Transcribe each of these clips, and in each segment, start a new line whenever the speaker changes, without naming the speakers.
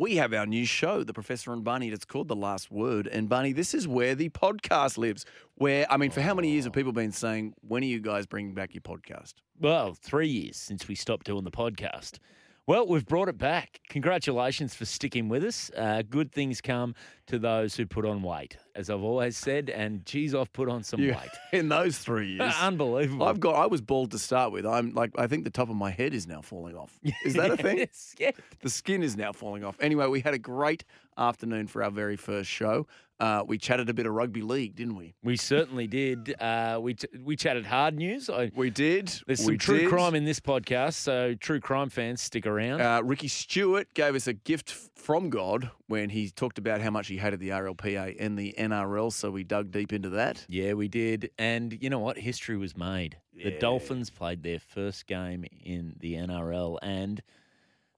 we have our new show, The Professor and Barney. and It's called The Last Word. And Barney, this is where the podcast lives. Where, I mean, for how many years have people been saying, when are you guys bringing back your podcast?
Well, three years since we stopped doing the podcast. Well, we've brought it back. Congratulations for sticking with us. Uh, good things come to those who put on weight, as I've always said. And geez, I've put on some
You-
weight.
in those three years.
Unbelievable.
I've got, I was bald to start with. I'm like, I think the top of my head is now falling off. Is that a thing?
Yes, yeah.
The skin is now falling off. Anyway, we had a great afternoon for our very first show. Uh, we chatted a bit of rugby league, didn't we?
We certainly did. Uh, we, t- we chatted hard news. I,
We did.
there's some
we
true
did.
crime in this podcast, so true crime fans, stick around.
Uh, Ricky Stewart gave us a gift f- from God when he talked about how much he hated the RLPA and the NRL, so we dug deep into that.
Yeah, we did. And you know what? History was made. The
Yeah.
Dolphins played their first game in the NRL and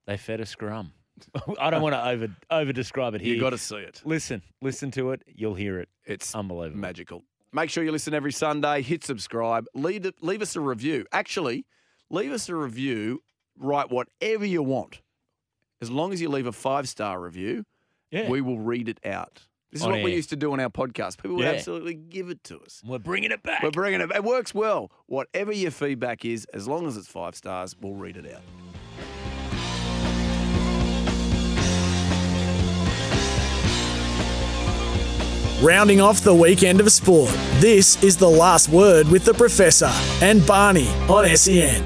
they fed a scrum. I don't want to over over describe it here.
You got to see it.
listen, listen to it. You'll hear it.
It's
Unbelievable.
magical. Make sure you listen every Sunday. Hit subscribe. Leave, leave us a review. Actually, leave us a review. Write whatever you want. As long as you leave a five star review,
Yeah.
we will read it out. This is
On
what we
air.
used to do on our podcast. People would
Yeah.
absolutely give it to us.
We're bringing it back.
We're bringing it. It works well. Whatever your feedback is, as long as it's five stars, we'll read it out.
Rounding off the weekend of sport, this is the last word with the Professor and Barney on E SEN.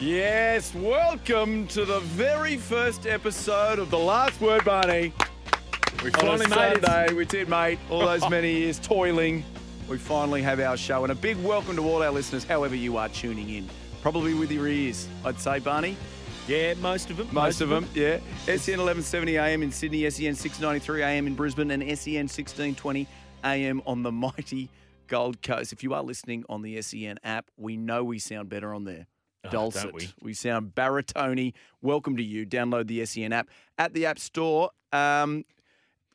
Yes, welcome to the very first episode of The Last Word, Barney. We finally made it. Sunday. We did, mate. All those many years toiling. We finally have our show. And a big welcome to all our listeners, however you are tuning in. Probably with your ears, I'd say, Barney.
yeah, most of them.
Most of them, yeah. E SEN 1170 AM in Sydney, E SEN 693 AM in Brisbane, and E SEN 1620 AM on the mighty Gold Coast. If you are listening on the SEN app, we know we sound better on there. Dulcet.
Ah, we?
sound baritone. Welcome to you. Download the SEN app at the App Store um,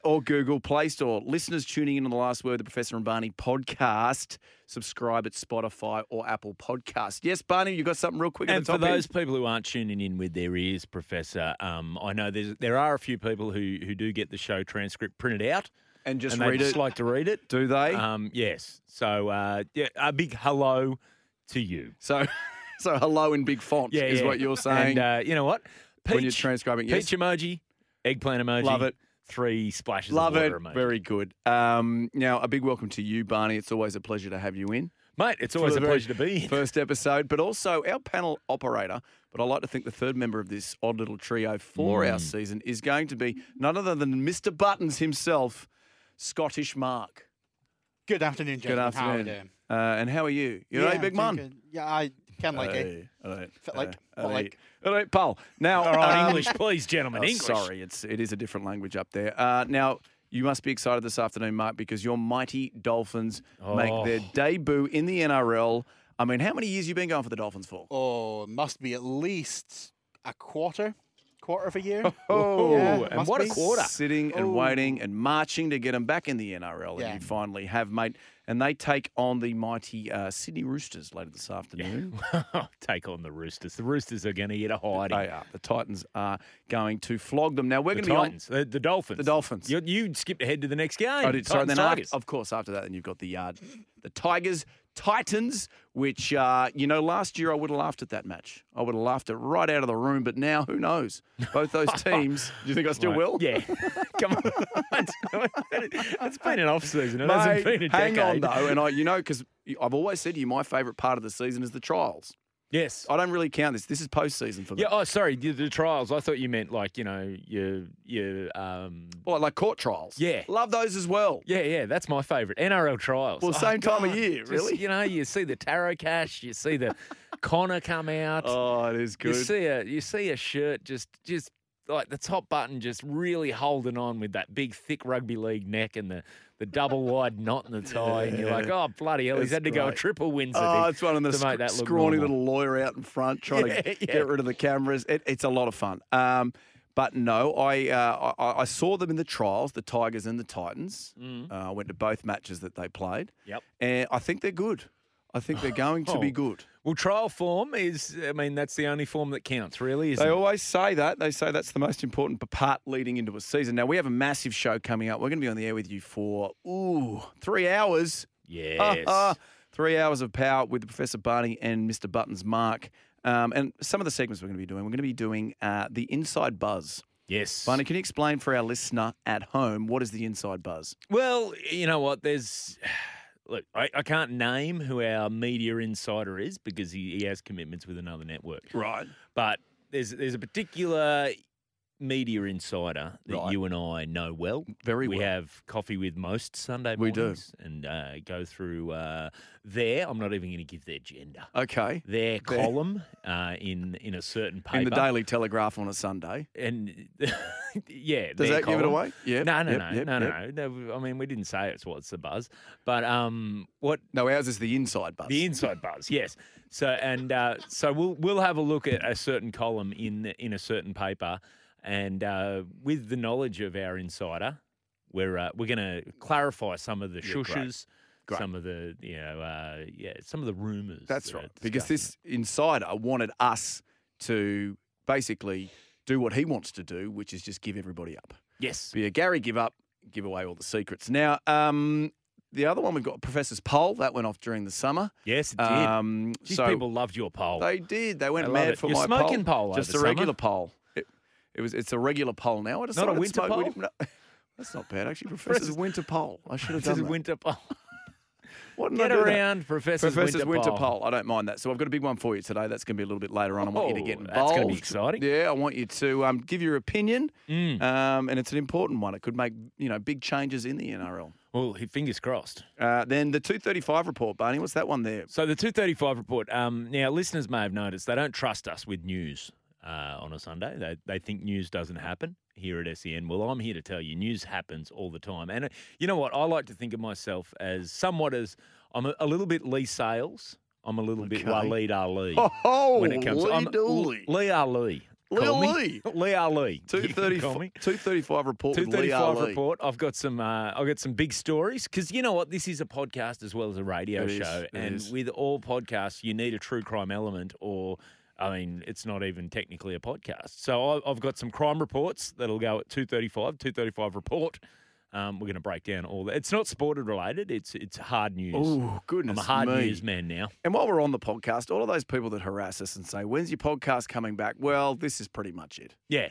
or Google Play Store. Listeners tuning in on the last word, the Professor and Barney podcast. Subscribe at Spotify or Apple Podcast. Yes, Barney, you got something real quick. at the
And for
top
those people who aren't tuning in with their ears, Professor, um, I know there's, there are a few people who, who do get the show transcript printed out
here. and just
and they
read
just
it.
like to read it.
Do they?
Um, yes. So uh, yeah, a big hello to you.
So, so hello in big font is what you're saying.
And uh, you know what? Peach,
When you're transcribing, yes.
peach emoji, eggplant emoji.
Love it.
Three splashes
Love
of
it.
water emoji.
Very good. Um, now, a big welcome to you, Barney. It's always a pleasure to have you in.
Mate, it's
For
always
the
a
very
pleasure to be here.
First episode, but also our panel operator. But I like to think the third member of this odd little trio for our
Mm.
season is going to be none other than Mr. Buttons himself, Scottish Mark.
Good afternoon,
Good
gentlemen. How are you
afternoon.
doing?
Uh, and how are you? You
yeah,
all right, big
I'm
man?
doing good. Yeah, I can like it.
Hey, all right.
Fit like,
uh,
fit
all right.
like.
All right, Paul. Now,
All right,
um,
English, please, gentlemen.
Oh,
English.
Sorry, it's it is a different language up there. Uh, now you must be excited this afternoon, Mark, because your mighty Dolphins make their
Oh.
debut in the NRL. I mean, how many years you been going for the Dolphins for?
Oh, it must be at least a quarter, quarter of a year. Yeah,
Oh,
must be.
Sitting and
Oh.
waiting and marching to get them back in the NRL,
Yeah.
and you finally have, mate. And they take on the mighty uh, Sydney Roosters later this afternoon.
Take on the Roosters. The Roosters are going to get a hiding.
They are. The Titans are going to flog them. Now we're
the
going to be on.
Titans. The, the Dolphins.
The Dolphins.
You, you skipped ahead to the next game.
I Oh, did. Sorry.
Titans,
Then after,
Tigers.
of course, after that, then you've got the uh, the Tigers Titans, which uh, you know last year I would have laughed at that match. I would have laughed it right out of the room. But now, who knows? Both those teams. do you think I still
Right.
will?
Yeah. Come on. it's been an off season. It hasn't
Mate,
been a
hang
decade.
on though, and I, you know, because I've always said to you, my favourite part of the season is the trials.
Yes.
I don't really count this. This is postseason for me.
Yeah. Oh, sorry. The, the trials. I thought you meant like you know your your um.
Well, like court trials.
Yeah.
love those as well.
Yeah, yeah. That's my favourite. NRL trials.
Well,
Oh,
same time of
God,
year,
just,
really.
you know, you see the tarot cash. You see the Connor come out.
Oh, it is
you
good.
see a you see a shirt just just like the top button just really holding on with that big thick rugby league neck and the, the double wide knot in the tie, and you're like, oh bloody hell, he's
It's
had to go a
great.
triple Windsor.
Oh,
to-
it's one of the
to make
sc-
that look
scrawny
normal.
little lawyer out in front trying
Yeah,
to
yeah.
get rid of the cameras. It, it's a lot of fun. Um, but no, I, uh, I I saw them in the trials, the Tigers and the Titans. Uh, I went to both matches that they played.
Mm. Yep.
And I think they're good. I think they're going to
Oh.
be good.
Well, trial form is, I mean, that's the only form that counts, really, isn't
They
it?
always say that. They say that's the most important p- part leading into a season. Now, we have a massive show coming up. We're going to be on the air with you for, ooh, three hours.
Yes.
Three hours of power with Professor Barney and Mr. Button's Mark. Um, and some of the segments we're going to be doing, we're going to be doing uh, the inside buzz.
yes.
Barney, can you explain for our listener at home what is the inside buzz?
Well, you know what? There's. Look, I, I can't name who our media insider is because he, he has commitments with another network.
Right.
But there's there's a particular media insider that
Right.
you and I know well.
Very
We
well.
have coffee with most Sunday
We do.
mornings. And uh, go through uh, their, I'm not even going to give their gender,
Okay.
their column uh, in, in a certain paper.
In the Daily Telegraph on a Sunday.
and yeah,
Does
their
that give it
column.
away? Yeah.
No, no,
Yep,
no,
yep,
no,
yep.
no, no. I mean, we didn't say it's what's the buzz, but um, what
No, ours is the inside buzz.
the inside buzz? Yes. So and uh, so we'll we'll have a look at a certain column in in a certain paper, and uh, with the knowledge of our insider, we're uh, we're going to clarify some of the
Yeah, great.
shushes.
Great.
Some of the, you know, uh, yeah, some of the rumours.
That's
that are
right. Because
discussed.
this insider wanted us to basically do what he wants to do, which is just give everybody up.
yes,
Be a Gary give up, give away all the secrets. Now, um, the other one we've got Professor's Poll. That went off during the summer.
yes, it did.
Um,
These
so
people loved your poll.
they did. They went
They love
mad
it.
for
Your
my
smoking poll over
Just a
summer.
regular poll. It, it was. It's a regular poll now. I decided
winter
smoke- we
poll?
didn't- no. that's not bad actually. Professor's Winter Poll. I should have
this
done
is
that.
winter poll.
What did I
Get
do that?
around, Professor's,
Professor's
winter,
Winter
poll.
Poll. I don't mind that. So I've got a big one for you today. That's going to be a little bit later on. I want you to get
Oh,
involved.
that's gonna be exciting.
Yeah, I want you to um, give your opinion,
Mm.
um, and it's an important one. It could make you know big changes in the NRL.
Well, he- fingers crossed.
Uh, then the 235 report, Barney. What's that one there?
So the 235 report. Um, now, listeners may have noticed they don't trust us with news uh, on a Sunday. They, they think news doesn't happen here at SEN. Well, I'm here to tell you news happens all the time. And uh, you know what? I like to think of myself as somewhat as I'm a, a little bit Lee Sales. I'm a little bit
Okay.
Waleed Ali.
Oh,
when it comes
Lee
I'm
Dooley.
Lee Ali.
Lee
Call me-
Ali.
Lee Ali. You can call
235,
me.
235 report. with Lee
235
Ali.
report. I've got some. Uh, I've got some big stories because you know what? This is a podcast as well as a radio
It is,
show,
it
and
is.
with all podcasts, you need a true crime element. Or, I mean, it's not even technically a podcast. So I- I've got some crime reports that'll go at 235. 235 report. Um, we're going to break down all that. It's not sported related. It's it's hard news.
Oh
I'm
goodness
a hard
me.
news man now.
And while we're on the podcast, all of those people that harass us and say, "When's your podcast coming back?" Well, this is pretty much it.
Yeah.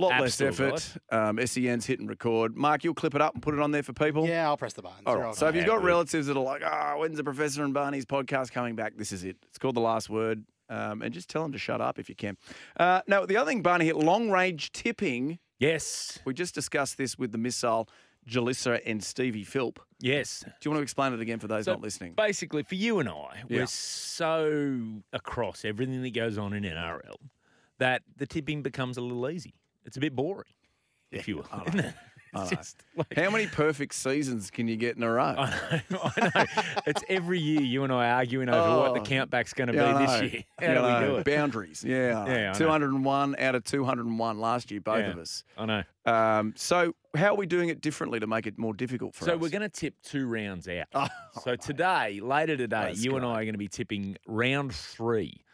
lot
Absolute
less effort. Um, SEN's hit and record. Mark, you'll clip it up and put it on there for people.
Yeah, I'll press the button.
All right. So if you've got relatives that are like, ah, when's the Professor and Barney's podcast coming back? This is it. It's called The Last Word. Um, and just tell them to shut up if you can. Uh, now, the other thing, Barney, hit long range tipping.
Yes.
We just discussed this with the missile Jalissa and Stevie Philp. Do
Yes.
you want to explain it again for those
So
not listening?
Basically, for you and I,
Yeah.
we're so across everything that goes on in NRL that the tipping becomes a little easy. It's a bit boring, if you will. isn't it? It's just like-
How many perfect seasons can you get in a row?
I know, I know. It's every year you and I arguing over what the
Oh.
countback's going to
Yeah, I
be this
know.
year.
Yeah,
How
I
do we do
know.
it?
Boundaries. Yeah. I know.
Yeah, I know.
201 out of 201 last year, both
Yeah.
of us.
I know.
Um, so, how are we doing it differently to make it more difficult for us? Oh,
So we're going to tip two rounds out. so today, later today,
Let's
you and
go.
I are going to be tipping round three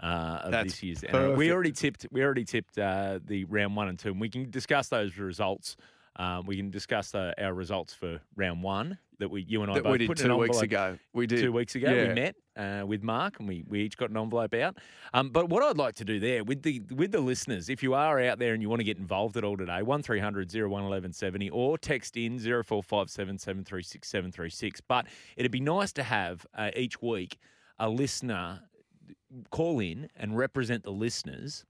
uh, of
That's
this year's. NRL. We
perfect.
already tipped. We already tipped uh, the round one and two, and we can discuss those results. Um, we can discuss uh, our results for round one that we, you and I,
that
both
we did
put in
two
an
weeks
envelope
ago. We did
two weeks ago.
Yeah.
We met uh, with Mark, and we, we each got an envelope out. Um, but what I'd like to do there with the with the listeners, if you are out there and you want to get involved at all today, one 1170 or text in zero four five seven seven three six seven three six. But it'd be nice to have uh, each week a listener call in and represent the listeners.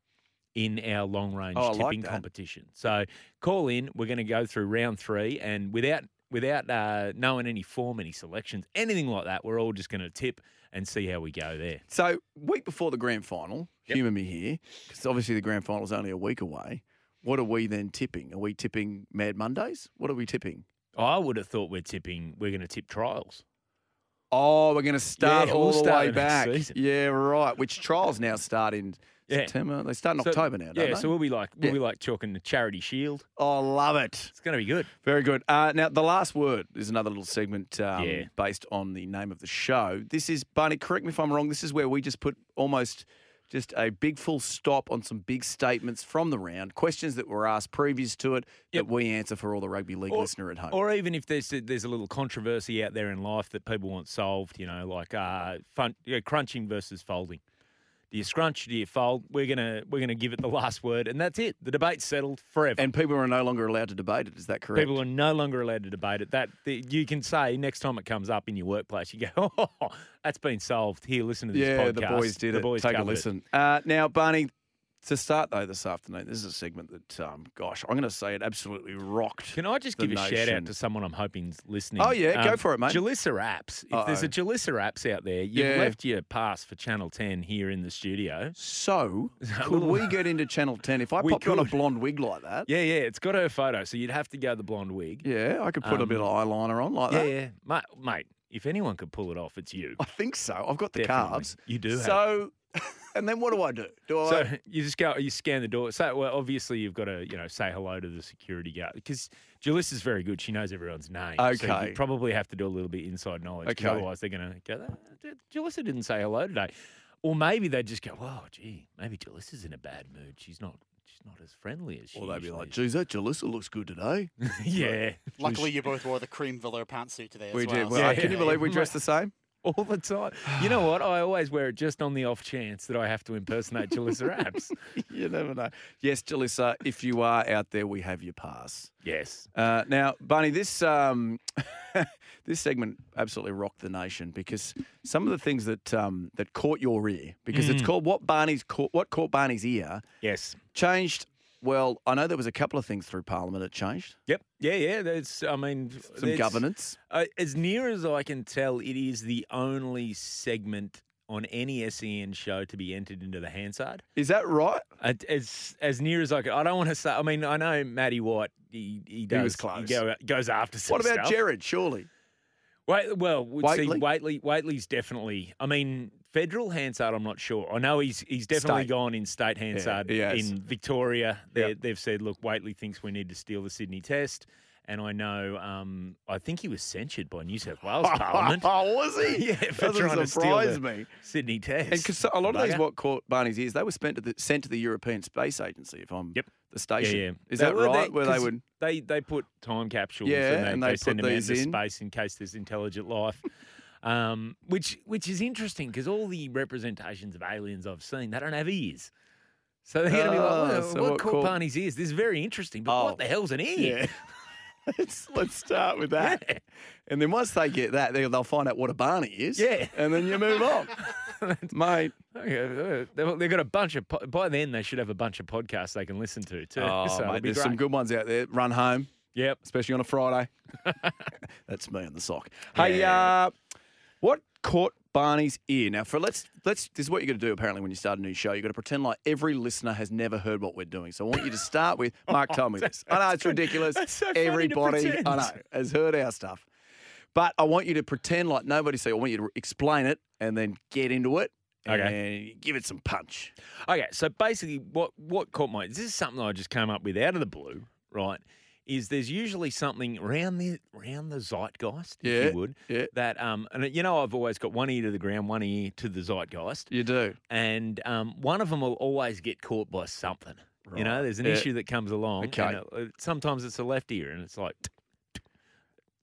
In our long range
Oh, I like
tipping
that.
competition. So call in. We're going to go through round three. And without without uh, knowing any form, any selections, anything like that. We're all just going to tip and see how we go there.
So week before the grand final, humour me here, because obviously the grand final's only a week away. What are we then tipping? Are we tipping Mad Mondays? What are we tipping?
I would have thought we're tipping. We're going to tip trials.
Oh, we're going to start
Yeah,
all
we'll
the
start
way
the next
back.
season.
Yeah, right. Which trials now start in
Yeah.
September. They start in
So-
October now, don't
yeah,
they?
so we'll be like we'll
Yeah.
be like chalking the charity shield.
oh, love it.
It's going to be good.
Very good. Uh, now, the last word is another little segment um,
Yeah.
based on the name of the show. This is, Barney, correct me if I'm wrong, this is where we just put almost just a big full stop on some big statements from the round, questions that were asked previous to it
Yep.
that we answer for all the rugby league
Or-
listener at home.
Or even if there's there's a little controversy out there in life that people want solved, you know, like uh, fun, yeah, crunching versus folding. Do you scrunch? Do you fold? We're gonna we're gonna give it the last word, and that's it. The debate's settled forever.
and people are no longer allowed to debate it. Is that correct?
People are no longer allowed to debate it. That the, you can say next time it comes up in your workplace, you go, "Oh, that's been solved." Here, listen to this
yeah,
podcast.
the boys did
The
it.
boys
Take a
covered it.
listen. Uh, now, Barney, to start though this afternoon, this is a segment that, um, gosh, I'm going to say it absolutely rocked.
Can I just
the
give a shout
nation.
out to someone I'm hoping's listening? Um,
Oh, yeah, go for it, mate.
Jalissa Apps. If there's
Uh-oh.
a Jalissa Apps out there, you've
Yeah.
left your pass for Channel 10 here in the studio.
So,
a
could
little-
we get into Channel 10? If I
We
popped on a
could.
blonde wig like that,
Yeah, yeah, it's got her photo, so you'd have to go the blonde wig.
yeah, I could put a
Um,
bit of eyeliner on like
yeah,
that.
yeah. Mate, mate, if anyone could pull it off, it's you.
I think so. I've got the
Definitely.
calves.
You do have
So, and then what do I do? Do I?
So you just go, you scan the door. So well, obviously you've got to, you know, say hello to the security guard because Jalissa's very good. She knows everyone's name. so
Okay.
you probably have to do a little bit inside knowledge. 'cause
Okay.
otherwise they're going to go, "Ah, J- Jalissa didn't say hello today, or maybe they just go, "Whoa, gee, maybe Jalissa's in a bad mood. She's not, she's not as friendly as she."
or they'd be like,
usually
geez, that Jalissa looks good today.
is." yeah,
Luckily, you both wore the cream velour pantsuit today. As
we
well,
did. Well,
so
uh, Can you
yeah,
believe we dressed the same?
all the time. You know what? I always wear it just on the off chance that I have to impersonate Jalissa Apps.
You never know. Yes, Jalissa, if you are out there, we have your pass.
Yes.
Uh, now, Barney, this um, this segment absolutely rocked the nation because some of the things that um, that caught your ear because
Mm.
it's called what Barney's caught what caught Barney's ear
Yes.
changed. Well, I know there was a couple of things through Parliament that changed
Yep. Yeah. Yeah. That's. I mean,
some
there's-
governance.
Uh, as near as I can tell, it is the only segment on any SEN show to be entered into the Hansard.
Is that right?
Uh, As as near as I can, I don't want to say. I mean, I know Matty White. He he, does,
was close.
go, goes after some
What about
stuff.
Jared? Surely.
Wait, well, we see
Waitley?
Waitley. Waitley's definitely. I mean, federal Hansard. I'm not sure. I know he's he's definitely
State.
gone in state Hansard
he has.
in Victoria. They,
Yep.
They've said, look, Waitley thinks we need to steal the Sydney Test, and I know. Um, I think he was censured by New South Wales Parliament.
Oh, was he?
Yeah, for
Doesn't
trying to steal
surprise
the-
me.
Sydney Test.
And because a lot of these,
Bugger.
what caught Barney's ears, they were spent to the, sent to the European Space Agency. If I'm
Yep.
the
yeah,
station,
yeah.
is
They-
that
well,
right? Where they
'cause
would
they they put time capsules
Yeah,
and they,
and
they,
they put
send them out
these
into
in.
space in case there's intelligent life. Um, which which is interesting because all the representations of aliens I've seen, they don't have ears. So they're gonna be like,
Ah,
well,
so
what,
what
caught
caught-
Barney's ears? This is very interesting, but
Oh.
what the hell's an ear?
Yeah. let's, let's start with that. And then once they get that, they'll, they'll find out what a Barney is.
Yeah.
And then you move on. Mate.
Okay, uh, they've they've got a bunch of po- by then they should have a bunch of podcasts they can listen to too.
Oh,
so it'll
mate,
be
there's some
great.
good ones out there. Run home,
Yep.
especially on a Friday. That's me on the sock. Hey,
Yeah.
uh, what caught Barney's ear? Now, for let's let's this is what you got to do apparently when you start a new show. You got to pretend like every listener has never heard what we're doing. So I want you to start with Mark told me this. I know it's ridiculous.
That's so funny to
Everybody I
pretend.
know has heard our stuff. But I want you to pretend like nobody said. I want you to explain it and then get into it and
Okay.
give it some punch.
Okay, so basically, what what caught my this is something I just came up with out of the blue, right? Is there's usually something around the around the zeitgeist, if
Yeah,
you would,
yeah.
that um, and you know I've always got one ear to the ground, one ear to the zeitgeist,
You do.
and um, one of them will always get caught by something. You
Right,
know, there's an
yeah.
issue that comes along.
Okay.
and it- it- sometimes it's the left ear, and it's like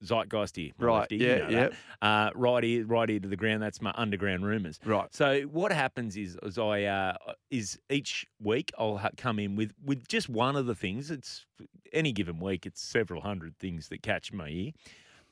zeitgeist ear, my
Right,
left ear,
yeah,
you know that. Uh, right ear, right ear to the ground. That's my underground rumors.
Right.
So what happens is, is I uh, is each week I'll ha- come in with with just one of the things. It's any given week, it's several hundred things that catch my ear,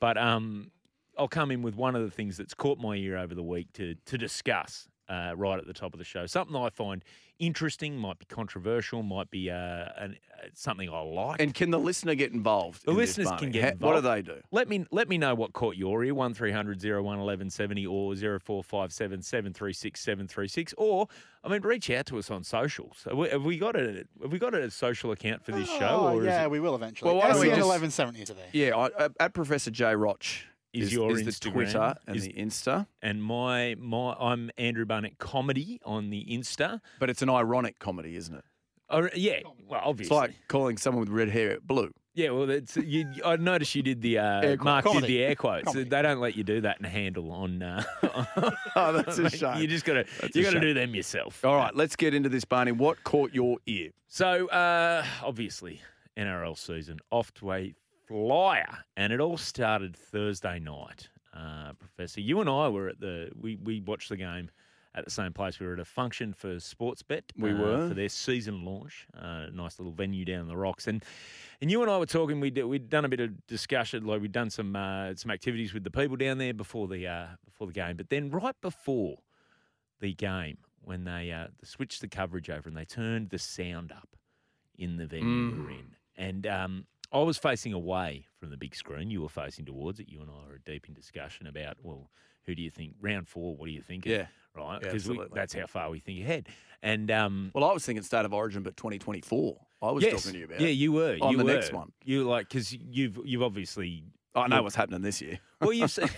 but um, I'll come in with one of the things that's caught my ear over the week to to discuss uh, right at the top of the show. Something I find interesting, might be controversial, might be uh, an, uh, something I like.
And can the listener get involved?
The
in this,
listeners can
Barney?
get
Ha-
involved.
What do they do?
Let me let me know what caught your ear. One 1170 or zero four five seven seven three six seven three six. Or I mean, reach out to us on socials. Have we, have we got a have we got a social account for this show?
Oh,
Or
yeah,
is,
we will eventually.
Well, why don't we
SEN
just-
1170 today.
Yeah, I, uh, at- at Professor J. Roch
Is your
the
Instagram?
Twitter and
Is-
the Insta,
it, and my my I'm Andrew Barnett comedy on the Insta.
but it's an ironic comedy, isn't it?
Oh, yeah, well,
It's
obviously.
like calling someone with red hair blue.
yeah, well, that's you, I noticed you did the uh,
Air quotes.
Mark did
Comedy.
the air quotes.
Comedy.
They don't let you do that in a handle on. Uh,
Oh, that's a shame.
you just got to
That's a
you got to
shame.
do them yourself.
All right, let's get into this, Barney. What caught your ear?
So uh, obviously NRL season off to a flyer, and it all started Thursday night. Uh, Professor, you and I were at the we we watched the game at the same place. We were at a function for Sportsbet.
We
uh,
were.
for their season launch. Uh, nice little venue down the rocks, and and you and I were talking. We did, we'd done a bit of discussion, like we'd done some uh, some activities with the people down there before the uh, before the game. But then right before the game, when they uh, switched the coverage over and they turned the sound up in the venue we
Mm.
were in, and um, I was facing away from the big screen. You were facing towards it. You and I were deep in discussion about well, who do you think round four? What do you think?
Yeah.
Right,
Yeah,
because
absolutely.
that's how far we think ahead. And um,
Well, I was thinking State of Origin, but 2024. I was
yes.
talking to you about.
Yeah,
it.
you were.
On
you
the
were.
next one.
You like because you've you've obviously
I know what's happening this year.
well you've seen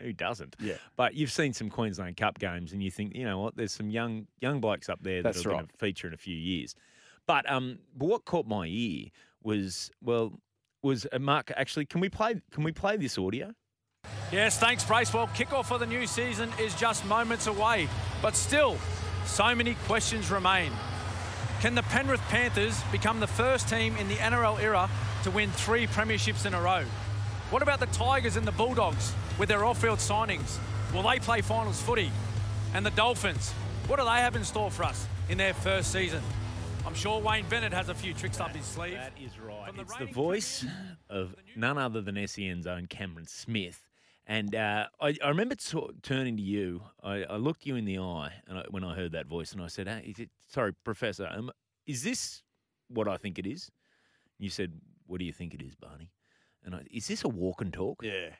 who doesn't
Yeah.
but you've seen some Queensland Cup games and you think you know what there's some young young blokes up there that
That's
are going
right.
to feature in a few years. But um, but what caught my ear was well was uh, Mark actually can we play can we play this audio?
Yes, thanks, Bracewell. Kickoff for the new season is just moments away, but still, so many questions remain. Can the Penrith Panthers become the first team in the NRL era to win three premierships in a row? What about the Tigers and the Bulldogs with their off field signings? Will they play finals footy? And the Dolphins, what do they have in store for us in their first season? I'm sure Wayne Bennett has a few tricks up his sleeve.
That is right.
From the
it's the
reigning
voice of none other than SEN's own Cameron Smith. And uh, I, I remember t- turning to you. I, I looked you in the eye and I, when I heard that voice, and I said, hey, is it, "Sorry, Professor, um, is this what I think it is?" And you said, "What do you think it is, Barney?" And I, is this a walk and talk?
Yeah,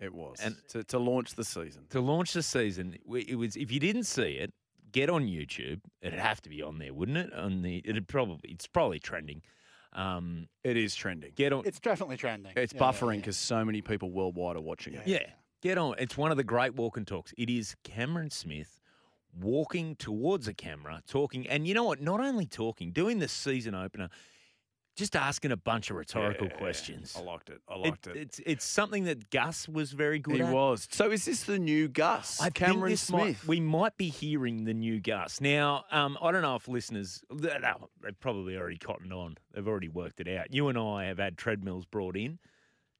it was. And
And-
to, to launch the season.
to launch the season, we- it was if you didn't see it, get on YouTube. It'd have to be on there, wouldn't it? On the it'd probably it's probably trending. Um,
It is trending.
get on.
It's definitely trending.
It's
Yeah, yeah,
buffering because so many people worldwide are watching it.
Yeah. Get on. It's one of the great walk and talks. It is Cameron Smith walking towards a camera, talking. And you know what? Not only talking, doing the season opener, just asking a bunch of rhetorical questions.
I liked it. I
It-
liked it.
It's, it's something that Gus was very good
He
at.
was. So is this the new Gus?
I
Cameron
think this
Smith.
Might, we might be hearing the new Gus. Now, um, I don't know if listeners, they- no, they've probably already cottoned on. They've already worked it out. You and I have had treadmills brought in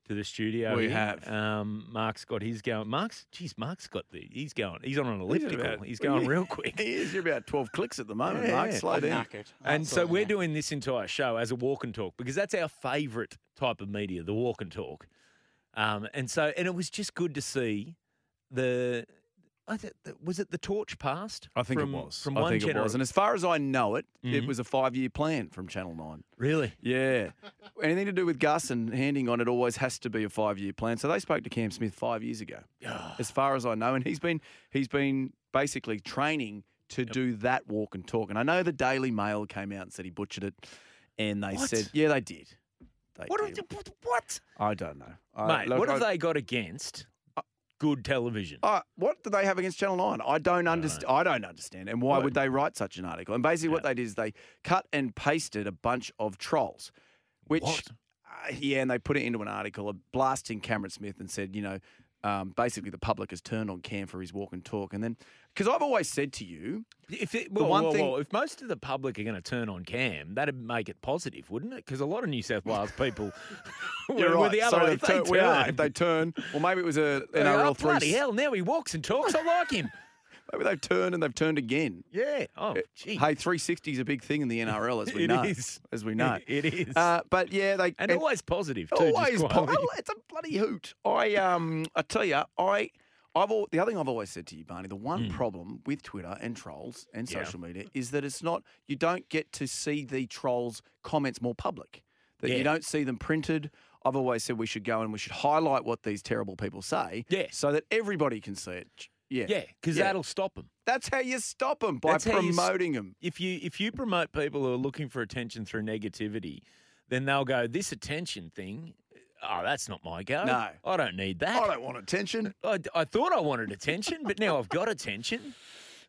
to the studio.
We
here.
have.
Um, Mark's got his going. Mark's, geez, Mark's got the, he's going, he's on an
He's
elliptical. He's,
about-
going
Yeah.
real quick.
He is. You're about 12 clicks at the moment,
Yeah,
Mark.
yeah.
Slow
I'm
down.
knackered. I'm
And so
absolutely
we're
knackered.
doing this entire show as a walk and talk because that's our favourite type of media, the walk and talk. Um, and so, and it was just good to see the. I th- was it the torch passed?
I think
from,
it was.
From
I
one
think
channel.
it was. And as far as I know it, it
Mhm.
was a five-year plan from Channel 9.
Really?
Yeah. Anything to do with Gus and handing on it always has to be a five year plan. So they spoke to Cam Smith five years ago, as far as I know, and he's been he's been basically training to do that walk and talk. And I know the Daily Mail came out and said he butchered it, and they
What?
said, yeah, they did. They
What?
did.
are- What?
I don't know, I,
Mate,
Uh, look,
what have
I- Uh,
they got against good television?
I- what do they have against Channel Nine? I don't understand. I don't understand. And why would they write such an article? And basically, what they did is they cut and pasted a bunch of trolls, which
What?
Uh, yeah, and they put it into an article of blasting Cameron Smith and said, you know, um, basically the public has turned on Cam for his walk and talk. And then, because I've always said to you,
If it, well,
one
well,
thing-
well, if most of the public are going to turn on Cam, that'd make it positive, wouldn't it? Because a lot of New South Wales people were,
you're
were
right.
the
so
other way.
they've
If they
tur- we are,
turn-
if they turn, well, maybe it was a
They go,
NRL
"Oh,
three.
bloody hell! Now he walks and talks. I like him.
Maybe they've turned and they've turned again.
yeah. Oh, gee.
Uh, Eh, Hey, 360 is a big thing in the NRL, as we
It
know.
is.
As we know,
It is.
Uh, but yeah, they
and always positive too.
always
just
po-
quietly.
oh, it's a bloody hoot. I um I tell you, I I've al- the other thing I've always said to you, Barney, the one problem with Twitter and trolls and
Hmm. Yeah.
social media is that it's not you don't get to see the trolls' comments more public. That
Yeah.
you don't see them printed. I've always said we should go and we should highlight what these terrible people say,
Yeah.
so that everybody can see it. Yeah,
Yeah, because
Yeah.
that'll stop them.
That's how you stop them by
That's how you s-
promoting them.
If you if you promote people who are looking for attention through negativity, then they'll go this attention thing. Oh, that's not my go.
No.
I don't need that.
I don't want attention.
I, I thought I wanted attention, but now I've got attention.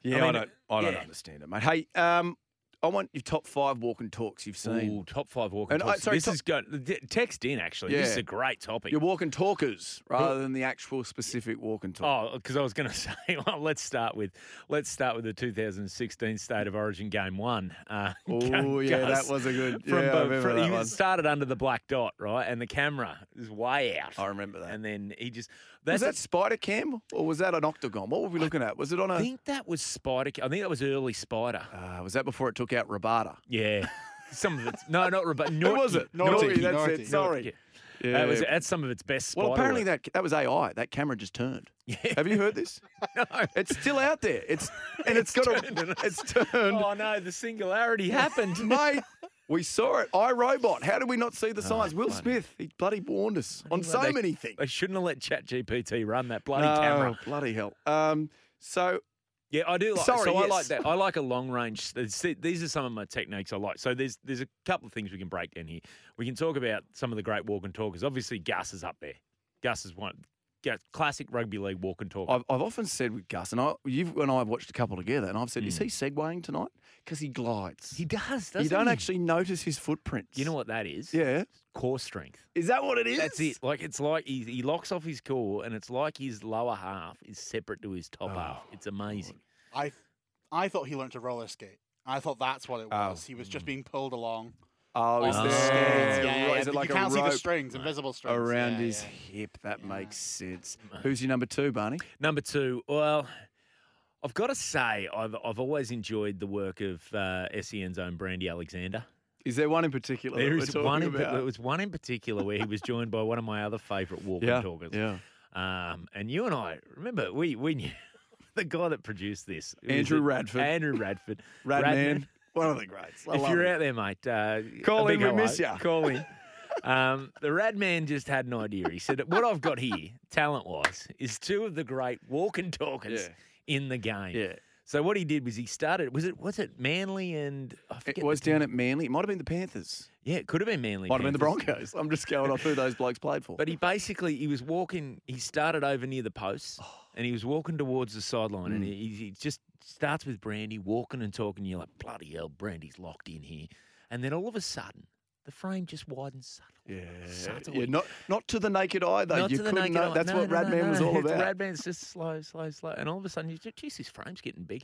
Yeah, I,
mean,
don't. I don't
yeah.
understand it, mate. Hey, um, I want your top five walk and talks you've seen.
Ooh, top five walking
And I-
talks.
sorry,
this
top-
is good. Th- Text in actually. This is
Yeah.
a great topic.
Your walk and talkers, rather than the actual specific walk and talk.
Oh, because I was going to say, well, let's start with let's start with the 2016 State of Origin Game One. Uh,
Oh, yeah, that was a good-
From,
yeah, I
Bo-
remember
from-
that
he
one.
started under the black dot, right, and the camera is way out.
I remember that.
And then he just
was
Oh, that's
that Spider Cam or was that an octagon? What were we looking at? Was it on
I
a?
think that was Spider. I think that was early Spider.
Uh, was that before it took out Rabada?
Yeah, some of it's no, not Rebecca. Who
was it?
Naughty,
Naughty, that's
naughty.
it. Sorry.
Yeah. That was, that's some of its best.
Well,
spider
apparently
work.
that that was AI. That camera just turned. Have you heard this? no. It's still out there. It's and it's got a. It's turned.
Oh no, the singularity happened.
Mate, we saw it. I Robot. How did we not
Oh,
see the signs? Will Smith, he bloody warned us on so
they-
many things.
They shouldn't have let ChatGPT run that bloody camera.
Oh, bloody hell. Um, so
Yeah, I do like.
Sorry,
so I like
yes.
that. I like a long range. see, These are some of my techniques I like. So there's there's a couple of things we can break down here. We can talk about some of the great walk and talkers. Obviously, Gus is up there. Gus is one. Gus- Classic rugby league walk and talk.
I've, I've often said with Gus, and I, you've and I have watched a couple together, and I've said, is he segwaying tonight? Because he glides.
Mm. he does. Doesn't
you don't
he?
actually notice his footprints.
You know what that is?
Yeah.
Core strength.
Is that what it is?
That's it. Like it's like he, he locks off his core, and it's like his lower half is separate to his
Oh,
top half. It's amazing.
I, I thought he learned to roller skate. I thought that's what it was. He was just being pulled along.
Oh, is
on
there?
the skates. Yeah, yeah,
right,
yeah,
Is it
but
like
you can't
a
see
rope
the strings, invisible strings.
around
yeah,
his
yeah.
hip? That makes sense.
Mm.
Who's your number two, Barney?
Number two, well, I've got to say, I've, I've always enjoyed the work of uh, SEN's own Brandy Alexander.
Is there one in particular?
There
that
is
Oh, we're
one
talking
in,
about?
there was one in particular where he was joined by one of my other favourite walk
yeah,
and talkers.
yeah.
Um, and you and I remember we we knew the guy that produced this, who is
Andrew
it?
Radford.
Andrew Radford.
Radman, one of the greats. I
If
love
you're
him.
out there, mate, uh,
Call
a
in,
big
we
hello.
miss ya.
Call in. Um, the Radman just had an idea. He said, "What I've got here, talent-wise, is two of the great walk and talkers in the game."
Yeah.
So what he did was he started. Was it was it Manly and I
It
forget the
was
team.
down at Manly. It might have been the Panthers.
Yeah, it could have been Manly.
Might have been the
Panthers.
Broncos. I'm just going off who those blokes played for.
But he basically he was walking. He started over near the post,
Oh.
and he was walking towards the sideline,
Mm.
and he, he just starts with Brandy walking and talking. You're like, bloody hell, Brandy's locked in here, and then all of a sudden, the frame just widens subtly. subtly.
Yeah, not not to the naked eye though.
Not
you
to the
couldn't
naked
know.
eye.
That's
No,
what
no, no,
Radman was
no.
all
It's-
about.
Radman's just slow, slow, slow, and all of a sudden you just, geez, this frame's getting big.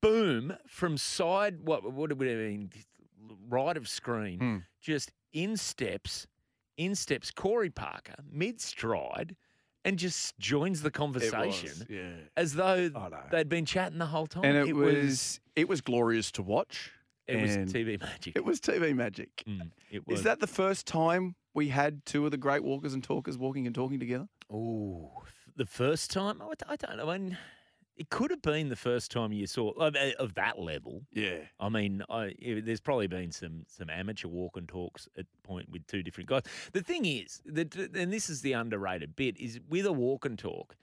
Boom from side. What what would it mean? Right of screen,
Hmm.
just in steps, in steps. Corey Parker mid stride, and just joins the conversation
yeah.
as though
I know.
they'd been chatting the whole time.
And it, was, it was glorious to watch.
it was
and
TV magic.
It was TV magic.
Mm, it was.
Is that the first time we had two of the great walkers and talkers walking and talking together?
Oh, the first time? I, I don't know. I mean, it could have been the first time you saw of, of that level.
Yeah.
I mean, I, yeah, there's probably been some some amateur walk and talks at point with two different guys. The thing is, that, and this is the underrated bit, is with a walk and talk,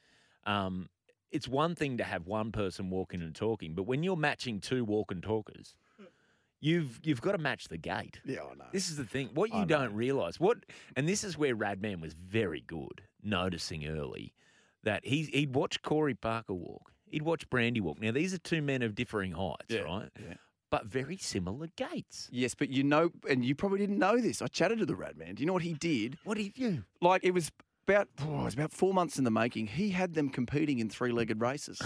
um, it's one thing to have one person walking and talking, but when you're matching two walk and talkers, you've you've got to match the gate.
Yeah, I know.
This is the thing. What you don't realise, what, and this is where Radman was very good, noticing early that he he'd watch Corey Parker walk, he'd watch Brandy walk. Now these are two men of differing heights, right? But very similar gaits.
Yes, but you know, and you probably didn't know this. I chatted to the Radman. Do you know what he did?
What do you do?
Like it was about oh, it was about four months in the making. He had them competing in three-legged races.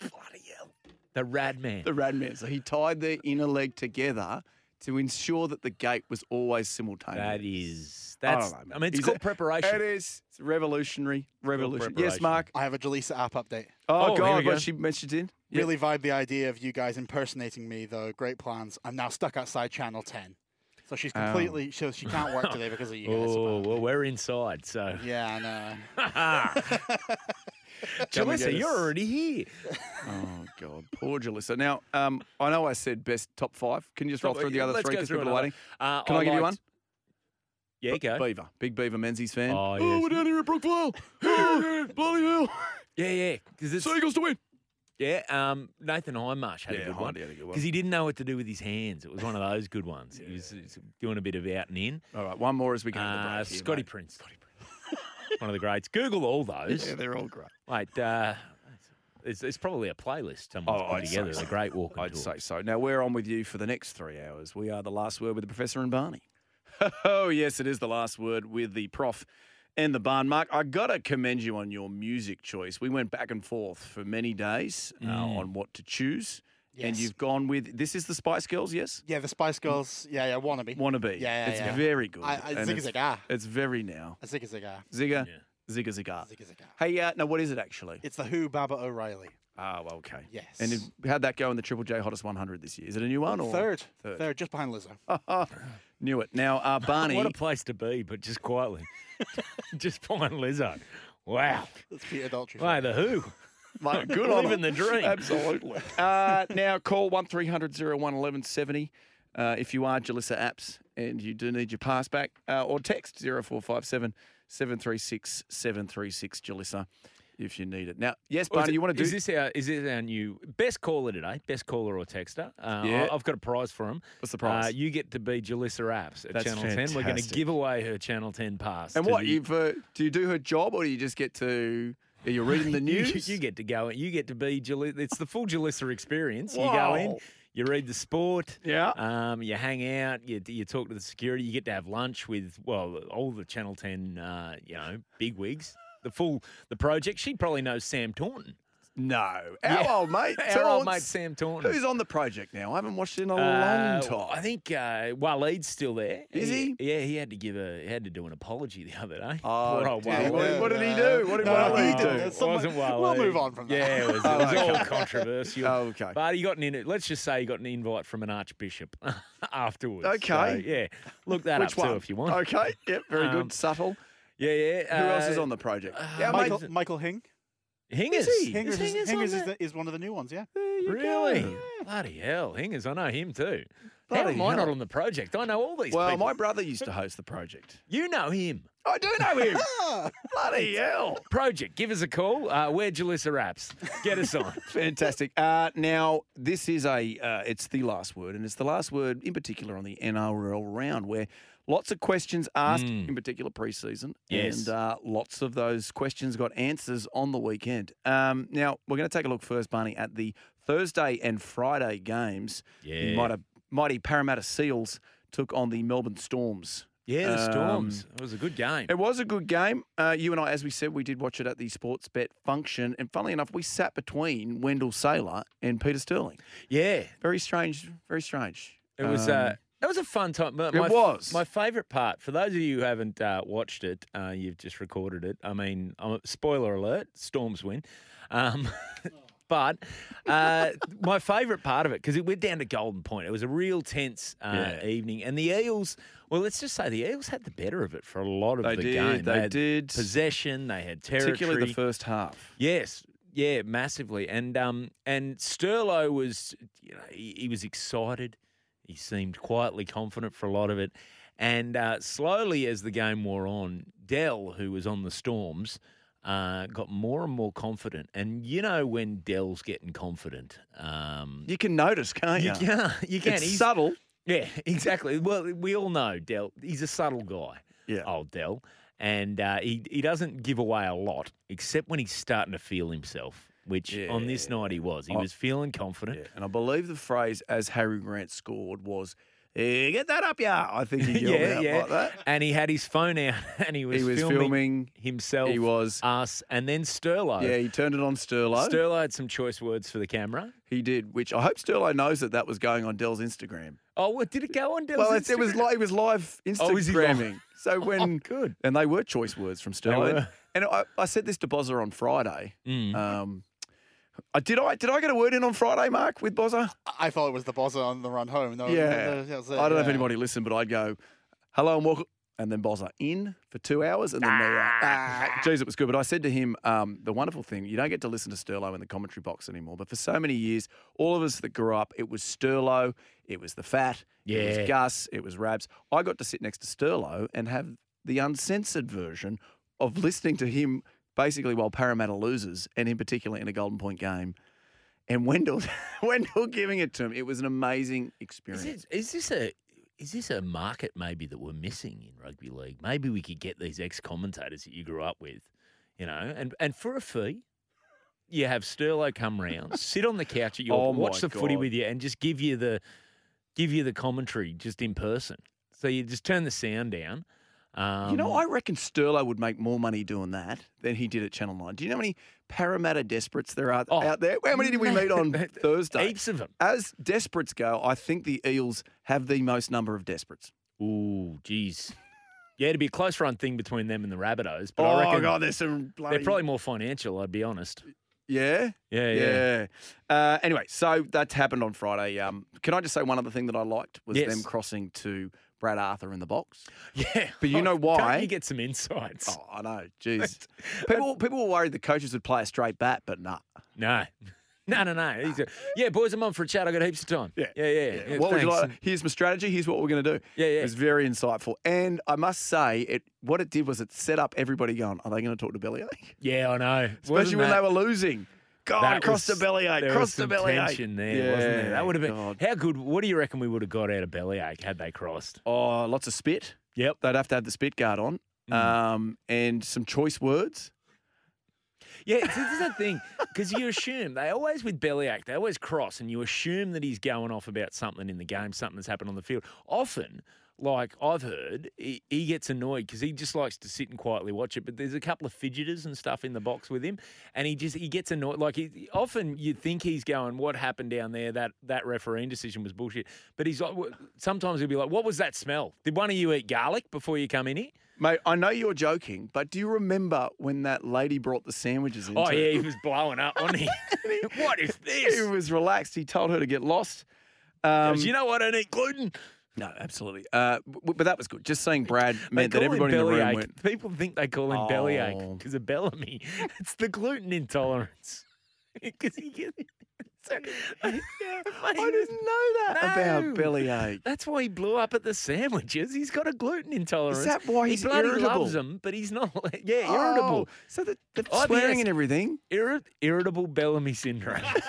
Bloody hell! The Radman.
the Radman. So he tied their inner leg together to ensure that the gate was always simultaneous.
that is
I don't
that's. I,
know, mate.
mean, it's
He's
called
a-
preparation.
It is. It's revolutionary. Revolution. Yes,
preparation.
Mark.
I have a Jaleesa app update.
Oh,
Oh,
here
God,
we go.
what she mentioned in. Yeah.
Really vibe the idea of you guys impersonating me, though. Great plans. I'm now stuck outside Channel 10. So she's
Um.
completely, so she can't work today because of you guys.
oh
apparently.
well, we're inside, so
Yeah, I know.
Can we get
Jalissa,
a-
you're already here.
Oh God, poor Jalissa. Now, um, I know I said best top five. Can you just roll through the other
Let's
three?
go
Because
through
people are
another.
waiting.
Uh,
Can I, give you one?
liked- Yeah, go.
Beaver, big Beaver Menzies fan.
Oh, yes.
we're down here at Brookvale. oh, bloody hell!
Yeah, yeah. Because it's
Seagulls to win.
yeah. Um, Nathan Hindmarsh had
Yeah,
a good
Hindy
one
had a good one.
because he didn't know what to do with his hands. It was one of those good ones. He was he was doing a bit of out and in.
All right, one more as we go. to the
Uh,
break here,
Scotty
mate.
Prince. one of the greats. Google all those.
Yeah, they're all great.
Wait, uh, it's, it's probably a playlist someone's
Oh,
put
I'd say
together.
so.
The Great Walk. and
I'd
Talk.
say so. Now we're on with you for the next three hours. We are the last word with the professor and Barney. Oh yes, it is the last word with the prof and the barn. Mark, I gotta commend you on your music choice. We went back and forth for many days uh, on what to choose, and
Mm. Yes.
you've gone with this is the Spice Girls. Yes,
Yeah, the Spice Girls. Yeah, yeah, wannabe.
wannabe.
Yeah, yeah,
it's
yeah.
very good.
I- I
and
zig
it's,
zag, ah.
it's very now
A zigga zigga.
zigger,
Yeah.
zigger, zigger.
Zigga zigga.
Hey, uh, now what is it actually?
It's the Who Baba O'Reilly.
Oh, okay.
Yes.
And it- how'd that go in the Triple J Hottest 100 this year? Is it a new one or
Third,
Oh, Third. Oh.
third, just behind Lizzo.
Knew it. Now, uh, Barney.
What a place to be, but just quietly, just behind Lizzo. Wow.
That's Peter Daltrey.
Hey, the Who.
Mate, good on
Living
them.
the dream.
Absolutely. uh, now call 1300 01 1170 uh, if you are Jalissa Apps and you do need your pass back uh, or text 0457 736 736 Jalissa if you need it. Now, yes, Barney, you want to do
Is this our? Is this our new best caller today? Best caller or texter? Uh,
Yeah.
I, have got a prize for him.
What's the prize?
Uh, you get to be Jalissa Apps at
That's
Channel Ten. We're going to
fantastic.
give away her Channel Ten pass.
And
to
what,
the-
you uh, do you do her job or do you just get to, are you reading the
you-
news?
You, get to go. You get to be Jalissa. It's the full Jalissa experience. You go in.
Wow.
You read the sport.
Yeah.
Um, you hang out. You, you talk to the security. You get to have lunch with well all the Channel Ten. Uh, you know, bigwigs. The full the project. She probably knows Sam Taunton.
no. Our
Yeah.
old mate.
Our
Taunts.
old mate Sam Taunton.
Who's on the project now? I haven't watched it in a
Uh,
long time.
I think uh, Waleed's still there.
Is he?
Yeah, he had to give a he had to do an apology the other day.
Oh,
Poor old
dear.
Waleed.
What, what did he
No,
do? What did
no,
Wally
he
do?
didn't. That's
It wasn't Waleed.
We'll move on from that.
Yeah, it was, it
Oh,
was all
okay.
controversial.
Oh, okay.
But he got an in, let's just say he got an invite from an archbishop afterwards.
Okay.
So, yeah. Look that
Which
up
one?
too if you want.
Okay. Yep. Very
Um,
good. Subtle.
Yeah, yeah.
Who else is
uh,
on the project? yeah,
Michael,
mate.
Michael Hing.
Hingers.
Is he?
Hingers,
Is
is,
Hingers on
Hingers is,
there?
the, is one of the new ones, yeah.
Really? Bloody hell, Hingers. I know him too. How
Bloody
am I not
hell.
on the project? I know all these
Well,
people.
my brother used to host the project. Ah.
You know him.
I do know him. Bloody hell.
Project, give us a call. Uh, we're Jalissa Raps. Get us on.
Fantastic. Uh, now, this is a, uh, it's the last word, and it's the last word in particular on the NRL round where lots of questions asked, in particular preseason.
Mm. Yes.
And uh, lots of those questions got answers on the weekend. Um, now, we're going to take a look first, Barney, at the Thursday and Friday games. The
Yeah.
mighty, mighty Parramatta Seals took on the Melbourne Storms.
Yeah, the
Um,
Storms. It was a good game.
It was a good game. Uh, you and I, as we said, we did watch it at the sports bet function. And funnily enough, we sat between Wendell Saylor and Peter Sterling.
Yeah,
Very strange. Very strange.
it was.
Um,
uh, that was a fun time. My,
it
my f-
was.
my favourite part. For those of you who haven't uh, watched it, uh, you've just recorded it. I mean, um, spoiler alert: Storms win. Um, but uh, my favourite part of it because it went down to Golden Point. It was a real tense uh,
Yeah.
evening, and the Eels. Well, let's just say the Eels had the better of it for a lot of
They
the
did,
game.
they
had
did.
possession. They had territory.
particularly the first half.
Yes, yeah, massively. And um, and Sterlo was, you know, he, he was excited. He seemed quietly confident for a lot of it, and uh, slowly as the game wore on, Dell, who was on the Storms, uh, got more and more confident. And you know when Dell's getting confident, um,
You can notice, can't you?
you can you can.
It's
He's-
subtle.
yeah, exactly. Well, we all know Dell. He's a subtle guy.
Yeah.
Old Dell. And uh, he, he doesn't give away a lot, except when he's starting to feel himself, which on this night he was.
Oh.
He was feeling confident.
And I believe the phrase as Harry Grant scored was, "Eh, get that up, yeah. I think he yelled out like that.
And he had his phone out and he was,
He was
filming,
filming.
himself,
He was.
us, and then Sterlo.
Yeah, he turned it on Sterlo.
Sterlo had some choice words for the camera.
he did, which I hope Sterlo knows that that was going on Dell's Instagram.
Oh, what did it go on? Dell's
Well, it's, it was
Instagram?
li- it was live
Oh, is he live?
Instagramming. so when
good.
and they were choice words from Sterling.
were.
And I, I said this to Bozza on Friday. Um, I did I did I get a word in on Friday, Mark, with Bozza?
I- I thought it was the boss on the run home. No,
Yeah.
no, no, that's it,
I don't know if
yeah.
anybody listened, but I'd go, "Hello and welcome, and then Bozza in for two hours, and then ah. they're out. Ah. Jeez, it was good. But I said to him, um, the wonderful thing, you don't get to listen to Sterlo in the commentary box anymore. But for so many years, all of us that grew up, it was Sterlo, it was the fat, it
Yeah.
was Gus, it was Rabs. I got to sit next to Sterlo and have the uncensored version of listening to him basically while Parramatta loses, and in particular in a Golden Point game. And Wendell, Wendell giving it to him. It was an amazing
Is,
experience.
it, is this a is this a market maybe that we're missing in rugby league? Maybe we could get these ex commentators that you grew up with, you know, and and for a fee, you have Sterlo come round, sit on the couch at your
Oh my
watch the footy
God.
with you, and just give you the give you the commentary just in person. So you just turn the sound down. Um,
you know, I reckon Sterlo would make more money doing that than he did at Channel 9. Do you know how many Parramatta desperates there are
Oh,
out there? How many did we meet on Thursday?
heaps of them.
As desperates go, I think the Eels have the most number of desperates.
Ooh, geez. Yeah, it'd be a close run thing between them and the Rabbitohs, but
Oh,
I reckon
there's some bloody.
they're probably more financial. I'd be honest.
Yeah?
Yeah, yeah.
Yeah. Uh, anyway, so that's happened on Friday. Um, can I just say one other thing that I liked was
Yes.
them crossing to Brad Arthur in the box?
Yeah,
But you know why?
Can't Oh, you get some insights?
Oh, I know. Jeez. people, people were worried the coaches would play a straight bat, but nah.
No, no, no, no. He's a, yeah, boys, I'm on for a chat. I got heaps of time. yeah, yeah. yeah,
what would you
thanks.
like? Here's my strategy. Here's what we're going to do.
Yeah, yeah.
It was very insightful, and I must say, it what it did was it set up everybody going, "Are they going to talk to bellyache?"
Yeah, I know.
Especially
Wasn't
when
that-
they were losing. God,
that
cross
was-
to bellyache,
there was
cross to
some
bellyache.
Tension there, wasn't there? That would have been
God.
how good. What do you reckon we would have got out of bellyache had they crossed?
Oh, lots of spit.
Yep.
They'd have to have the spit guard on,
Hmm.
um, and some choice words.
Yeah, this is the thing because you assume they always with bellyache, they always cross, and you assume that he's going off about something in the game, something that's happened on the field. Often, like I've heard, he, he gets annoyed because he just likes to sit and quietly watch it. But there's a couple of fidgeters and stuff in the box with him, and he just he gets annoyed. Like he, often, you think he's going, "What happened down there? That that refereeing decision was bullshit." But he's like, "What-" sometimes he'll be like, "What was that smell? Did one of you eat garlic before you come in here?"
Mate, I know you're joking, but do you remember when that lady brought the sandwiches in?
Oh
too?
yeah, he was blowing up, wasn't he? what is this?
he was relaxed. He told her to get lost. Um,
you know what? I don't eat gluten.
No, absolutely. Uh, w- but that was good. Just seeing Brad meant
They
that
call him
everybody in the room
bellyache.
went.
People think they call him bellyache
Oh.
because of Bellamy. It's the gluten intolerance. Because he gets. So,
I didn't know that
No.
about bellyache.
That's why he blew up at the sandwiches. He's got a gluten intolerance.
that why he's
he bloody loves
irritable?
them? But he's not. Yeah, irritable.
Oh, so the, the
I think
swearing
that's-
and everything.
Irri- irritable Bellamy syndrome. That's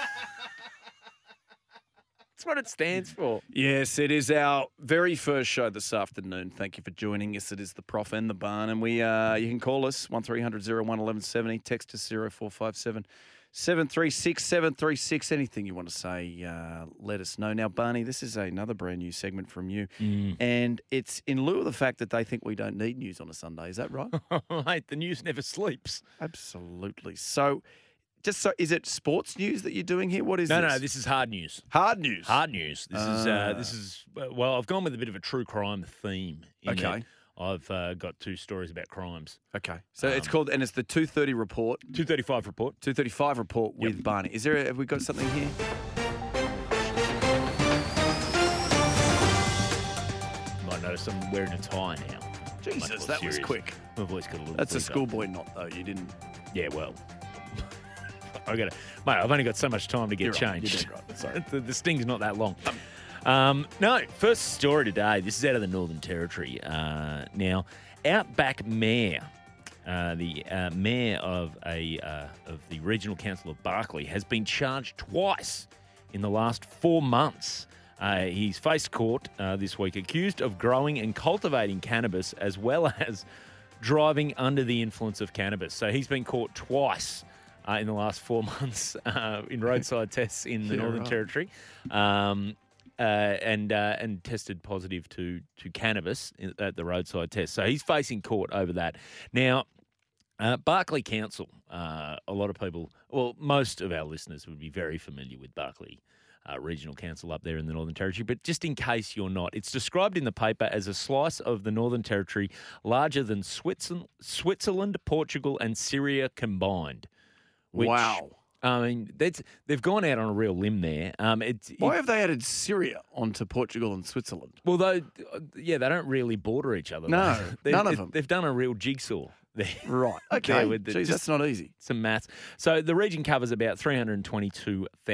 what it stands for.
Yes, it is our very first show this afternoon. Thank you for joining us. It is the Prof and the Barn, and we uh, you can call us one 1170 text us 0457 736 736. Anything you want to say, uh, let us know. Now, Barney, this is another brand new segment from you, and it's in lieu of the fact that they think we don't need news on a Sunday. Is that right?
Mate, the news never sleeps.
Absolutely. So, just so is it sports news that you're doing here? What is
No,
this?
no, this is hard news.
hard news.
Hard news. This is uh,
Ah.
this is uh, well, I've gone with a bit of a true crime theme. in that
Okay.
I've uh, got two stories about crimes.
Okay, so
Um,
it's called and it's the two thirty report.
Two thirty-five report.
Two thirty five report with Barney. Is there? A, have we got something here?
You might notice I'm wearing a tie now. My voice- serious. My voice got a little.
That's a
quicker.
schoolboy knot, though. You didn't.
Yeah, well, I got to mate. I've only got so much time to get
You're right. You're
changed.
dead right. Sorry.
the, the sting's not that long. Um, no, first story today. This is out of the Northern Territory. Uh, now, Outback Mayor, uh, the uh, mayor of a uh, of the Regional Council of Barclay, has been charged twice in the last four months. Uh, he's faced court uh, this week, accused of growing and cultivating cannabis as well as driving under the influence of cannabis. So he's been caught twice uh, in the last four months uh, in roadside tests in the Northern Territory, um, uh, and uh, and tested positive to to cannabis in, at the roadside test. So he's facing court over that now. Uh, Barclay Council. Uh, a lot of people, well, most of our listeners would be very familiar with Barclay uh, Regional Council up there in the Northern Territory. But just in case you're not, it's described in the paper as a slice of the Northern Territory larger than Switzerland, Switzerland Portugal, and Syria combined. Which,
Wow.
I mean, that's they've gone out on a real limb there. Um, it's it-
Why have they added Syria onto Portugal and Switzerland?
well, though, uh, yeah, they don't really border each other.
No,
though. They-
none of
it-
them.
They've done a real jigsaw there.
Right.
There
Okay.
with the-
Jeez,
just-
that's not easy.
some maths. So the region covers about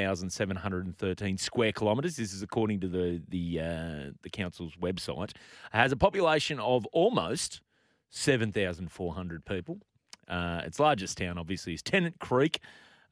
322,713 square kilometres. This is according to the the uh, the council's website. It has a population of almost 7,400 people. Uh, its largest town, obviously, is Tennant Creek,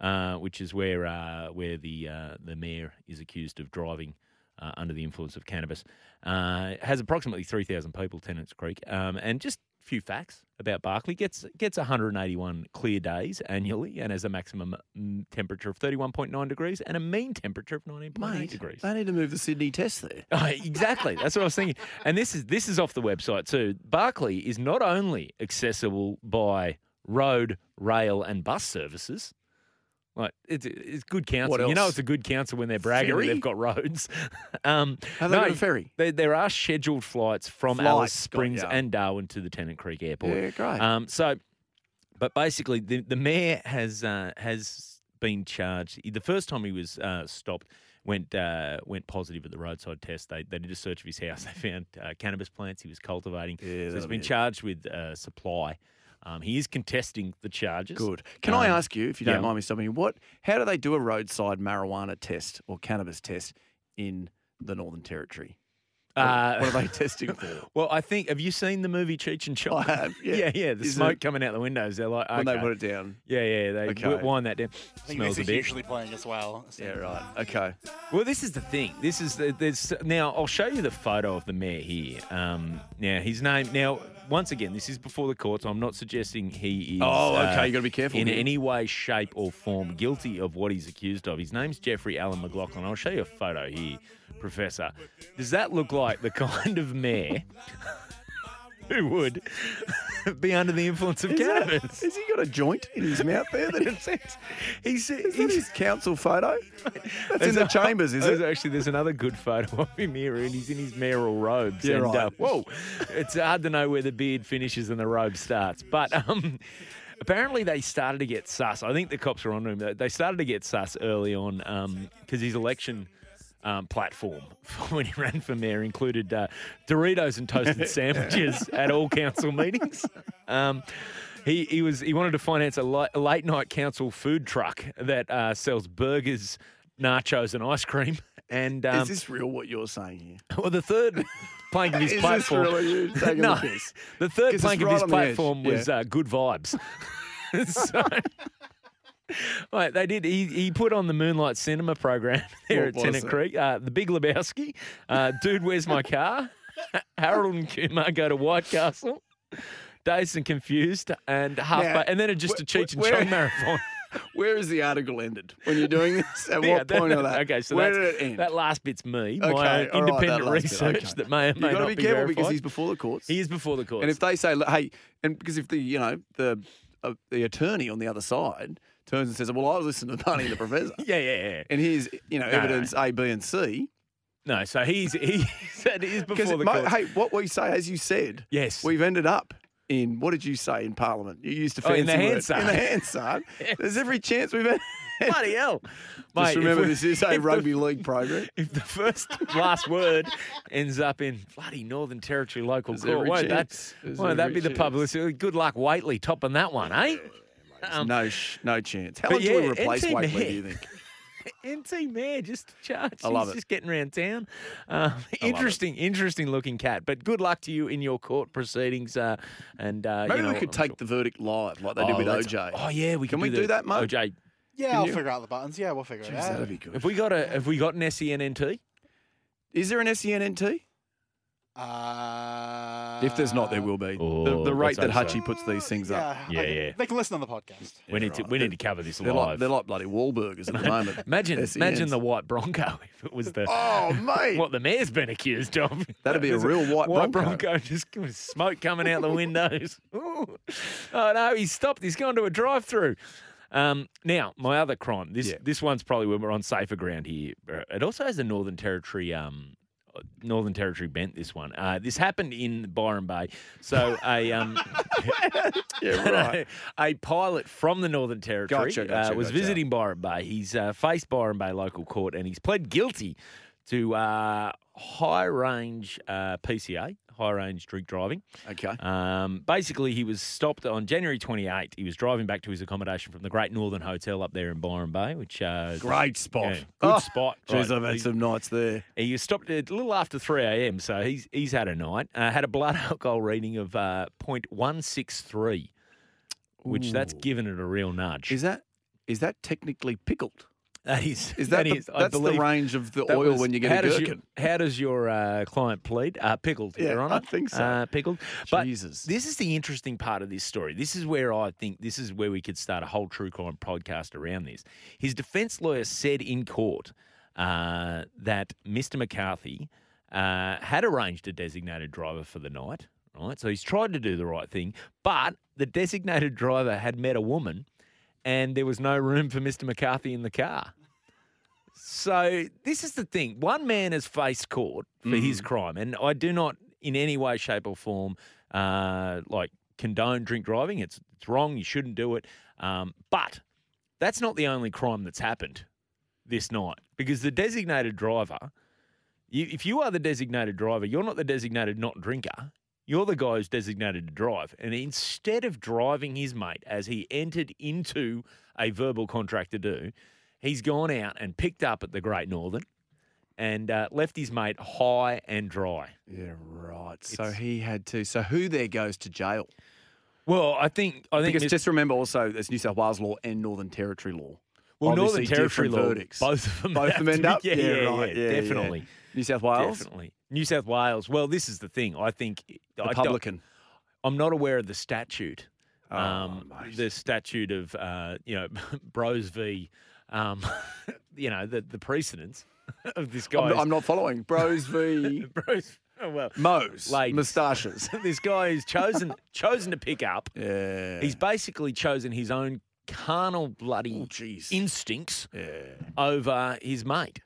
uh, which is where uh, where the uh, the mayor is accused of driving uh, under the influence of cannabis. Uh, it has approximately 3,000 people, Tennants Creek. Um, and just a few facts about Barclay. Gets, gets 181 clear days annually and has a maximum mm, temperature of 31.9 degrees and a mean temperature of 19.8
Mate,
degrees.
they need to move the Sydney test there.
Oh, exactly. That's what I was thinking. And this is this is off the website too. Barclay is not only accessible by road, rail, and bus services. Like it's, it's good council.
What
You know,
else?
it's a good council when they're bragging that
Ferry?
they've got roads. um,
Have they got a ferry?
they- there are scheduled flights from
Flights,
Alice
got
Springs
ya.
and Darwin to the Tennant Creek Airport.
Yeah, great.
Um, so, but basically, the, the mayor has uh, has been charged. The first time he was uh, stopped, went uh, went positive at the roadside test. They, they did a search of his house. They found uh, cannabis plants he was cultivating. so he's
that'll
been
be it.
charged with uh, supply. Um, he is contesting the charges.
Good. Can I
Um,
ask you, if you don't
yeah.
mind me stopping you, what? How do they do a roadside marijuana test or cannabis test in the Northern Territory? What-
Uh,
what are they testing for?
Well, I think have you seen the movie Cheech and Chong?
I have, yeah.
yeah, yeah. The
Is
smoke
it-
coming out the windows. They're like, okay.
When they put it down.
yeah, yeah. They
Okay.
wind that down.
I think
Smells
this
a
is
bit.
usually playing as well. So-
Yeah, right. Okay.
Well, this is the thing. This is the, there's now. I'll show you the photo of the mayor here. Um, now his name. Now, once again, this is before the courts. I'm not suggesting he is. uh,
Oh, okay, you gotta be careful
in
here.
any way, shape, or form guilty of what he's accused of. His name's Jeffrey Allen McLaughlin. I'll show you a photo here, Professor. Does that look like the kind of mayor who would be under the influence of cannabis?
Has he got a joint in his mouth there? That it says? He's, is that his council photo? That's in the
There's a-
chambers, is
there's
it?
Actually, there's another good photo of him here, and he's in his mayoral robes.
Yeah,
and,
right.
uh, whoa, it's hard to know where the beard finishes and the robe starts. But um, apparently, they started to get sus. I think the cops were on him. They- They started to get sus early on because his election. Um, platform for when he ran for mayor included uh, Doritos and toasted sandwiches at all council meetings. Um, he, he was he wanted to finance a, li- a late night council food truck that uh, sells burgers, nachos, and ice cream. And um,
Is this real what you're saying here?
well, the third plank of his
Is this
platform.
really you taking the
no,
piss?
the third
'Cause it's
plank of
right
his
on the edge,
platform was
yeah.
uh, good vibes. so, right, they did. He, he put on the Moonlight Cinema program there
What
at
was
Tennant
it?
Creek. Uh, the Big Lebowski, uh, Dude, Where's My Car? Harold and Kumar go to White Castle. Dazed and confused, and half,
Now,
ba- and then it just a
wh-
Cheech and
where-
Chong marathon.
Where is the article ended when you're doing this? At
Yeah,
what point of that?
Okay, so
where
that's,
did it end?
that last bit's me.
Okay, all
my
right,
own
that
independent
last bit,
research
okay.
that may or may
You've got
not
to be careful because
verified.
he's before the courts.
He is before the courts.
And if they say, "Look, hey, and because if the you know the uh, the attorney on the other side turns and says, well, I was listening to Barney and the Professor,
yeah, yeah, yeah.
and here's you know
No, no.
evidence A, B, and C,
No, so he's he said it is
because
before the courts.
hey, what we say, as you said,
Yes.
we've ended up in what did you say in Parliament? You used to
Oh,
fancy
in the
word.
Hansard.
In the Hansard. There's every chance we've had.
Bloody hell, Mate,
Just
if
remember,
we-
this is
if
a
the-
rugby league program.
If the first last word ends up in bloody Northern Territory local
There's
court,
every
won't that,
chance. There's
won't that
every
be the
chance.
publicity? Good luck, Waitley, topping that one, eh? Um,
no, sh- no chance. How
but
long do
yeah,
we replace
NT
Wakely? Do
Mayor.
you think?
NT Mayor just charged.
I love
He's
it.
just getting around town. Um,
it.
interesting, interesting looking cat. But good luck to you in your court proceedings. Uh, and uh,
Maybe
you know,
we could
I'm
take
sure-
the verdict live, like they did
Oh,
with
let's-
OJ.
Oh yeah, we
Can
could
we
do
do
the
that, mate?
OJ.
Yeah, I'll
you?
figure out the buttons. Yeah, we'll figure it
Jeez,
out.
that'd be good.
Have we got a? Have we got an SENNT?
Is there an E SENNT?
Uh,
If there's not, there will be.
Oh,
the, the rate
let's
that
hope so.
Hutchie puts these things up.
yeah,
Yeah,
I can-
yeah.
They can listen on the podcast.
we need to.
right.
We need to cover this
They're
live.
like, they're like bloody Wahlburgers at the moment.
imagine,
SENs.
imagine the white Bronco if it was the
Oh, mate.
what the mayor's been accused of.
That'd be a
There's
real white
white
Bronco.
Bronco. Just with smoke coming out the windows. Ooh. Oh no, he's stopped. He's gone to a drive-through. Um, now, my other crime. This
Yeah.
Uh, this one's probably when we're on safer ground here. It also has a Northern Territory um, Northern Territory bent this one. Uh, this happened in Byron Bay. So a um,
Yeah, right.
uh, a pilot from the Northern Territory
Gotcha, gotcha,
uh, was
gotcha.
visiting Byron Bay. He's uh, faced Byron Bay local court and he's pled guilty to uh, high range uh, PCA, high range drink driving.
Okay.
Um, basically, he was stopped on January 28th. He was driving back to his accommodation from the Great Northern Hotel up there in Byron Bay, which uh, is-
Great spot.
yeah, good
Oh,
spot.
Jeez,
right.
I've had
He-
some nights there.
he was stopped at a little after 3 a.m., so he's he's had a night. Uh, had a blood alcohol reading of uh, 0.163, which that's given it a real nudge.
Is that is that technically pickled?
that is,
Is that, the,
I
that's the
believe
range of the
that
oil
was-
when you get
how
a
does
gherkin?
Your, how does your uh, client plead? Uh, pickled,
Yeah,
Your Honour.
I think so.
Uh, pickled. But
Jesus.
this is the interesting part of this story. This is where I think this is where we could start a whole true crime podcast around this. His defense lawyer said in court uh, that Mr. McCarthy uh, had arranged a designated driver for the night. Right, so he's tried to do the right thing, but the designated driver had met a woman, and there was no room for Mr. McCarthy in the car. So this is the thing. One man has faced court for his crime, and I do not, in any way, shape, or form, uh, like condone drink driving. It's it's wrong. You shouldn't do it. Um, but that's not the only crime that's happened this night because the designated driver. You, if you are the designated driver, you're not the designated not drinker. You're the guy who's designated to drive. And instead of driving his mate as he entered into a verbal contract to do, he's gone out and picked up at the Great Northern and uh, left his mate high and dry.
Yeah, right. so he had to. So who there goes to jail?
Well, I think I think
Because
Mr-
just remember also, there's New South Wales law and Northern Territory law.
well, Northern
Obviously
Territory
different
law,
verdicts.
both of them,
Both
have
of them
to
end
be-
up.
Yeah, yeah,
right.
yeah, definitely,
New South Wales,
definitely. New South Wales. Well, this is the thing. I think I don't-
Republican.
I'm not aware of the statute.
Oh,
um,
mate.
the statute of uh, you know Bros v. Um, you know the the precedence of this guy.
I'm, I'm not following. Bros v.
Bros. oh, Well,
Mo's
Ladies.
moustaches.
this guy who's chosen chosen to pick up.
Yeah.
He's basically chosen his own carnal bloody
Oh, jeez.
instincts
yeah.
over his mate.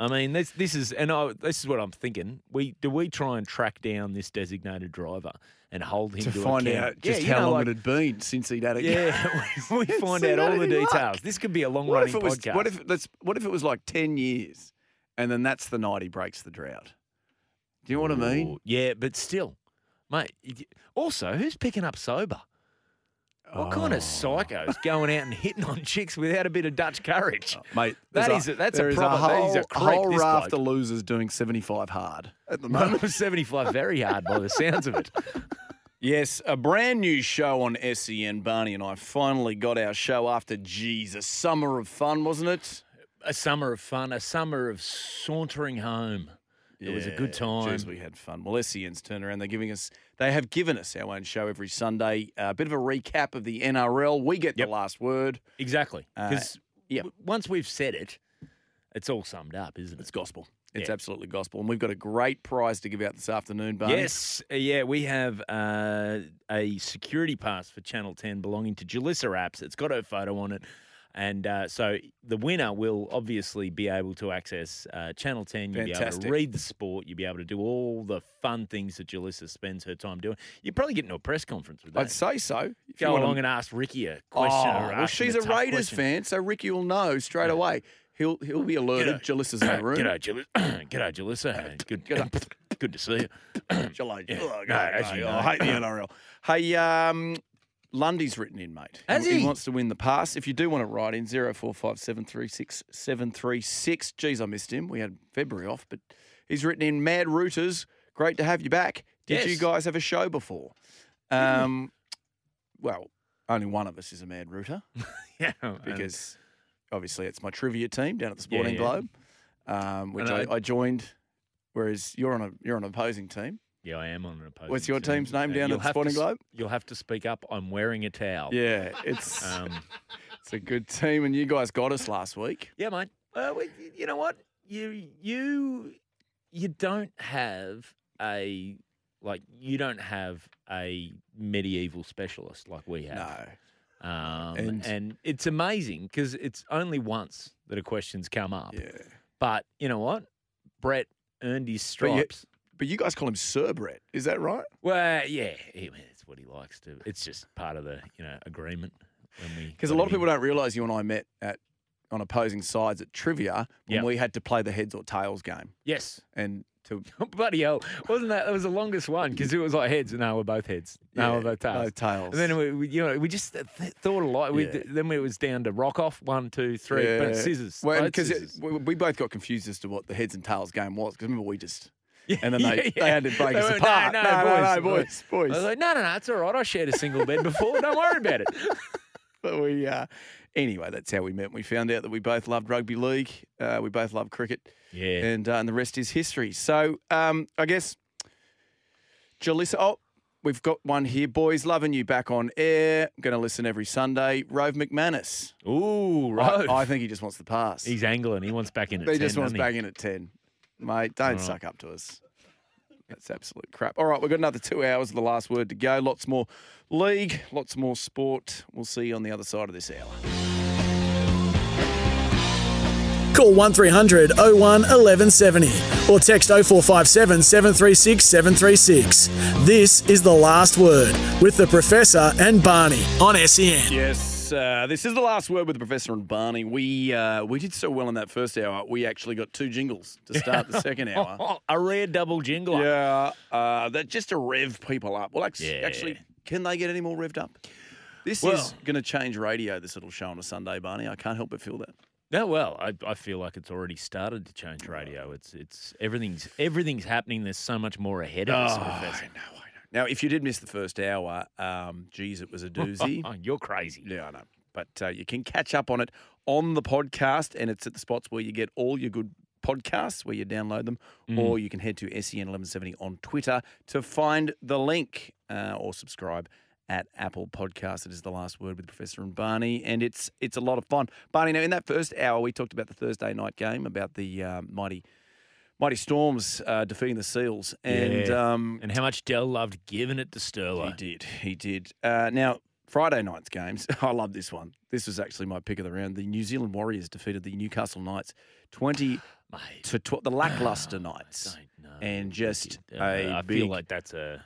I mean, this this is and I, this is what I'm thinking. We do we try and track down this designated driver and hold him
To
to,
find
account?
out just
Yeah, you
how
know,
long
like-
it had been since he'd had a
Yeah, we, we find
See,
out
that
all the
didn't
details.
work.
This could be a long
What
running
if it was?
podcast.
What if that's? What if it was like ten years, and then that's the night he breaks the drought? Do you know what I mean?
Ooh, Yeah, but still, mate. it- Also, who's picking up sober? What kind
Oh.
of psychos going out and hitting on chicks without a bit of Dutch courage?
Uh, Mate,
That
there's
is a- that's a
there is
proper- that
whole,
is a creep,
whole
this
raft
bloke.
of losers doing 75 hard at the
Mum
moment.
was 75 very hard by the sounds of it.
yes, a brand new show on SEN. Barney and I finally got our show after Jesus. Summer of fun, wasn't it?
A summer of fun, a summer of sauntering home. It was a good time.
Jeez, we had fun. Well, SEN's turned around. They're giving us, they have given us our own show every Sunday. Uh, A bit of a recap of the NRL. We get
Yep.
the last word.
Exactly.
Uh,
Because
yep.
once we've said it, it's all summed up, isn't it?
It's gospel. It's
Yeah.
absolutely gospel. And we've got a great prize to give out this afternoon, Barney.
Yes, uh, yeah, we have uh, a security pass for Channel 10 belonging to Jalissa Apps. It's got her photo on it. And uh, so the winner will obviously be able to access uh, Channel 10. You'll be able
Fantastic.
to read the sport. You'll be able to do all the fun things that Jalissa spends her time doing. You're probably getting to a press conference with that.
I'd say so. If you
Go
wanna-
along and ask Ricky a question.
Oh,
or
well,
ask him
she's a
tough
Raiders
question.
fan, so Ricky will know straight away. He'll he'll be alerted. Jalissa's in the room.
G'day, Jalissa. G'day, Jalissa. Good, good to see you.
Jalissa.
Yeah.
Oh,
No,
God,
as you
no, I
know.
hate the NRL. Hey, um, Lundy's written in, mate.
Has he?
wants to win the pass. If you do want to write in, 045736736736. Geez, I missed him. We had February off, but he's written in Mad Rooters. Great to have you back. Did you
Yes. Hmm.
guys have a show before? Um, well, only one of us is a Mad Rooter.
Yeah. and-
because obviously it's my trivia team down at the Sporting
yeah.
Globe, um, which I,
And
I, joined. Whereas you're on a you're on an opposing team.
Yeah, I am on an opposing.
What's your team's name
Uh,
down at
you'll
the
have to
Sporting
s-
Globe?
You'll have to speak up. I'm wearing a towel.
Yeah, it's
Um,
it's a good team, and you guys got us last week.
yeah, mate. Uh, we, you know what? You you you don't have a like you don't have a medieval specialist like we have.
No,
Um,
And-
and, it's amazing Oh. because it's only once that a question's come up.
yeah,
But you know what? Brett earned his
But you,
stripes.
but you guys call him Sir Brett. Is that right?
Well, yeah, he, well, it's what he likes to. It's just part of the you know agreement.
Because a lot of people don't realise you and I met at on opposing sides at trivia when
Yep.
we had to play the heads or tails game.
Yes.
And to
Bloody hell. Wasn't that? That was the longest one because it was like heads. No, we're both heads. No,
Yeah,
we're both tails.
both tails.
And then we, we you know, we just th- th- thought a lot. We,
Yeah.
th- then it was down to rock off one, two, three. But it's scissors.
Well,
both
because
scissors.
we, we both got confused as to what the heads and tails game was. Because remember, we just and then they,
Yeah, yeah.
they had to break us
went,
apart.
No,
no,
no,
no, boys, boys.
I was like, no, no, no, it's all right. I shared a single bed before. Don't worry about it.
But we, uh, anyway, that's how we met. We found out that we both loved rugby league. Uh, we both loved cricket.
Yeah.
And uh, and the rest is history. So um, I guess, Jalissa. Oh, we've got one here, boys. Loving you back on air. going to listen every Sunday. Rove McManus.
Ooh,
I,
right.
I think he just wants the pass.
He's angling. He wants back in at
He
10,
just wants
doesn't
back
he?
in at 10. Mate, don't suck up to us. That's absolute crap. All right, we've got another two hours of the last word to go. Lots more league, lots more sport. We'll see you on the other side of this hour.
Call 1300 01 1170 or text 0457 736 736. This is The Last Word with the Professor and Barney on SEN.
Yes, uh, this is the last word with the professor and Barney. We uh, we did so well in that first hour. We actually got two jingles to start the second hour.
Oh, a rare double jingle.
Yeah, uh, that just to rev people up. Well, actually,
Yeah.
actually can they get any more revved up? This is
Well-
going to change radio. This little show on a Sunday, Barney. I can't help but feel that.
No, well, I, I feel like it's already started to change radio. It's it's everything's everything's happening. There's so much more ahead of us, Professor.
Oh, I know, I know. Now, if you did miss the first hour, um, geez, it was a doozy.
Oh, you're crazy.
yeah, I know. But uh, you can catch up on it on the podcast, and it's at the spots where you get all your good podcasts, where you download them,
Mm.
or you can head to E SEN1170 on Twitter to find the link uh, or subscribe at Apple Podcast. It is the last word with Professor and Barney, and it's it's a lot of fun. Barney, now in that first hour, we talked about the Thursday night game, about the um, mighty mighty storms uh, defeating the Seals, and
Yeah.
um,
And how much Dell loved giving it to Sterlo.
he did. He did. Uh, now, Friday night's games. I love this one. This was actually my pick of the round. The New Zealand Warriors defeated the Newcastle Knights 20
Mate,
to 12, the lackluster Knights.
don't know.
And just
Uh,
a
I
big,
feel like that's a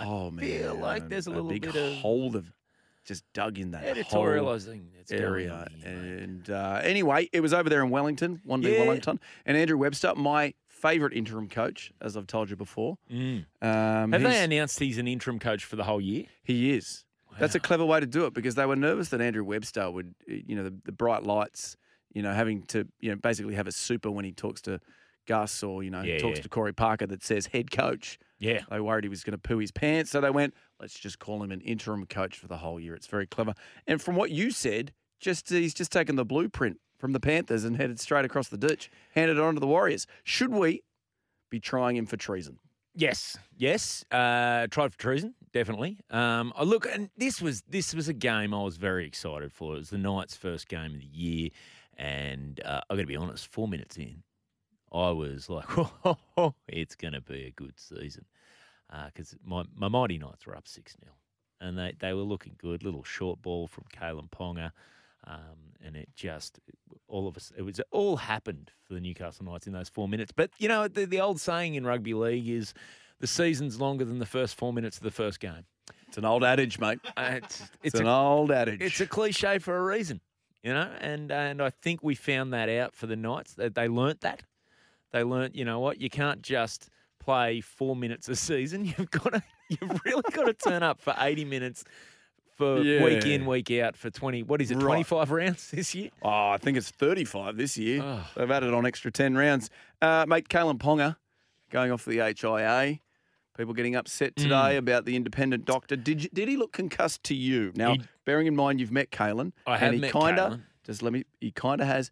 oh man,
feel like there's a little
big
bit of
hole of just dug in that whole
editorializing that's going
area.
on here, mate.
And uh, anyway, it was over there in Wellington, one day
Yeah.
Wellington, and Andrew Webster, my favourite interim coach, as I've told you before.
Mm.
Um,
Have they
he's-
announced he's an interim coach for the whole year?
He is. That's a
Wow.
clever way to do it because they were nervous that Andrew Webster would, eh, you know, the, the bright lights, you know, having to, you know, basically have a super when he talks to Gus or, you know,
Yeah,
talks
yeah.
to Corey Parker that says head coach.
Yeah.
They worried he was going to poo his pants. So they went, let's just call him an interim coach for the whole year. It's very clever. And from what you said, just he's just taken the blueprint from the Panthers and headed straight across the ditch, handed it on to the Warriors. Should we be trying him for treason?
Yes, yes. Uh, tried for treason, definitely. Um, I look, and this was this was a game I was very excited for. It was the Knights' first game of the year, and uh, I got to be honest, four minutes in, I was like, it's going to be a good season because my my mighty Knights were up six 0 and they they were looking good. Little short ball from Kalen Ponga. Um, and it just all of us it was it all happened for the Newcastle Knights in those four minutes. But you know the, the old saying in rugby league is the season's longer than the first four minutes of the first game.
It's an old adage, mate. It's,
Uh, It's it's,
an
a,
old adage.
it's a cliche for a reason, you know. And and I think we found that out for the Knights that they learnt that. They learnt, you know what, you can't just play four minutes a season. You've got to you've really got to turn up for eighty minutes. For week
Yeah.
in, week out, for twenty, what is it,
Right.
twenty five rounds this year?
Oh, I think it's 35 this year.
Ugh.
They've added on extra 10 rounds. Uh, mate, Kalen Ponga going off the HIA. People getting upset
Hmm.
today about the independent doctor. Did you, did he look concussed to you? Now,
He-
bearing in mind you've met Kalen,
I have
and he
met
kinda
Kalen.
just let me. He kind of has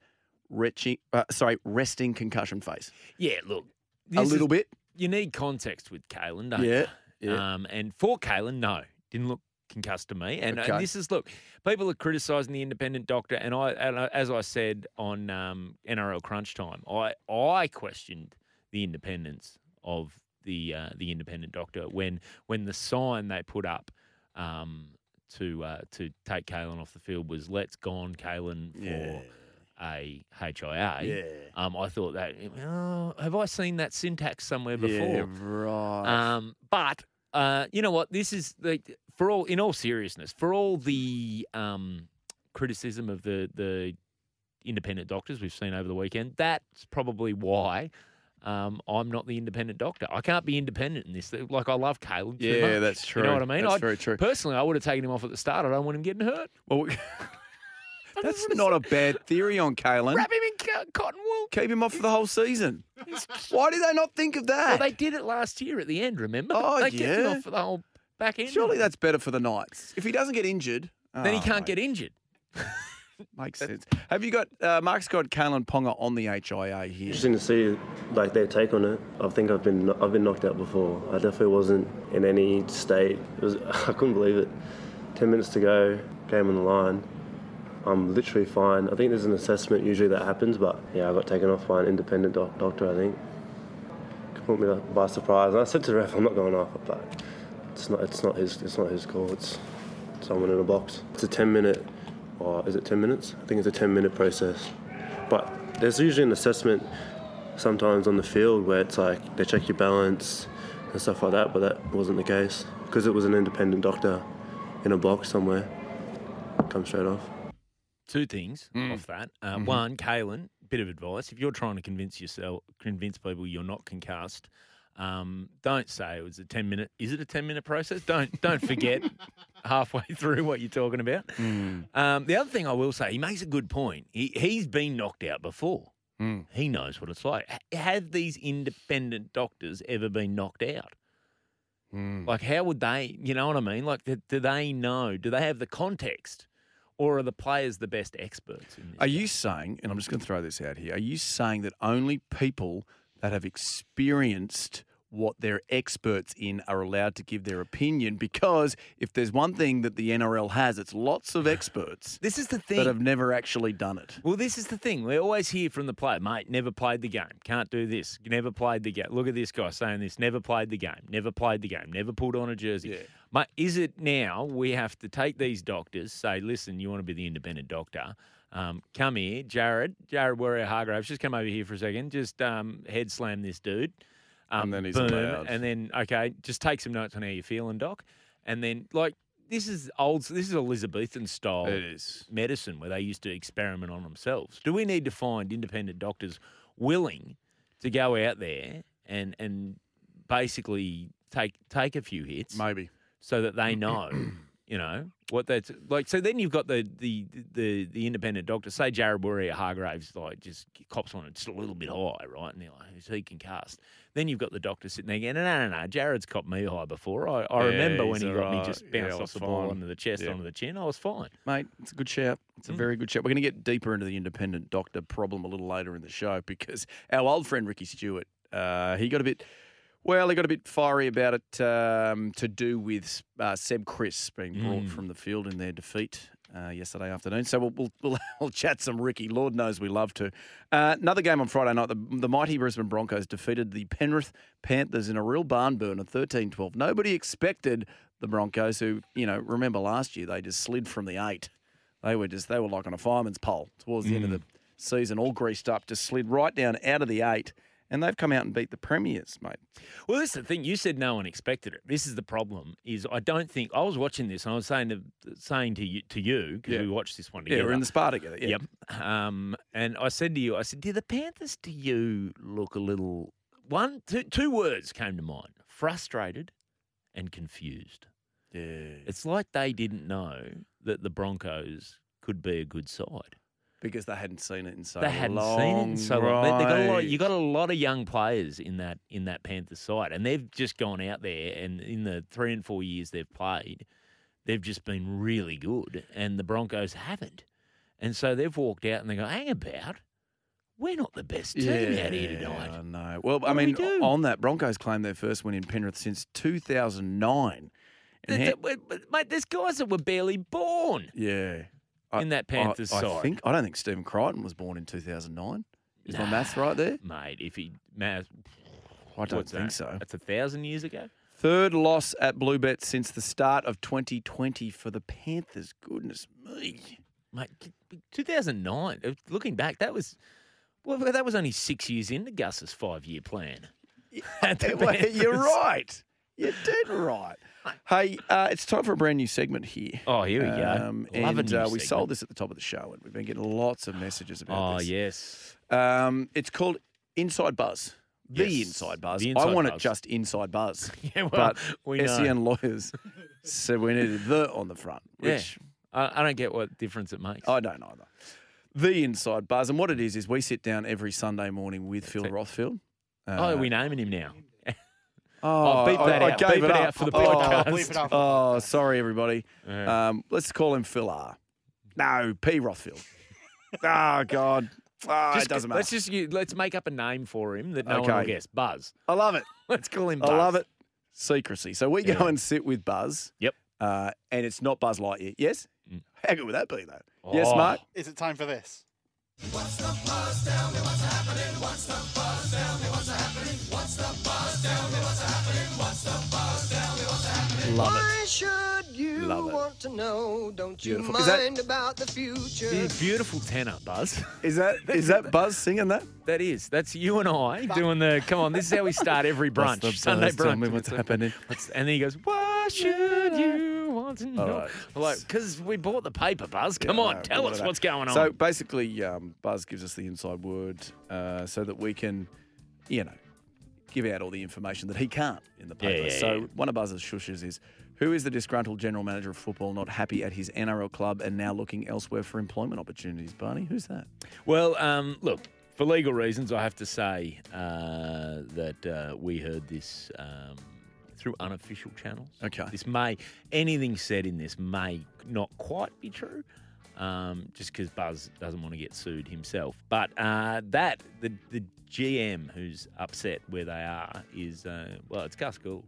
retching, uh, sorry, resting concussion face
Yeah, look,
a
this is-
little bit.
You need context with Kalen, don't
Yeah,
you?
yeah.
Um, and for Kalen, no, didn't look concussed to me. And,
Okay.
and this is look, people are criticising the independent doctor, and I, and I as I said on um, NRL Crunch Time, I I questioned the independence of the uh, the independent doctor when when the sign they put up. Um, to uh, to take Kalen off the field was let's gone Kalen for A H I A. Um, I thought that, oh, have I seen that syntax somewhere before?
right.
Um, but uh, you know what? This is the for all in all seriousness, for all the um, criticism of the the independent doctors we've seen over the weekend, that's probably why. Um, I'm not the independent doctor. I can't be independent in this. Like I love Caleb. too
Yeah,
much.
that's
You know what I
true.
mean?
That's
I'd-
very true.
Personally, I would have taken him off at the start. I don't want him getting hurt.
well, we- that's not a bad theory on Kalen.
Wrap him in co- cotton wool.
Keep him off for the whole season. Why did they not think of
Well,
that?
they did it last year at the end. Remember?
Oh,
they kept him
yeah.
off for the whole back end. of
Surely
it.
that's better for the Knights. If he doesn't get injured,
then
Oh,
he can't
mate,
get injured.
Makes sense. Have you got uh, Mark's got Kalen Ponga on the HIA here?
Interesting to see like their take on it. I think I've been I've been knocked out before. I definitely wasn't in any state. It was, I couldn't believe it. Ten minutes to go, game on the line. I'm literally fine. I think there's an assessment usually that happens, but yeah, I got taken off by an independent doc- doctor. I think completely by surprise. And I said to the ref, I'm not going off, but it's not it's not his it's not his call. It's someone in a box. It's a 10 minute, or is it 10 minutes? I think it's a 10 minute process. But there's usually an assessment sometimes on the field where it's like they check your balance and stuff like that, but that wasn't the case because it was an independent doctor in a box somewhere. Come straight off.
two things off that. Uh, One, Kalen, bit of advice: if you're trying to convince yourself, convince people you're not concussed, um, don't say it was a ten minute. Is it a ten minute process? Don't don't forget halfway through what you're talking about.
Mm.
Um, the other thing I will say, he makes a good point. He he's been knocked out before.
Mm.
He knows what it's like. H- Have these independent doctors ever been knocked out?
Mm.
Like, how would they, you know what I mean? Like, do, do they know? Do they have the context? Or are the players the best experts in this?
Are you saying, and I'm just going to throw this out here, are you saying that only people that have experienced what they're experts in are allowed to give their opinion? Because if there's one thing that the NRL has, it's lots of experts
This is the thing.
that have never actually done it.
well, this is the thing. We always hear from the player, mate, never played the game. Can't do this. Never played the game. Look at this guy saying this. Never played the game. Never played the game. Never pulled on a jersey. Mate, is it now we have to take these doctors, say, listen, you want to be the independent doctor? Um, come here, Jared. Jared Warrior Hargraves, just come over here for a second. Just um, head slam this dude. Um,
And then he's
boom,
allowed.
And then, okay, just take some notes on how you're feeling, doc. And then, like, this is old. This is Elizabethan style
is.
medicine where they used to experiment on themselves. Do we need to find independent doctors willing to go out there and and basically take take a few hits
Maybe.
so that they know, you know, what that's like? So then you've got the the the, the independent doctor. Say Jared Warrior Hargraves like just cops one just a little bit high, right? And they're like, is he concussed? Then you've got the doctor sitting there going, no, no, no, no, Jared's copped me high before. I, I
Yeah,
remember when
he's
he got me
alright.
just
Yeah, I
bounced off
was
the ball
fine."
onto the chest,
Yeah.
onto the chin. I was fine.
Mate, it's a good shout. It's a very good shout. We're going to get deeper into the independent doctor problem a little later in the show because our old friend Ricky Stewart, uh, he got a bit, well, he got a bit fiery about it um, to do with uh, Seb Chris being brought from the field in their defeat. Uh, yesterday afternoon, so we'll, we'll, we'll, we'll chat some Ricky. Lord knows we love to. Uh, another game on Friday night. The, the mighty Brisbane Broncos defeated the Penrith Panthers in a real barn burner, 13-12. Nobody expected the Broncos, who you know remember last year they just slid from the eight. They were just they were like on a fireman's pole towards the end of the season, all greased up, just slid right down out of the eight, and they've come out and beat the premiers, mate.
Well, this is the thing. You said no one expected it. This is the problem. Is I don't think I was watching this, and I was saying to saying to you to you because
Yeah.
we watched this one
Yeah,
together.
we're in the spa together. Yeah.
Yep. Um, and I said to you, I said, do the Panthers to you look a little? One, two, two words came to mind: frustrated and confused.
Yeah.
It's like they didn't know that the Broncos could be a good side.
Because they hadn't seen it in so
they hadn't
long.
seen it in so long. They, they got a lot, you
right.
got a lot of young players in that in that Panthers side, and they've just gone out there and in the three and four years they've played, they've just been really good, and the Broncos haven't, and so they've walked out and they go, "Hang about, we're not the best team out here tonight."
I know. Well, I
do we
mean,
do?
on that, Broncos claim their first win in Penrith since 2009. And
Th-
ha-
th- but- but, mate, there's guys that were barely born.
yeah.
in that Panthers
I, I
side.
think I don't think Stephen Crichton was born in 2009. Is my
Nah.
maths right there?
Mate, if he, man,
I don't
what's
think
that?
so.
That's a thousand years ago.
Third loss at Blue Bet since the start of 2020 for the Panthers. Goodness me.
Mate, 2009. uh, Looking back, that was well, that was only six years into Gus's five-year plan. At the
Well, you're
Panthers.
right. You're dead right. Hey, uh, it's time for a brand new segment here.
Oh, here we go. Love
and
a new
uh, we
segment.
sold this at the top of the show, and we've been getting lots of messages about
Oh
this.
yes,
yeah. Um, it's called Inside Buzz. The
Yes,
Inside Buzz.
the Inside
I want it
Buzz.
just Inside Buzz.
Yeah, well,
but
we know.
SEN lawyers said we needed the on the front, which
yeah. I, I don't get what difference it makes.
I don't either. The Inside Buzz. And what it is, is we sit down every Sunday morning with Phil
it.
Rothfield. uh,
oh, we naming him now.
Oh,
beep
I-
that
I
out.
gave
Beep
it
it
up
out for the
Oh,
podcast.
I'll bleep it up.
Oh, sorry, everybody. Um, let's call him Phil R. No, P. Rothfield. oh, God. Ah, it doesn't matter.
Let's just u- let's make up a name for him that no one will
Okay.
guess. Buzz.
I love it.
Let's call him. Buzz.
I love it. Secrecy. So we go
Yeah.
and sit with Buzz.
Yep. Mm.
Uh, and it's not Buzz Lightyear. Yes? How good would that be, though? Yes,
Oh.
Mark?
Is it time for this?
Love it.
Why should you
Love it.
want to know? Don't you
Beautiful. Is that-
mind about the future?
You're a beautiful tenor, Buzz.
Is that is that Buzz singing that?
That is. That's you and I doing the. Come on, this is how we start every brunch.
Buzz,
Sunday
Buzz, tell
brunch.
me what's happening.
What's- And then he goes, "Why should you want to know?"
right.
Like, because we bought the paper, Buzz. Come
Yeah,
on,
no,
tell
all of
us
that.
what's going on.
Uh, So basically, um, Buzz gives us the inside word uh, so that we can, you know, give out all the information that he can't in the
Yeah,
paper.
yeah,
so
yeah.
one of Buzz's shushes is who is the disgruntled general manager of football not happy at his NRL club and now looking elsewhere for employment opportunities? Barney, who's that?
well, um, look, for legal reasons, I have to say uh, that uh, we heard this um, through unofficial channels.
Okay.
This may anything said in this may not quite be true. Um, just because Buzz doesn't want to get sued himself, but uh, that the the GM who's upset where they are is uh, well, it's Gus Gould.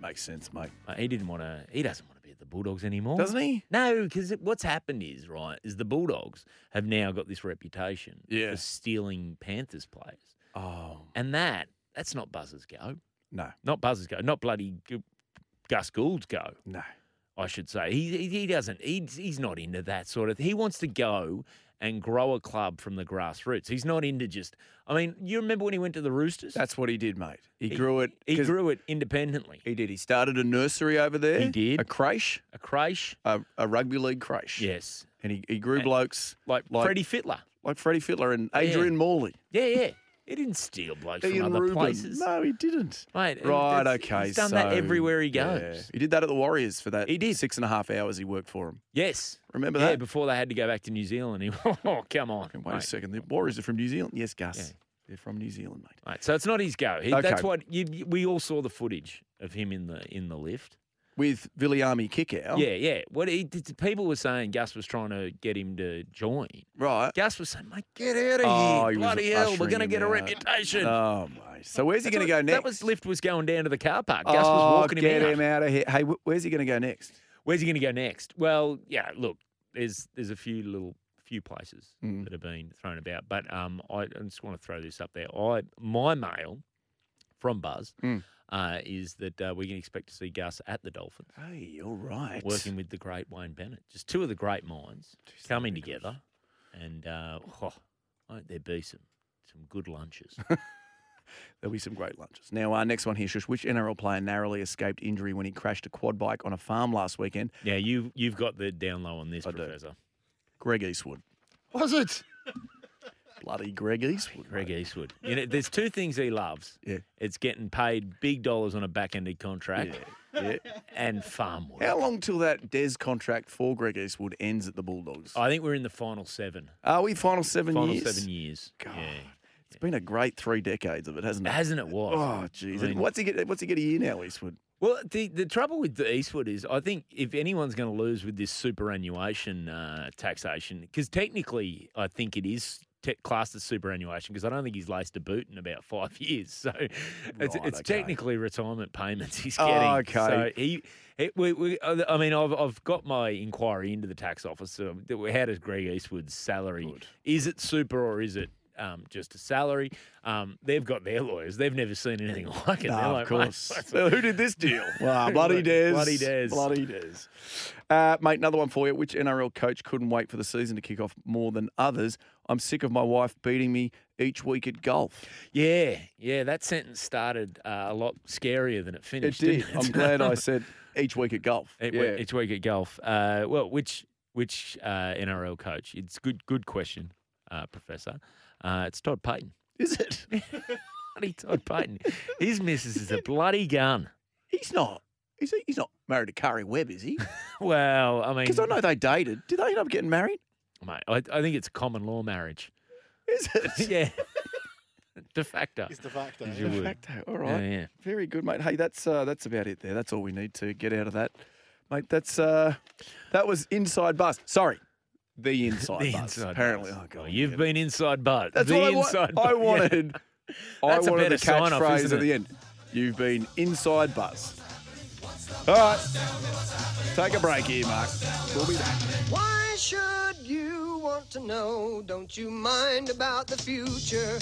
Makes sense, mate.
Uh, he didn't want to. He doesn't want to be at the Bulldogs anymore,
Doesn't he?
No, because what's happened is right is the Bulldogs have now got this reputation
Yeah.
for stealing Panthers players,
Oh
and that that's not Buzz's go,
no,
not Buzz's go, not bloody G- Gus Gould's go.
no.
I should say he he, he doesn't. He's he's not into that sort of. He wants to go and grow a club from the grassroots. He's not into just. I mean, you remember when he went to the Roosters?
That's what he did, mate. He, grew it.
He
'cause
grew it independently.
He did. He started a nursery over there.
He did.
a creche,
A creche,
a, a rugby league creche.
yes,
and he, he grew blokes
like,
like
Freddie Fitler.
like Freddie Fittler and Adrian Morley.
Yeah, yeah. He didn't steal blokes
Ian
from other
Rubin.
places.
No, he didn't.
Mate, and
right,
that's-
okay.
he's done that
so,
everywhere he
yeah.
goes.
He did that at the Warriors for that
He did.
six and a half hours he worked for them.
Yes.
Remember
yeah,
that?
before they had to go back to New Zealand. He, oh, come on.
Wait a
mate.
second. The Warriors are from New Zealand. Yes, Gus.
Yeah.
They're from New Zealand, mate.
Mate, so it's not his go. He, That's
Okay.
what you, you- we all saw the footage of him in the in the lift.
With Viliami Kickout.
Yeah, yeah. What he did, people were saying, Gus was trying to get him to join.
Right.
Gus was saying, "Mate, get out of
Oh, he
here!
was
Bloody hell, we're
ushering
going to
him
get a
out.
reputation."
Oh, mate. So where's he
That's
going to
what-
go next?
That was lift was going down to the car park. Gus
oh,
was walking
get
him out.
him out of here. Hey, wh- where's he going to go next?
Where's he going to go next? Well, yeah, look, there's there's a few little few places that have been thrown about, but um, I, I just want to throw this up there. I my mail from Buzz uh, is that uh, we can expect to see Gus at the Dolphins,
Hey, all right.
working with the great Wayne Bennett. Just two of the great minds coming together, and uh, oh, won't there be some some good lunches?
There'll be some great lunches. Now, our next one here, Shush. Which NRL player narrowly escaped injury when he crashed a quad bike on a farm last weekend?
now you you've got the down low on this, Professor
Greg Eastwood.
Was it?
Bloody Greg Eastwood.
Greg Eastwood. You know, there's two things he loves.
Yeah.
It's getting paid big dollars on a back-ended contract
Yeah.
and farm work.
How long till that Des contract for Greg Eastwood ends at the Bulldogs?
I think we're in the final seven.
Are we final seven
Oh. Final
years?
seven years.
God.
Yeah.
It's been a great three decades of it, hasn't it?
Hasn't it was?
Oh, jeez.
I
And
mean-
what's he get? What's he get a year now, Eastwood?
Well, the, the trouble with the Eastwood is, I think if anyone's going to lose with this superannuation uh, taxation, because technically, I think it is te- classed as superannuation, because I don't think he's laced a boot in about five years. So it's,
Right,
it's
okay.
technically retirement payments he's
Oh,
getting. So
okay.
he, he- we, we, uh, I mean, I've, I've got my inquiry into the tax office. So how does Greg Eastwood's salary? Is it super or is it um, just a salary. Um, they've got their lawyers. They've never seen anything like it.
Nah,
They're
of
like, "Mate,
course.
what's- who did this deal?
Wow, bloody dares.
Bloody dares.
Bloody dares. Uh, mate, another one for you. Which NRL coach couldn't wait for the season to kick off more than others? I'm sick of my wife beating me each week at golf.
Yeah, yeah. That sentence started uh, a lot scarier than it
It
finished.
did.
didn't it?
I'm glad I said each week at golf.
Each,
yeah.
week, each week at golf. Uh, well, which which uh, NRL coach? It's good. Good question, uh, Professor. Uh, it's Todd Payton.
Is it?
Bloody Todd Payton. His missus is a bloody gun.
He's not. He's, he's not married to Curry Webb, is he?
Well, I mean,
Because I know they dated. Did they end up getting married?
mate, I, I think it's common law marriage.
Is it?
yeah, de facto.
He's de facto.
Is
yeah.
your word.
Facto. All
Yeah,
right.
yeah.
Very good, mate. Hey, that's uh, that's about it there. That's all we need to get out of that, mate. That's uh, that was inside buzz. Sorry, the inside
The
buzz.
inside
apparently,
buzz.
oh god,
Well, you've been inside buzz.
that's
the
what
inside
I, wa- I
buzz. Yeah.
wanted. I
That's a
wanted the
better sign-off,
catchphrase
isn't
at the
it?
end. You've been inside buzz. All right, take a break here, Mark. We'll be back.
Why should you want to know? Don't you mind about the future?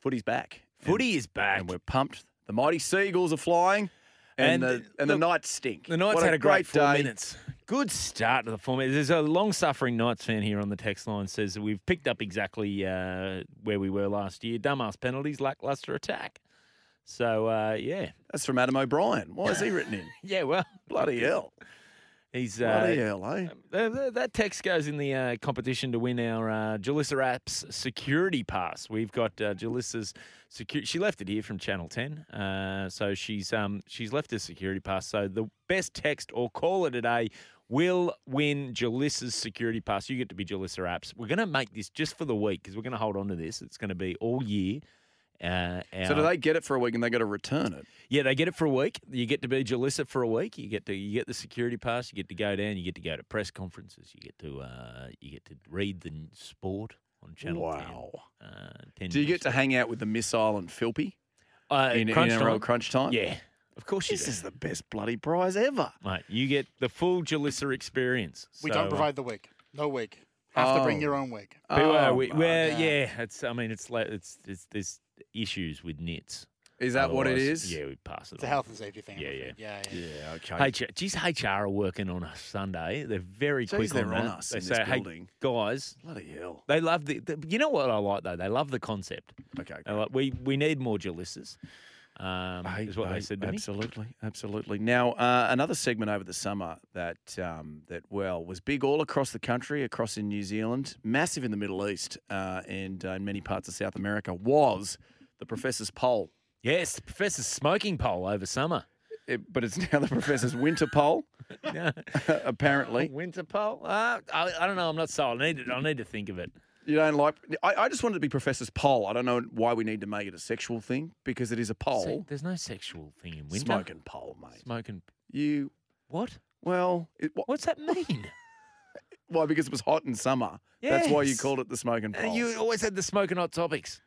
Footy's back.
Footy is back.
and we're pumped. The mighty seagulls are flying, and,
And
the and the
look,
Knights stink.
The Knights
What
had a great, four
day.
minutes. Good start to the four minutes. There's a long-suffering Knights fan here on the text line says that we've picked up exactly uh, where we were last year. Dumbass penalties, lackluster attack. So uh, yeah,
That's from Adam O'Brien. Why is he written in?
yeah. Well,
Bloody hell!
he's
Bloody
uh,
hell, eh?
th- th- that text goes in the uh, competition to win our uh, Jalissa Apps security pass. We've got uh, Jalissa's security. She left it here from Channel Ten, uh, so she's um, she's left a security pass. So the best text or caller today will win Jalissa's security pass. You get to be Jalissa Apps. We're going to make this just for the week because we're going to hold on to this. It's going to be all year. Uh,
So do
our-
they get it for a week and they got to return it?
yeah, they get it for a week. You get to be Jalissa for a week. You get to you get the security pass. You get to go down. You get to go to press conferences. You get to uh, you get to read the n- sport on Channel Ten. Uh, 10
Do you
news.
get to hang out with the missile and Philpy
uh,
in, in
crunch
NRL
time?
crunch time?
Yeah, of course you
This
do.
is the best bloody prize ever.
Mate, you get the full Jalissa experience.
We
So,
don't
uh,
provide the wig. No wig. Have to bring
Oh.
your own wig.
beware, we-
my-
well,
God.
yeah, it's. I mean, it's like it's, it's there's issues with nits.
is that what it
Otherwise,
is?
Yeah, we pass it.
It's a
on.
health and safety thing. I'm
Yeah,
afraid. yeah, yeah.
Yeah, okay.
HR, geez, HR are working on a Sunday. They're very
Geez,
quick
they're
on,
on
that.
us
They
in
say,
this
"Hey,
building."
guys,
bloody hell.
They love the, the. You know what I like though? They love the concept.
Okay.
They're like, we we need more Jalissas. Um,
Hey,
is what
hey,
they said to me.
absolutely, absolutely. Now, uh, another segment over the summer that um, that well was big all across the country, across in New Zealand, massive in the Middle East, uh, and uh, in many parts of South America was the professor's poll,
Yes, the professor's smoking poll over summer.
It- but it's now the professor's winter poll, apparently.
Winter poll? Uh, I, I don't know. I'm not sold. I need to, I need to think of it.
You don't like. I, I just wanted it to be professor's poll. I don't know why we need to make it a sexual thing because it is a
Se-
poll.
there's no sexual thing in winter.
Smoking poll, mate.
Smoking.
You
What?
well, it, wh-
What's that mean?
why? Because it was hot in summer. That's why you
Yes.
called it the smoking
Uh,
poll.
you always had the smoking hot topics.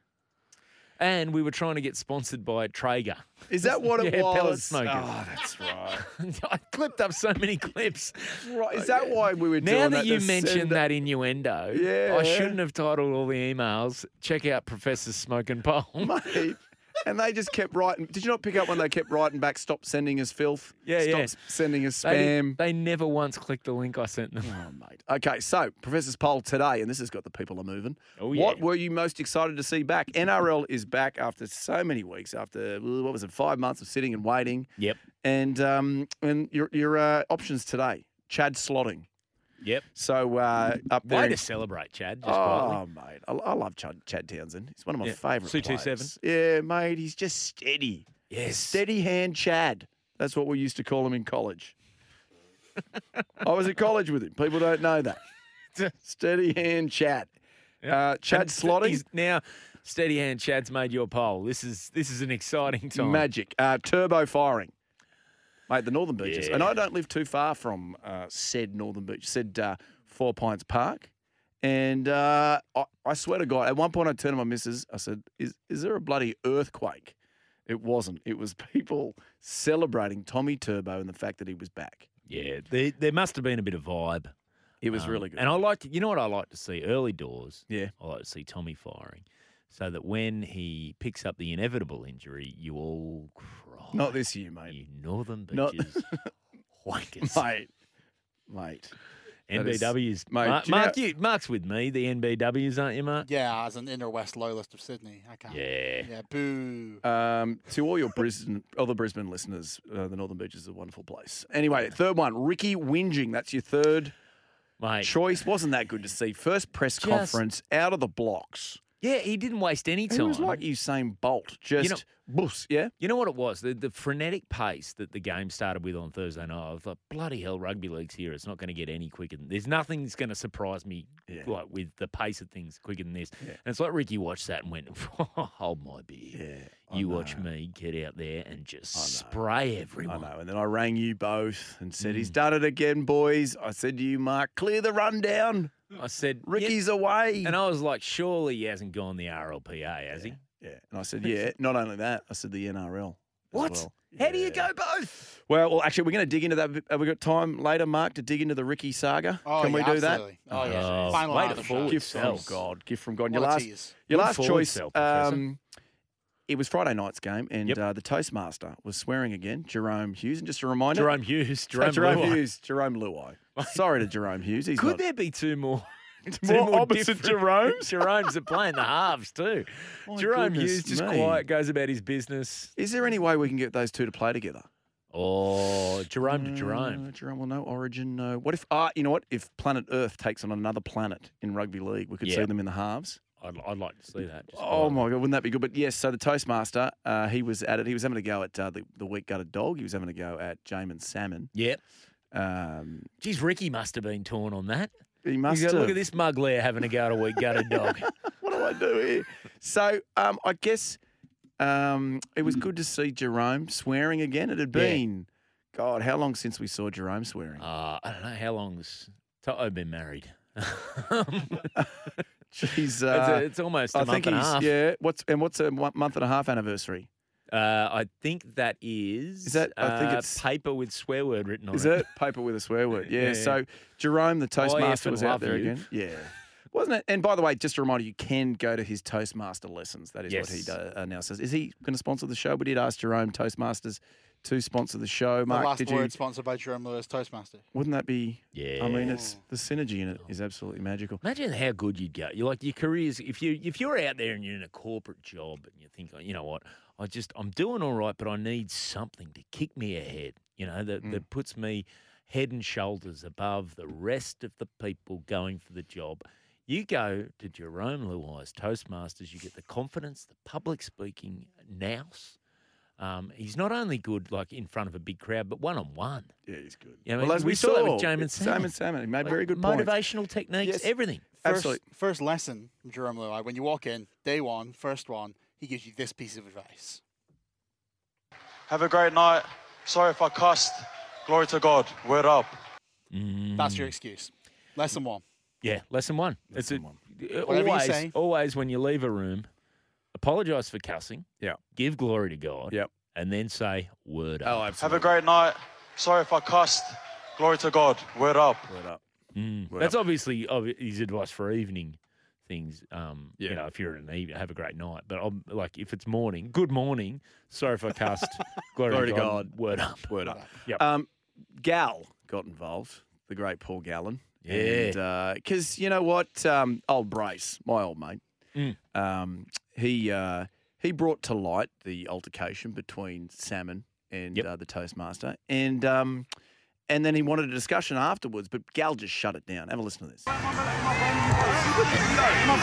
And we were trying to get sponsored by Traeger.
Is that what it
Yeah,
was?
pellet smoking.
Oh, that's right.
I clipped up so many clips.
right. Is that why we were
Now
doing
that you
to
mentioned
send-
that innuendo,
Yeah.
I shouldn't have titled all the emails. Check out Professor Smoke and Pole.
mate? And they just kept writing. Did you not pick up when they kept writing back? Stop sending us filth.
Yeah,
Stop
yeah.
s- sending us
They,
spam.
they never once clicked the link I sent them.
Oh, mate. Okay, so Professor's poll today, and this has got the people a moving.
Oh,
What
yeah.
were you most excited to see back? NRL is back after so many weeks, after well, what was it, five months of sitting and waiting.
Yep.
And um, and your your uh, options today, Chad slotting.
Yep.
So uh, up there,
Way
in-
to celebrate, Chad. Just quietly.
Oh, mate. I, I love Chad, Chad Townsend. He's one of my
Yeah,
favourite
227.
players. Yeah, mate. He's just steady.
Yes.
Steady hand Chad. That's what we used to call him in college. I was at college with him. People don't know that. steady hand Chad. Uh, Chad
And st-
Slotting.
he's Now, steady hand, Chad's made your poll. This is this is an exciting time.
Magic. Uh, turbo firing. Mate, the Northern Beaches. And
Yeah.
I don't live too far from uh, said Northern Beach, said uh, Four Pines Park. And uh, I, I swear to God, at one point I turned to my missus, I said, is, is there a bloody earthquake? It wasn't. It was people celebrating Tommy Turbo and the fact that he was back.
Yeah, there, there must have been a bit of vibe.
It was
Um,
really good.
And I like to, you know what I like to see early doors.
Yeah.
I like to see Tommy firing, so that when he picks up the inevitable injury, you all cry.
Not this year, mate.
you northern
Not-
bitches. Wankers.
Mate, mate. that is-
NBW's.
mate,
Mark,
do you know-
Mark, you, Mark's with me. The NBWs, aren't you, Mark?
Yeah, as an inner west lowlist of Sydney. I can't.
Yeah.
Yeah, boo.
Um, to all your Brisbane, other Brisbane listeners, uh, the Northern Beach is a wonderful place. Anyway, third one, Ricky Whinging. That's your third
Mate.
choice. Wasn't that good to see? First press
Just-
conference out of the blocks.
Yeah, he didn't waste any
It
time.
was like Usain Bolt,
know-
just boos, yeah.
You know what it was? The, the frenetic pace that the game started with on Thursday night. I was like, bloody hell, rugby league's here. It's not going to get any quicker. Than, there's nothing that's going to surprise me
Yeah.
like with the pace of things quicker than this. And it's like Ricky watched that and went, hold my beer.
I
you watch
know.
me get out there and just
I know.
spray
I
everyone. Mm.
know. And then I rang you both and said, He's done it again, boys. I said to you, Mark, clear the rundown.
I said, "Yeah."
Ricky's away.
And I was like, surely he hasn't gone the RLPA, has he?
yeah. And I said, Yeah, not only that, I said the NRL. as
What?
well.
How do you
Yeah.
go both?
Well, well, actually, we're going to dig into that. a bit. Have we got time later, Mark, to dig into the Ricky saga?
Oh,
Can we
yeah,
do that?
absolutely. Oh, yeah.
Oh,
Final
way
line
to
of the
forward
show.
Gift from
Self.
God. Gift from God.
What
Your
a
last,
tease.
your
Good
last
forward
choice.
sell, Professor.
um, it was Friday night's game, and
Yep.
uh, the Toastmaster was swearing again, Jerome Hughes. And just a reminder,
Jerome Hughes,
uh,
Jerome,
Jerome
Luai.
Hughes, Jerome Luai. Sorry to Jerome Hughes. He's
Could
not,
there be two more? two
More opposite
different- Jeromes are playing the halves too.
My
Jerome Hughes
goodness
just
me.
quiet, goes about his business.
Is there any way we can get those two to play together?
Oh, Jerome to Jerome.
Uh, Jerome, well, no origin, no. What if, ah, you know what? If planet Earth takes on another planet in rugby league, we could see
Yeah.
them in the halves.
I'd, I'd like to see that. just
Oh
quietly.
my god, wouldn't that be good? But yes, so the toastmaster, uh, he was at it. He was having a go at uh, the the wheat gutted dog. He was having a go at Jamin Salmon.
Yep.
Um,
Geez, Ricky must have been torn on that.
he
He's
must
got,
have.
look at this mug lair having a go to wheat gutted dog.
What do I do here? so um, I guess um, it was good to see Jerome swearing again. It had
Hmm. Yeah.
been God, how long since we saw Jerome swearing?
Uh, I don't know how long's Toto been married.
Jeez,
it's,
uh,
a- it's almost a
I
month
think
and a
he's
half.
yeah. What's and what's a one- month and a half anniversary?
Uh, I think that is.
Is that- I think
uh,
it's-
paper with swear word written on
Is it paper with a swear word? Yeah.
Yeah, Oh, yeah.
So Jerome, the Toastmaster,
effing
was out
love
there
you.
again. Yeah. Wasn't it? And by the way, just a reminder, you can go to his Toastmaster lessons. That is what he
Yes.
do, uh, now says. Is he going to sponsor the show? We did ask Jerome Toastmasters to sponsor the show. Mark,
the last
did
word
you?
sponsored by Jerome Lewis Toastmaster.
Wouldn't that be?
Yeah.
I mean, it's the synergy in it is absolutely magical.
Imagine how good you'd go. You like your careers. If you if you're out there and you're in a corporate job and you think, "Oh, you know what, I just I'm doing all right, but I need something to kick me ahead. You know
Mm.
that that puts me head and shoulders above the rest of the people going for the job. You go to Jerome Luai's Toastmasters. You get the confidence, the public speaking nous. Um, he's not only good like in front of a big crowd, but one on one.
Yeah, he's good.
Yeah, I mean, we saw that with Jamin Salmon.
Salmon, Salmon, he made
Like,
very good points.
motivational techniques,
Yes.
everything.
First,
Absolutely.
First lesson from Jerome Luai when you walk in, day one, first one, he gives you this piece of advice.
Have a great night. Sorry if I cussed. Glory to God. Word up.
Mm.
That's your excuse. Lesson one.
Yeah, lesson one. It's a, uh,
Whatever you
always,
say.
always when you leave a room, apologise for cussing.
Yeah.
Give glory to God.
Yep.
And then say word
Oh,
up.
Have
absolutely.
a great night. Sorry if I cussed. Glory to God. Word up.
Word up.
Oh.
Mm.
word
That's obviously obvi- his advice for evening things. Um,
Yeah.
You know, if you're in an evening, have a great night. But I'm, like, if it's morning, good morning. Sorry if I cussed. glory,
Glory to
to God. Word up.
Word up.
Yep.
Um, Gal got involved, the great Paul Gallen.
Yeah.
Because you know what? Um, old Brace, my old mate,
Mm.
um, he, uh, he brought to light the altercation between Salmon and
Yep.
uh, the Toastmaster. And, um, and then he wanted a discussion afterwards, but Gal just shut it down. Have a listen to this.
Uh,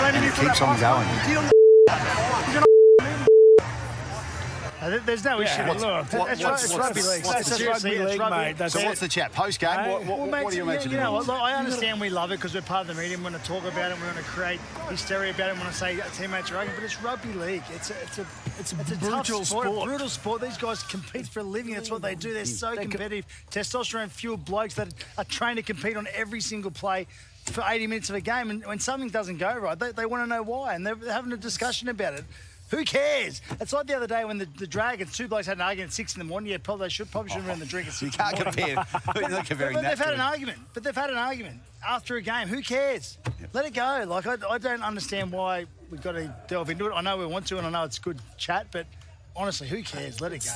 There's no issue. It's, it's, it's rugby league. That's just rugby league, mate. That's it.
the chat? Post game?
Hey, well, mate, yeah, You know what? Look, I understand we love it because we're part of the media. We want to talk about it. We want to create hysteria about it. We want to say our teammates are ugly, but it's rugby league. It's a, it's a, it's a, tough
brutal
sport,
sport.
A brutal sport. These guys compete for a living. That's what they do. They're so competitive. Testosterone fueled blokes that are trained to compete on every single play. For 80 minutes of a game, and when something doesn't go right, they, they want to know why, and they're having a discussion about it. Who cares? It's like the other day when the, the Dragons, two blokes had an argument at six in the morning. Yeah, probably they should probably shouldn't have been in the drink at six. You
can't compare. You're not comparing
but
that
they've
to
had an
it.
argument. But they've had an argument after a game. Who cares? Let it go. Like I, I don't understand why we've got to delve into it. I know we want to, and I know it's good chat. But honestly, who cares? Let it go.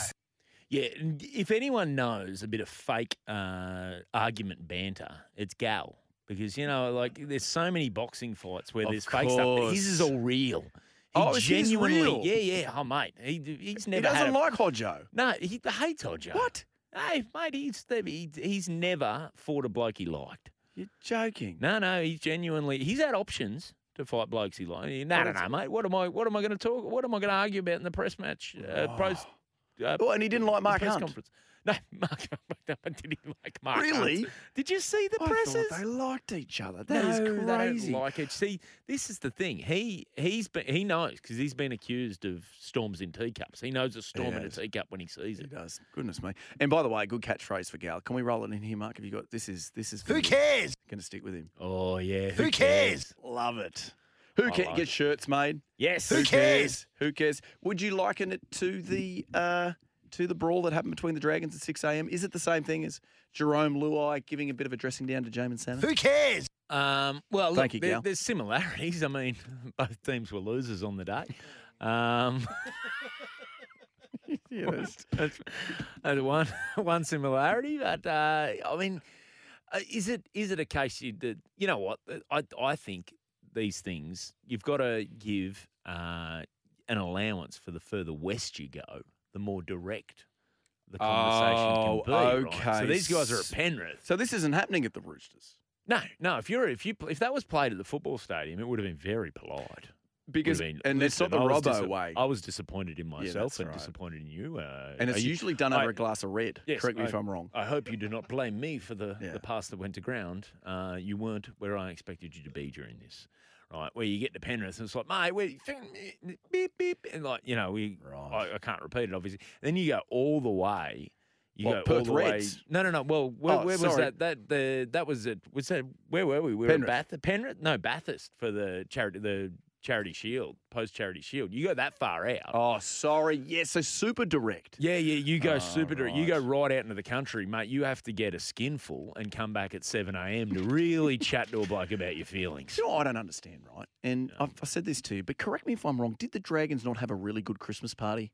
Yeah, and if anyone knows a bit of fake uh, argument banter, it's Gal. Because, you know, like there's so many boxing fights where
Of
there's fake stuff, but his is all
course.
real. He
Oh, is his
genuinely,
real?
yeah, yeah. Oh, mate, he, he's never.
doesn't
had a,
like Hodjo.
No, he hates Hodjo. What? Hey, mate, he's he, he's never fought a bloke he liked.
You're joking.
No, no, he's genuinely. He's had options to fight blokes he likes. No, no, no, mate. What am I? What am I going to talk? What am I going to argue about in the press match? Uh, pros, uh,
Oh, and he didn't like
the
Mark
press
Hunt.
Conference. No, Mark. No, I didn't like Mark. Hunt.
Really?
Did you see the
I
presses?
thought they liked each other. That is
No,
crazy.
They don't like it. See, this is the thing. He he's been he knows because he's been accused of storms in teacups. He knows a storm in a
has.
teacup when he sees it.
He does. Goodness me. And by the way, good catchphrase for Gal. Can we roll it in here, Mark? Have you got this? Is this is
Who cares?
Going to stick with him.
Oh yeah.
Who cares?
Love it. Who
I
can
like
get
it.
shirts made?
Yes.
Who
cares?
Who cares? Would you liken it to the uh, to the brawl that happened between the Dragons at 6 a.m.? Is it the same thing as Jerome Luai giving a bit of a dressing down to Jamin Santa?
Who cares?
Um, well, look,
Thank you,
there-
Gal.
there's similarities. I mean, both teams were losers on the day. Um,
Yeah, that's-
that's, that's one one similarity, but uh, I mean, uh, is it is it a case you that you know what uh, I I think these things you've got to give uh, an allowance for the further west you go, the more direct the conversation
Oh,
can be. Right? So
okay.
these guys are at Penrith.
So this isn't happening at the Roosters.
No, no. If you're if you if that was played at the football stadium, it would have been very polite.
Because
Would have been,
and it's not
"Listen,
the
I was
Robbo
disa-
way.
I was disappointed in myself
that's
and
right.
disappointed in you. Uh,
and it's
I-
usually done
I-
over a glass of red.
yes,
Correct me
I-
if I'm wrong.
I hope you do not blame me for the,
Yeah.
the pass that went to ground. Uh, you weren't where I expected you to be during this. Right, where you get to Penrith and it's like, mate, where you think- beep beep, and like you know, we
Right.
I, I can't repeat it obviously. Then you go all the way. You
What,
go all
Perth
the way.
Reds?
No, no, no. Well, where,
Oh,
where was
sorry.
that? That the that was it. Was that where were we? We were
Penrith.
at Bath, Penrith. No, Bathurst for the charity the charity shield post charity shield. You go that far out.
Oh, sorry. Yes, so super direct.
Yeah, yeah, you go
Oh,
super direct. You
right.
go right out into the country, mate. You have to get a skinful and come back at 7 a.m. to really chat to a bloke about your feelings.
Do You know, what I don't understand, right? And I've, I said this to you, but correct me if I'm wrong. Did the Dragons not have a really good Christmas party?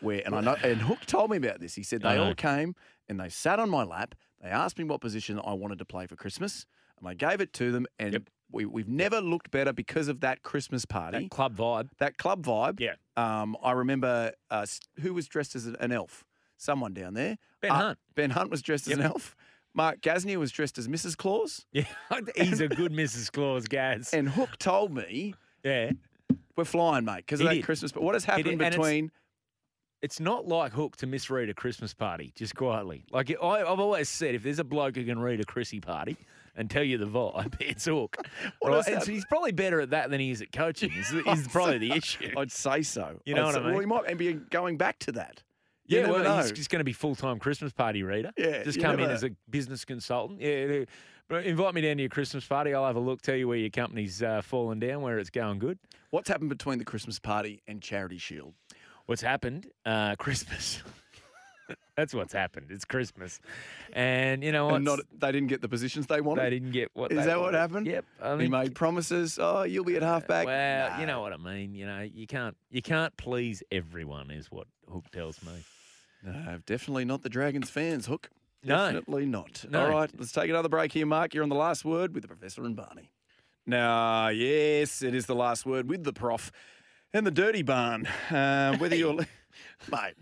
Where and I know, and Hook told me about this. He said
I
they
know.
all came and they sat on my lap. They asked me what position I wanted to play for Christmas, and I gave it to them. And
Yep.
we, we've never looked better because of that Christmas party,
That club vibe.
that club vibe.
Yeah.
Um, I remember uh, s- who was dressed as an elf. Someone down there. Uh,
Ben Hunt.
Ben Hunt was dressed as an elf. Mark Gasnier was dressed as Mrs. Claus.
Yeah, he's a good Mrs. Claus, guys.
And Hook told me
Yeah.
We're flying, mate, because of
He
that
did.
Christmas. But what has happened
and it's-
between?
It's not like Hook to misread a Christmas party, just quietly. Like I, I've always said, if there's a bloke who can read a Chrissy party and tell you the vibe, it's Hook.
What
right?
is
And
that?
so he's probably better at that than he is at coaching, is, is probably the issue.
I'd say so.
You know
I'd
what I
say- Well,
mean?
he might and be going back to that. You
Yeah,
never
well, he's
know.
just going to be full time Christmas party reader.
Yeah,
just
you
come in
never-
as a business consultant. Yeah, yeah. but invite me down to your Christmas party. I'll have a look, tell you where your company's uh, fallen down, where it's going good.
What's happened between the Christmas party and Charity Shield?
What's happened? Uh, Christmas. That's what's happened. It's Christmas, and you know what?
and not they didn't get the positions they wanted.
they didn't get what.
Is
they
that what
wanted.
happened?
Yep. I
he
mean,
made promises. Oh, you'll be at halfback.
well,
Nah.
you know what I mean. You know, you can't you can't please everyone, is what Hook tells me.
No, definitely not the Dragons fans. Hook.
No.
Definitely not.
No.
All right, let's take another break here, Mark. You're on the last word with the professor and Barney. Now, yes, it is the last word with the prof and the dirty barn. Uh, whether you're, mate,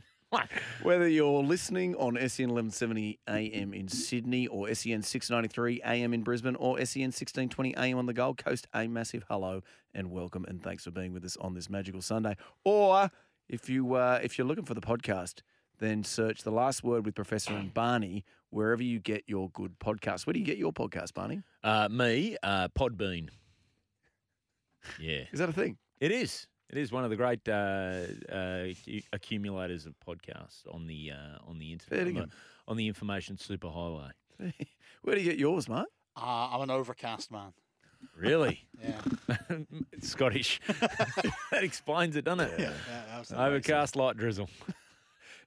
whether you're listening on SEN 1170 AM in Sydney or SEN 693 AM in Brisbane or SEN 1620 AM on the Gold Coast, a massive hello and welcome and thanks for being with us on this magical Sunday. Or if you uh, if you're looking for the podcast, then search the last word with Professor and Barney wherever you get your good podcast. Where do you get your podcast, Barney?
Uh, me, uh, Podbean. Yeah.
Is that a thing?
It is. It is one of the great uh, uh, accu- accumulators of podcasts on the uh, on the internet, on the,
Birmingham.
on the information superhighway.
Where do you get yours, Mark?
Uh, I'm an Ah, overcast man.
Really?
Yeah.
Scottish. that explains it, doesn't it?
Yeah. Yeah, absolutely.
Overcast light drizzle.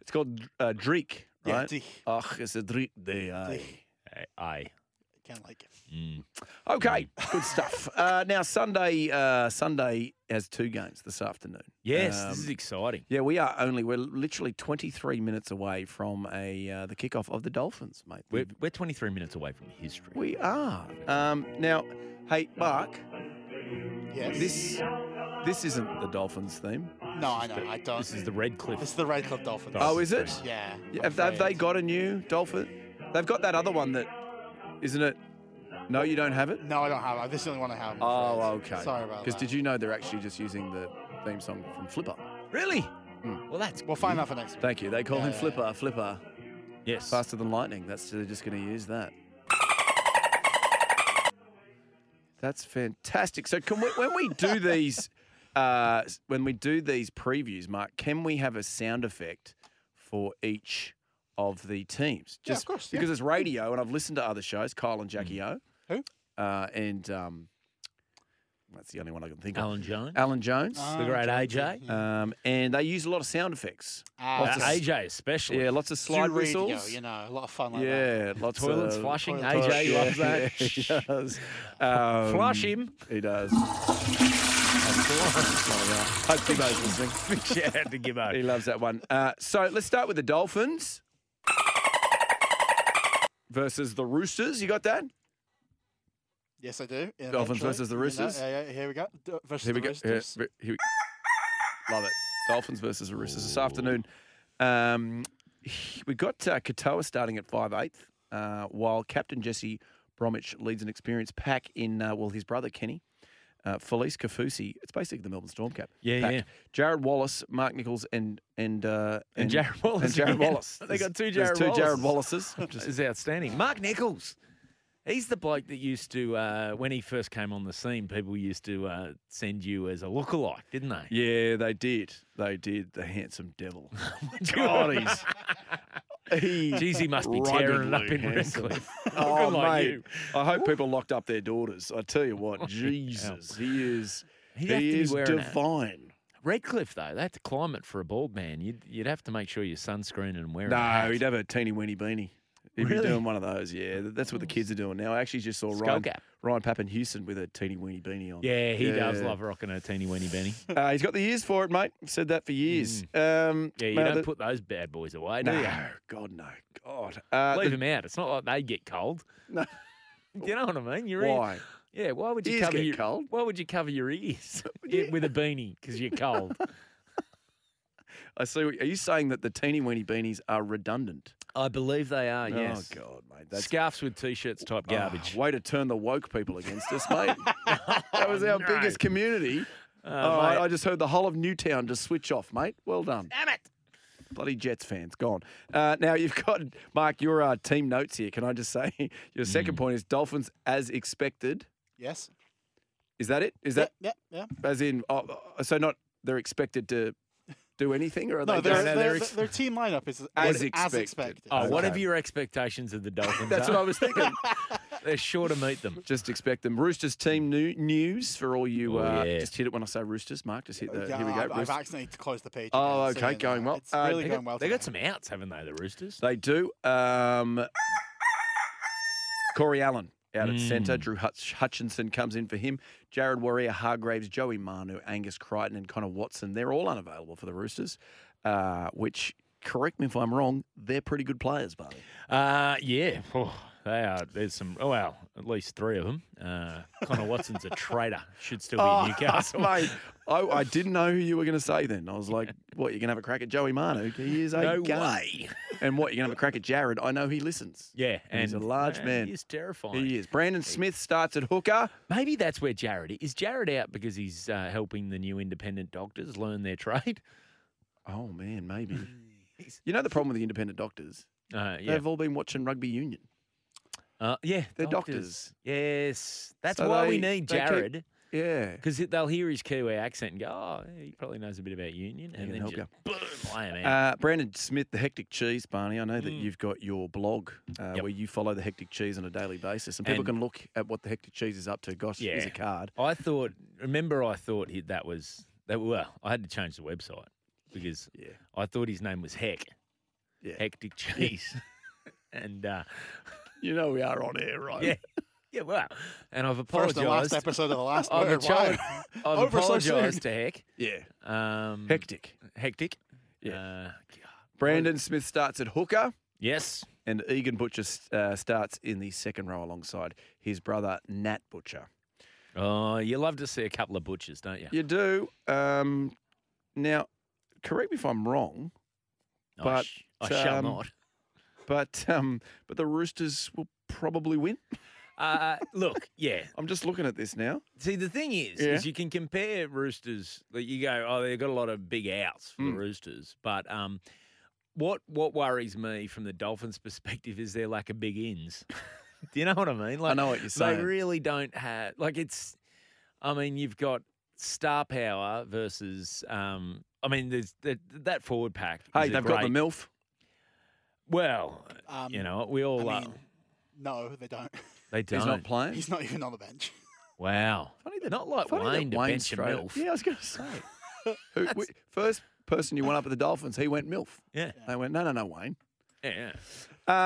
It's called uh, Dreek,
Yeah,
right?
Dreek.
Ach, it's a Dreek day. Aye.
Aye. Mm.
Can't like it.
Okay, good stuff. Uh, now Sunday, uh, Sunday has two games this afternoon.
Yes, this
Um,
is exciting.
yeah, we are only we're literally 23 minutes away from a uh, the kickoff of the Dolphins, mate.
We're, we're 23 minutes away from history.
We are. Um, now, hey, Mark,
Yes.
this this isn't the Dolphins theme.
No, I know. I don't.
This is the Red Cliff.
It's the Red Club Dolphins.
Oh, is it?
Yeah.
Yeah, Have,
I'm
have they
afraid.
got a new Dolphin? They've got that other one that, isn't it? No, you don't have it.
No, I don't have. it. This is the only one I have. I'm
Oh,
afraid.
okay.
Sorry about
Because
that.
did you know they're actually just using the theme song from Flipper?
Really?
Hmm.
Well, that's
We'll find out for next.
Thank you. They call
Yeah,
him
yeah,
Flipper. Flipper.
Yes.
Faster than lightning. That's they're just going to use that. That's fantastic. So can we, when we do these, uh, when we do these previews, Mark, can we have a sound effect for each of the teams?
Yeah, of
Just
course, yeah. Mm.
because it's radio, and I've listened to other shows, Kyle and Jackie O,
Who?
uh, and um, that's the only one I can think of.
Alan Jones.
Alan Jones.
Ah,
the great AJ.
Um, and they use a lot of sound effects.
Ah,
Uh,
lots of, s-
AJ especially.
yeah, lots of
Do
slide
radio,
whistles.
you know, a lot of fun like that.
yeah, lots
Toilets
of
flushing.
toilet
AJ
flush,
loves that.
Yeah, he does. Um,
Flush him.
He does. Hope Gibbo's listening.
Big shout out to
He
Gibbo.
loves that one. Uh, so let's start with the Dolphins versus the Roosters. You got that?
Yes, I do. Yeah,
Dolphins
eventually,
versus the
you know,
Roosters?
yeah, yeah, here we go. D- Versus
Here
the
we go. Here,
Roosters.
here we, love it. Dolphins versus the Roosters this afternoon. Um, we got uh, Katoa starting at 5'8", uh, while Captain Jesse Bromwich leads an experienced pack in, uh, well, his brother Kenny, uh, Felice Kafusi. It's basically the Melbourne Storm cap.
Yeah,
pack.
yeah.
Jared Wallace, Mark Nichols, and and uh,
And Jarryd Wallace
And Jared
again.
Wallace.
They got two
There's
Jarryd
two Jared Wallaces.
Wallaces. This
Just-
is outstanding. Mark Nichols. He's the bloke that used to, uh, when he first came on the scene, people used to uh, send you as a lookalike, didn't they?
yeah, they did. They did. The handsome devil. God, he's he
"Oh, Geez, he must be
Rugged
tearing it up
Luke
in
Hanson.
Redcliffe.
Oh,
Looking like
mate.
you.
I hope people locked up their daughters. I tell you what, Jesus, he is
He'd have to
he
be
is
wearing a-
divine.
Redcliffe, though, that's climate for a bald man. You'd, you'd have to make sure you're sunscreening and wearing a
No,
hat.
he'd have a teeny weeny beanie. He'd
Really?
be doing one of those. Yeah, Th- that's what the kids are doing now. I actually just saw Ryan
Skullcap.
Ryan Pappenhausen with a teeny weeny beanie on.
Yeah, he does
Yeah.
love rocking a teeny weeny benny.
Uh, he's got the ears for it, mate. Said that for years. Um,
Mm. Yeah, you
now
don't
the-
put those bad boys away, do
No,
you?
God no, God. Uh,
Leave
the-
them out. It's not like they get cold.
No.
you know what I mean? Your ear-
why?
yeah. Why would you
Ears
cover
get
your
cold.
Why would you cover your ears Yeah, with a beanie? Because you're cold.
I see. What, are you saying that the teeny weeny beanies are redundant?
I believe they are. Uh, Yes.
Oh God, mate, that's
Scarfs with t-shirts type garbage. Oh,
Oh, way to turn the woke people against us, mate. that was our
no. Uh,
biggest community. oh,
mate.
I, I just heard the whole of Newtown just switch off, mate. Well done.
Damn it!
Bloody Jets fans, gone. Uh, now, you've got, Mark, your uh, team notes here. Can I just say your second
Mm.
point is Dolphins as expected.
Yes.
Is that it? Is
Yeah,
that
yeah, yeah.
as in, oh, oh, so not they're expected to do anything or are
No,
they
their,
just-
their, their, their team lineup is
As
as, as
expected.
expected.
Oh, what
Okay.
have your expectations of the Dolphins?
That's
are?
what I was thinking.
They're sure to meet them.
Just expect them. Roosters team new, news for all you.
Oh,
Uh,
yeah. Oh,
Just hit it when I say Roosters, Mark. Just hit the.
yeah,
uh, here we go.
I've, I've
Roosters.
accidentally closed the page.
Oh,
again, so
okay,
you
going
know,
well.
It's
Uh,
really
they
going well.
They
today.
got some outs, haven't they? The Roosters.
They do. Um, Corey Allen out at centre.
Mm.
Drew Hutch- Hutchinson comes in for him. Jared Warrior, Hargraves, Joey Manu, Angus Crichton, and Connor Watson. They're all unavailable for the Roosters, uh, which, correct me if I'm wrong, they're pretty good players, Barney.
Uh, yeah, oh, they are. There's some. Oh, well, at least three of them. Uh, Connor Watson's a traitor. Should still be in Newcastle.
Oh, mate, I, I didn't know who you were going to say then. I was like, what, you're going to have a crack at Joey Manu? He is a
No
gun.
way.
And what, you're going to have a crack at Jared? I know he listens.
Yeah, and
He's a large
Uh,
man.
He is terrifying.
He is. Brandon Smith starts at hooker.
Maybe that's where Jared is. Jared out because he's uh, helping the new independent doctors learn their trade.
Oh man, maybe. you know the problem with the independent doctors?
Uh, yeah,
They've all been watching rugby union.
uh, yeah,
They're
Yes, that's
So
why we
they-
need
they keep-
Jared
Yeah.
Because they'll hear his Kiwi accent and go, oh, he probably knows a bit about union.
can
And then
help
just, boom, I am out.
Uh, Brandon Smith, the Hectic Cheese, Barney. I know that you've got your blog uh, where you follow the Hectic Cheese on a daily basis, and people
And-
can look at what the Hectic Cheese is up to. Gosh, here's a card.
I thought. Remember, I thought he, that was that. Well, I had to change the website because I thought his name was Heck.
Yeah.
Hectic cheese. and uh,
you know we are on air, right?
Yeah. Yeah, well, and I've apologised.
First and last episode of The Last
I've,
Word,
achi-
wow.
I've
Over so soon.
apologised to Heck.
Yeah.
Um,
hectic.
Hectic.
Yeah.
Uh,
Brandon Smith starts at hooker.
Yes.
And Egan Butcher uh, starts in the second row alongside his brother Nat Butcher.
oh, you love to see a couple of butchers, don't you?
You do. Um, now, correct me if I'm wrong,
I
but
sh- I
um,
shall not.
But um, but the Roosters will probably win.
Uh, look, yeah.
I'm just looking at this now.
See, the thing is,
Yeah.
is you can compare roosters. Like you go, oh, they've got a lot of big outs for the
Mm.
roosters, but um, what what worries me from the Dolphins' perspective is their lack of big ins. Do you know what I mean? Like,
know what you're saying.
They really don't have like it's. I mean, you've got star power versus. Um, I mean, there's that, that forward pack. is
Hey,
a
they've got the
great-
MILF.
Well,
Um,
you know, we all
I
love.
mean, no, they don't.
They don't.
He's not even on the bench.
Wow. not like
Funny that
Wayne to
Wayne
bench a
straight-
milf.
Yeah, I was going to say. Who, wi- first person you went up at the Dolphins, he went MILF.
Yeah.
They went, no, no, no, Wayne.
Yeah.
yeah.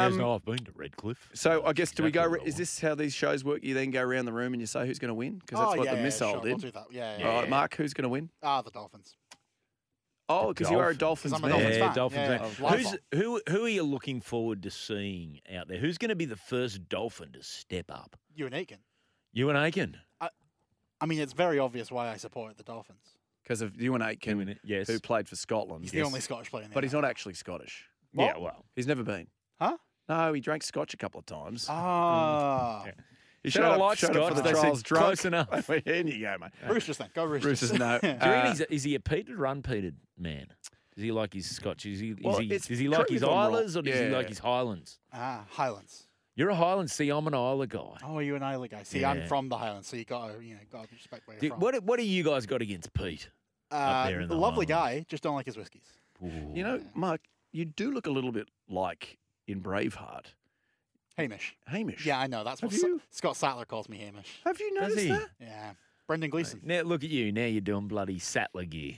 There's
Um,
no, I've been to Redcliffe.
So I guess do we go?
exactly
re-
what I
Is this how these shows work? You then go around the room and you say who's going to win because that's
Oh,
what
yeah,
the
yeah,
missile
sure,
did.
we'll do that. Yeah, yeah,
All
yeah,
right,
yeah.
Mark, who's going to win?
Ah, the Dolphins.
Oh, because you are a
Dolphins.
Dolphins
'Cause I'm a
man.
Dolphins
Yeah, Dolphins.
fan. Yeah,
fan.
yeah, love
Who's, who, who are you looking forward to seeing out there? Who's going to be the first Dolphin to step up?
You and Aiken.
You and Aiken.
I mean, it's very obvious why I support the Dolphins.
Because of you and Aitken,
yes.
who played for Scotland.
He's the only Scottish player in the
But he's not actually Scottish.
Yeah, well.
He's never been.
Huh?
No, he drank scotch a couple of times.
Ah.
He
Should've liked
up
scotch,
for the
they said
trials drunk.
close enough.
in you go, mate.
Roosters then. Go Roosters.
Mm. Roosters, no.
Do you reckon
Uh,
he's a- is he a peated or unpeated man? Does he like his Scotch? Is he, is
Well,
he,
it's-
does he
correct
like
me
his
if I'm wrong.
Islas or does he
Yeah.
like his Highlands?
Ah, Highlands.
You're a Highlands. See, I'm an Isla guy.
Oh, you and Isla guy. See, I'm
Yeah.
from the Highlands, so you got to you know got to respect where you're
Do-
from.
what, what do you guys got against Pete?
uh,
up there in the
lovely
Highlands?
guy, just don't like his whiskies.
Ooh.
You know, Mark, you do look a little bit like in Braveheart.
Hamish.
Hamish.
Yeah, I know. That's what
Have
Sa-
you-
Scott Sattler calls me Hamish.
Have you
Does
noticed
he?
that?
Yeah, Brendan Gleeson.
Now look at you. Now you're doing bloody Sattler gear.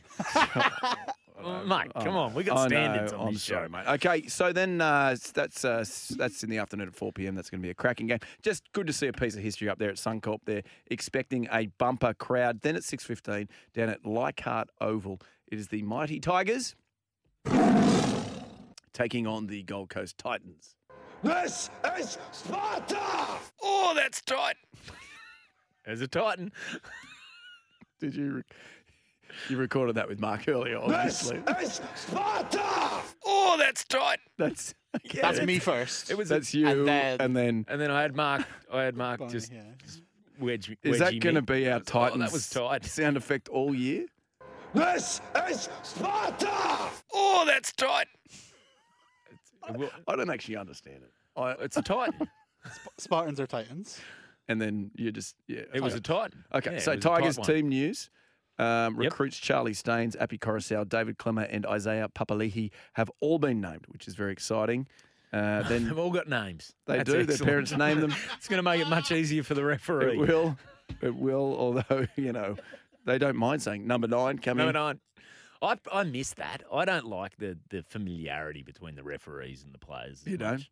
Mate, come on. We got
Oh, I know,
standards on
I'm
this
sorry,
show.
mate. Okay, so then uh, s- that's uh, s- that's in the afternoon at 4 p.m. That's going to be a cracking game. Just good to see a piece of history up there at Suncorp. They're expecting a bumper crowd. Then at 6:15 down at Leichhardt Oval, it is the mighty Tigers taking on the Gold Coast Titans.
This is Sparta!
Oh, that's tight. As a Titan.
Did you? Re- you recorded that with Mark earlier,
This
obviously.
is Sparta!
Oh, that's tight.
That's
That's me first.
It was a-
that's you, and then,
and then I had Mark. I had Mark just wedge.
is that going to be our
Oh,
Titans?
that was tight.
Sound effect all year.
This is Sparta!
Oh, that's tight.
I don't actually understand it.
it's a Titan.
Spartans are Titans.
And then you just yeah.
It was a Titan.
Okay,
Yeah, it
so
was a tight
Tigers
one.
team news. Um, recruits Charlie Staines, Appy Coruscant, David Clemmer, and Isaiah Papalihi have all been named, which is very exciting. Uh,
They've
then
all got names.
They
That's
do. Their
excellent.
parents name them.
It's going to make it much easier for the
it
referee.
will, it will. Although you know, they don't mind saying number nine coming.
Number nine. I, I miss that. I don't like the the familiarity between the referees and the players. as
You don't?
much.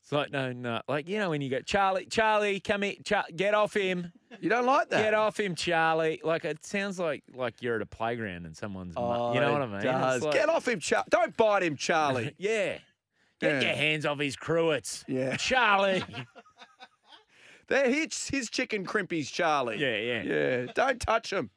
It's like no, no. Like you know when you go, Charlie, Charlie, come here, Char- get off him,
You don't like that.
get off him, Charlie. Like it sounds like like you're at a playground and someone's, mu-
Oh,
you know what
it
I mean? It's
does.
like-
Get off him, Charlie. Don't bite him, Charlie.
Yeah.
Yeah.
Get your hands off his cruets.
Yeah.
Charlie.
They're his, his chicken crimpies, Charlie.
Yeah, yeah.
Yeah, don't touch him.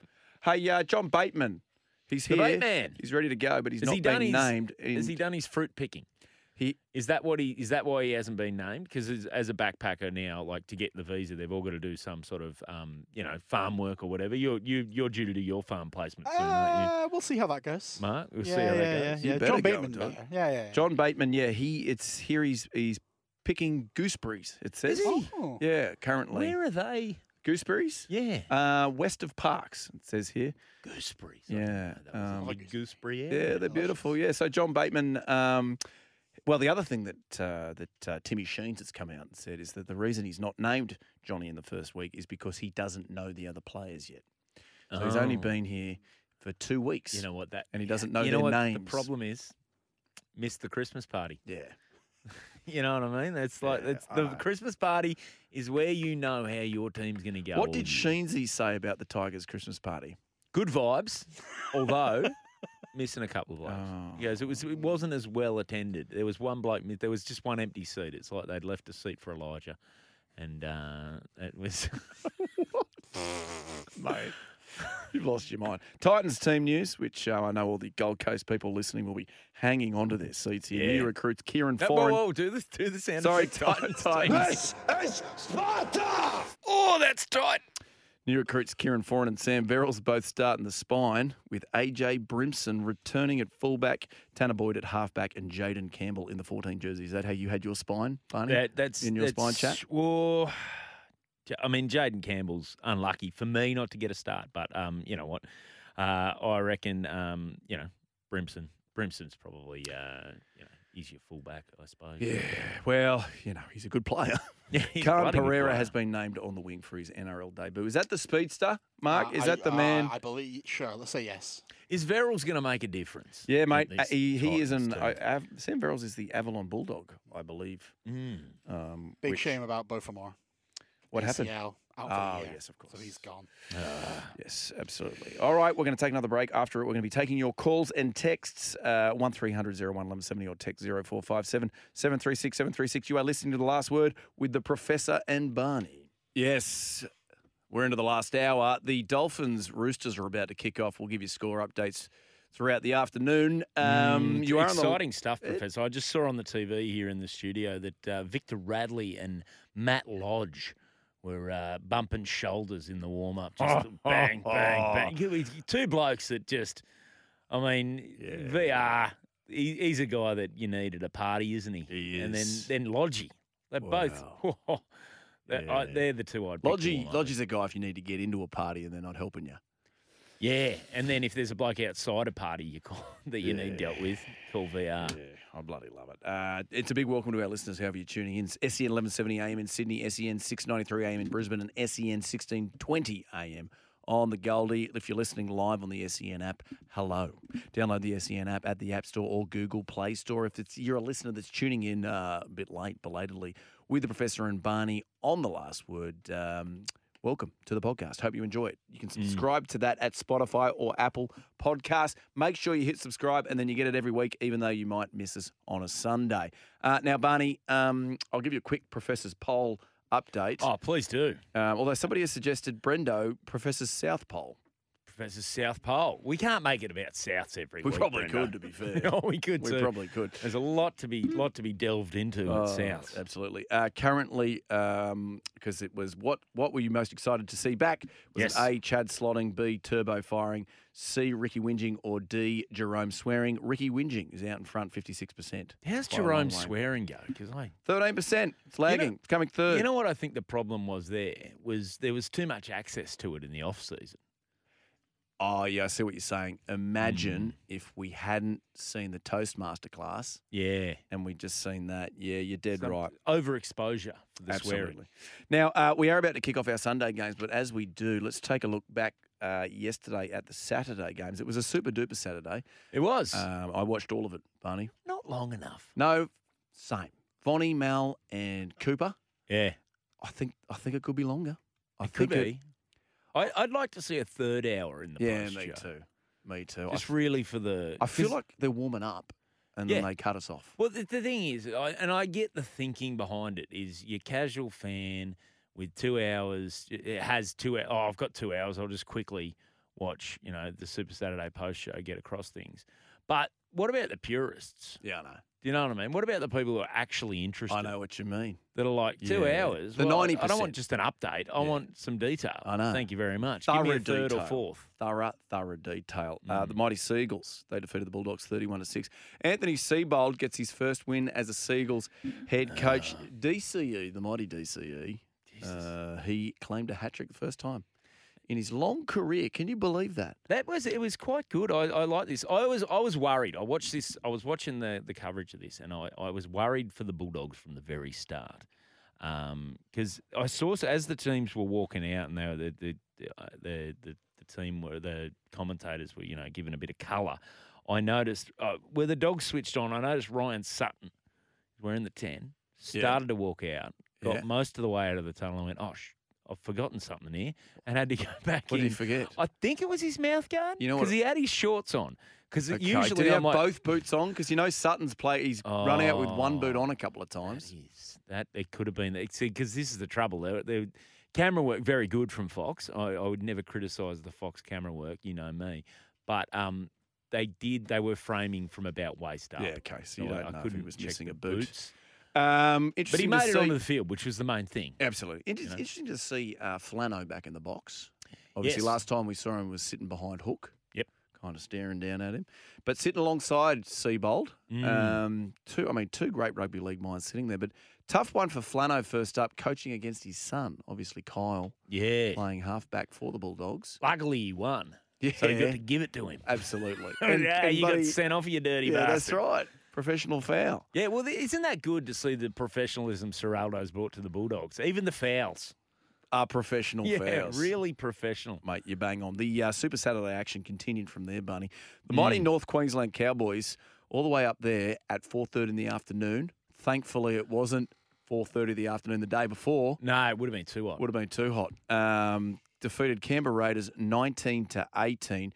Hey, uh, John Bateman. He's
The
here.
Bateman.
He's ready to go, but he's
Has
not
he done
been
his-
named.
Has
in-
he done his fruit picking?
He-
is that what he is that why he hasn't been named? Because as, as a backpacker now, like to get the visa, they've all got to do some sort of um, you know farm work or whatever. You're you, you're due to do your farm placement soon, aren't
Uh, we'll see how that goes.
you, Mark? We'll
yeah,
see how
yeah,
that goes.
You
yeah, yeah.
better
John
go
Bateman
and do it.
better. Yeah, yeah. yeah.
John Bateman, yeah, he it's here he's he's picking gooseberries, it says.
Is he?
Oh.
Yeah, currently.
Where are they?
Gooseberries?
Yeah.
Uh, west of Parks, it says here.
Gooseberries.
Yeah. um,
like gooseberry.
yeah, they're beautiful. Yeah. So John Bateman. Um, well, the other thing that uh, that uh, Timmy Sheens has come out and said is that the reason he's not named Johnny in the first week is because he doesn't know the other players yet. So he's only
Oh.
been here for two weeks.
You know what that?
And he doesn't know
you
their
know what
names.
The problem is, missed the Christmas party.
Yeah.
You know what I mean? That's like that's the
I know.
Christmas party is where you know how your team's going to go.
What did
all
Sheensy say about the Tigers' Christmas party?
Good vibes, although missing a couple of lives.
Oh.
He goes, it was it wasn't as well attended. There was one bloke, mi- there was just one empty seat. It's like they'd left a seat for Elijah, and uh, it was.
Mate, you've lost your mind. Titans team news, which uh, I know all the Gold Coast people listening will be hanging onto their seats here. New
Yeah.
recruits Kieran
Whoa, whoa,
Foran.
whoa, do this, do the sound.
Sorry,
effect. Titan,
Titans.
Titans.
is Sparta!
Oh, that's tight.
New recruits Kieran Foran and Sam Verrills both start in the spine, with AJ Brimson returning at fullback, Tanner Boyd at halfback, and Jaden Campbell in the 14 jersey. Is that how you had your spine, Barney?
That, that's
in your spine
that's-
chat.
Well, J- I mean, Jaden Campbell's unlucky for me not to get a start, but um, you know what? Uh, I reckon um, you know, Brimson. Brimson's probably uh, you know, he's your fullback, I suppose.
Yeah, well, you know, he's a good player.
Yeah, he's a
Karen
bloody good
Pereira
player.
has been named on the wing for his NRL debut. Is that the speedster, Mark?
Uh,
is
I-
that the
uh,
man?
I believe. Sure. Let's say yes.
Is Verrill's going to make a difference?
Yeah, mate. uh,
these
He, he is an
Titans too.
I, Av, Sam Verrills is the Avalon Bulldog, I believe.
Mm.
Um,
Big
which-
shame about Beaufort.
What happened?
ACL, out for
oh
the year.
yes, of course.
So he's gone.
Yes, absolutely. All right, we're going to take another break. After it, we're going to be taking your calls and texts uh, 1300 01 1170 or text 0457 736 736. You are listening to The Last Word with the Professor and Barney. Yes, we're into the last hour. The Dolphins Roosters are about to kick off. We'll give you score updates throughout the afternoon. Um,
Mm,
you are on the-
exciting stuff, Professor. I just saw on the TV here in the studio that uh, Victor Radley and Matt Lodge were uh, bumping shoulders in the warm up. Just bang, bang, bang. Two blokes that just, I mean, VR. He, he's a guy that you need at a party, isn't he? He is. And then then Lodgy. They're both. They're, I, they're the two I'd pick to
Lodgy,
warm up.
Lodgy's a guy if you need to get into a party and they're not helping you.
Yeah, and then if there's a bloke outside a party you call that you need
Yeah.
dealt with, call VR.
Yeah, I bloody love it. Uh, it's a big welcome to our listeners, however you're tuning in. It's E SEN 1170 AM in Sydney, E SEN 693 AM in Brisbane, and E SEN 1620 AM on the Goldie. If you're listening live on the SEN app, hello. Download the SEN app at the App Store or Google Play Store. If it's you're a listener that's tuning in uh, a bit late, belatedly, with the Professor and Barney on the last word. Um, Welcome to the podcast. Hope you enjoy it. You can subscribe to that at Spotify or Apple Podcast. Make sure you hit subscribe, and then you get it every week, even though you might miss us on a Sunday. Uh, now, Barney, um, I'll give you a quick Professor's poll update.
Oh, please do.
Um, although somebody has suggested Brendo Professor's South Pole.
Professor South Pole. We can't make it about Souths every
We
week.
probably
Brendo.
could, to be fair.
oh, we could.
We
too.
probably could.
There's a lot to be lot to be delved into
Oh,
at South.
absolutely. Uh, currently, because it was what what were you most excited to see back? Was
Yes.
it A. Chad slotting, B. Turbo firing, C. Ricky whinging, or D. Jerome swearing? Ricky whinging is out in front, fifty six percent.
How's Jerome swearing go? Because I
Thirteen percent. It's lagging. it's coming third.
You know what I think the problem was there was there was too much access to it in the off season.
Oh yeah, I see what you're saying.
Mm.
Imagine if we hadn't seen the Toastmaster class.
Yeah.
And we just seen that. Yeah, you're dead
Some
right.
Overexposure for the
Absolutely.
swearing.
Now, uh, we are about to kick off our Sunday games, but as we do, let's take a look back uh, yesterday at the Saturday games. It was a super duper Saturday.
It was.
Um, I watched all of it, Barney.
Not long enough.
No, same. Vonnie, Mal, and Cooper.
Yeah.
I think I think it could be longer. I
It could
think
be. I, I'd like to see a third hour in the
Yeah,
post
me
show.
too. Me too. I,
Just really for the.
I feel
'cause-
like they're warming up, and then
Yeah.
they cut us off.
Well, the, the thing is, I, and I get the thinking behind it is your casual fan with two hours. It it has two. hou- Oh, I've got two hours. I'll just quickly watch. You know, the Super Saturday post show get across things. But what about the purists?
Yeah, I know.
Do you know what I mean? What about the people who are actually interested? I know
what you mean.
That are like two
Yeah.
hours.
The
well, I- I don't
90%.
want just an update. I want some detail.
I know.
Thank you very much.
Thorough
Give me a third
detail.
or fourth.
Thorough, thorough detail. Uh,
Mm.
the mighty Seagulls they defeated the Bulldogs thirty-one to six. Anthony Seabold
Ah.
E, gets his first win as a Seagulls head coach. DCE, the mighty DCE, E, Uh, he claimed a hat trick the first time in his long career. Can you believe that?
That was it was quite good. I, I like this. I was I was worried. I watched this. I was watching the the coverage of this, and I, I was worried for the Bulldogs from the very start. Because I saw so as the teams were walking out, and they were, the the the, uh, the the the team were the commentators were you know giving a bit of colour. I noticed uh, where the dogs switched on. I noticed Ryan Sutton wearing the ten
Yeah.
started to walk out, got
Yeah.
most of the way out of the tunnel, and went, "Oh, sh- I've forgotten something here," and had to go back
What
in.
did he forget?
I think it was his mouth guard.
You know what-
Because he had his shorts on. Because
Okay,
usually
did he
I
have
might,
both boots on? Because you know Sutton's play, he's run out with one boot
Oh.
on a couple of times.
that it could have been. Because this is the trouble. They, they, camera work very good from Fox. I, I would never criticise the Fox camera work. You know me, but um, they did. They were framing from about waist up.
Yeah, okay. So you
I-
don't
I
know if
couldn't
he was
check
missing
the
a boot.
boots.
Um,
But he
interesting to
made it
see-
onto the field, which was the main thing.
Absolutely. It
You
is
know?
interesting to see uh, Flano back in the box. Obviously,
Yes.
last time we saw him was sitting behind Hook.
Yep.
Kind of staring down at him. But sitting alongside Seabold.
Mm.
Um, two, I mean, two great rugby league minds sitting there. But tough one for Flano first up, coaching against his son, obviously Kyle.
Yeah.
Playing halfback for the Bulldogs.
Luckily, he won.
Yeah.
So you got to give it to him.
Absolutely.
yeah, you got
bloody-
sent off, you dirty
Yeah,
bastard.
that's right. Professional foul.
Yeah, well, th- isn't that good to see the professionalism Serraldo's brought to the Bulldogs? Even the fouls.
Are professional
yeah,
Oh, fouls.
really professional.
Mate, you bang on. The uh, Super Saturday action continued from there, Bunny. The mighty North Queensland Cowboys all the way up there at 4.30 in the afternoon. Thankfully, it wasn't 4.30 the afternoon the day before.
No, it would have been too hot.
Would have been too hot. Um, defeated Canberra Raiders 19 to 18.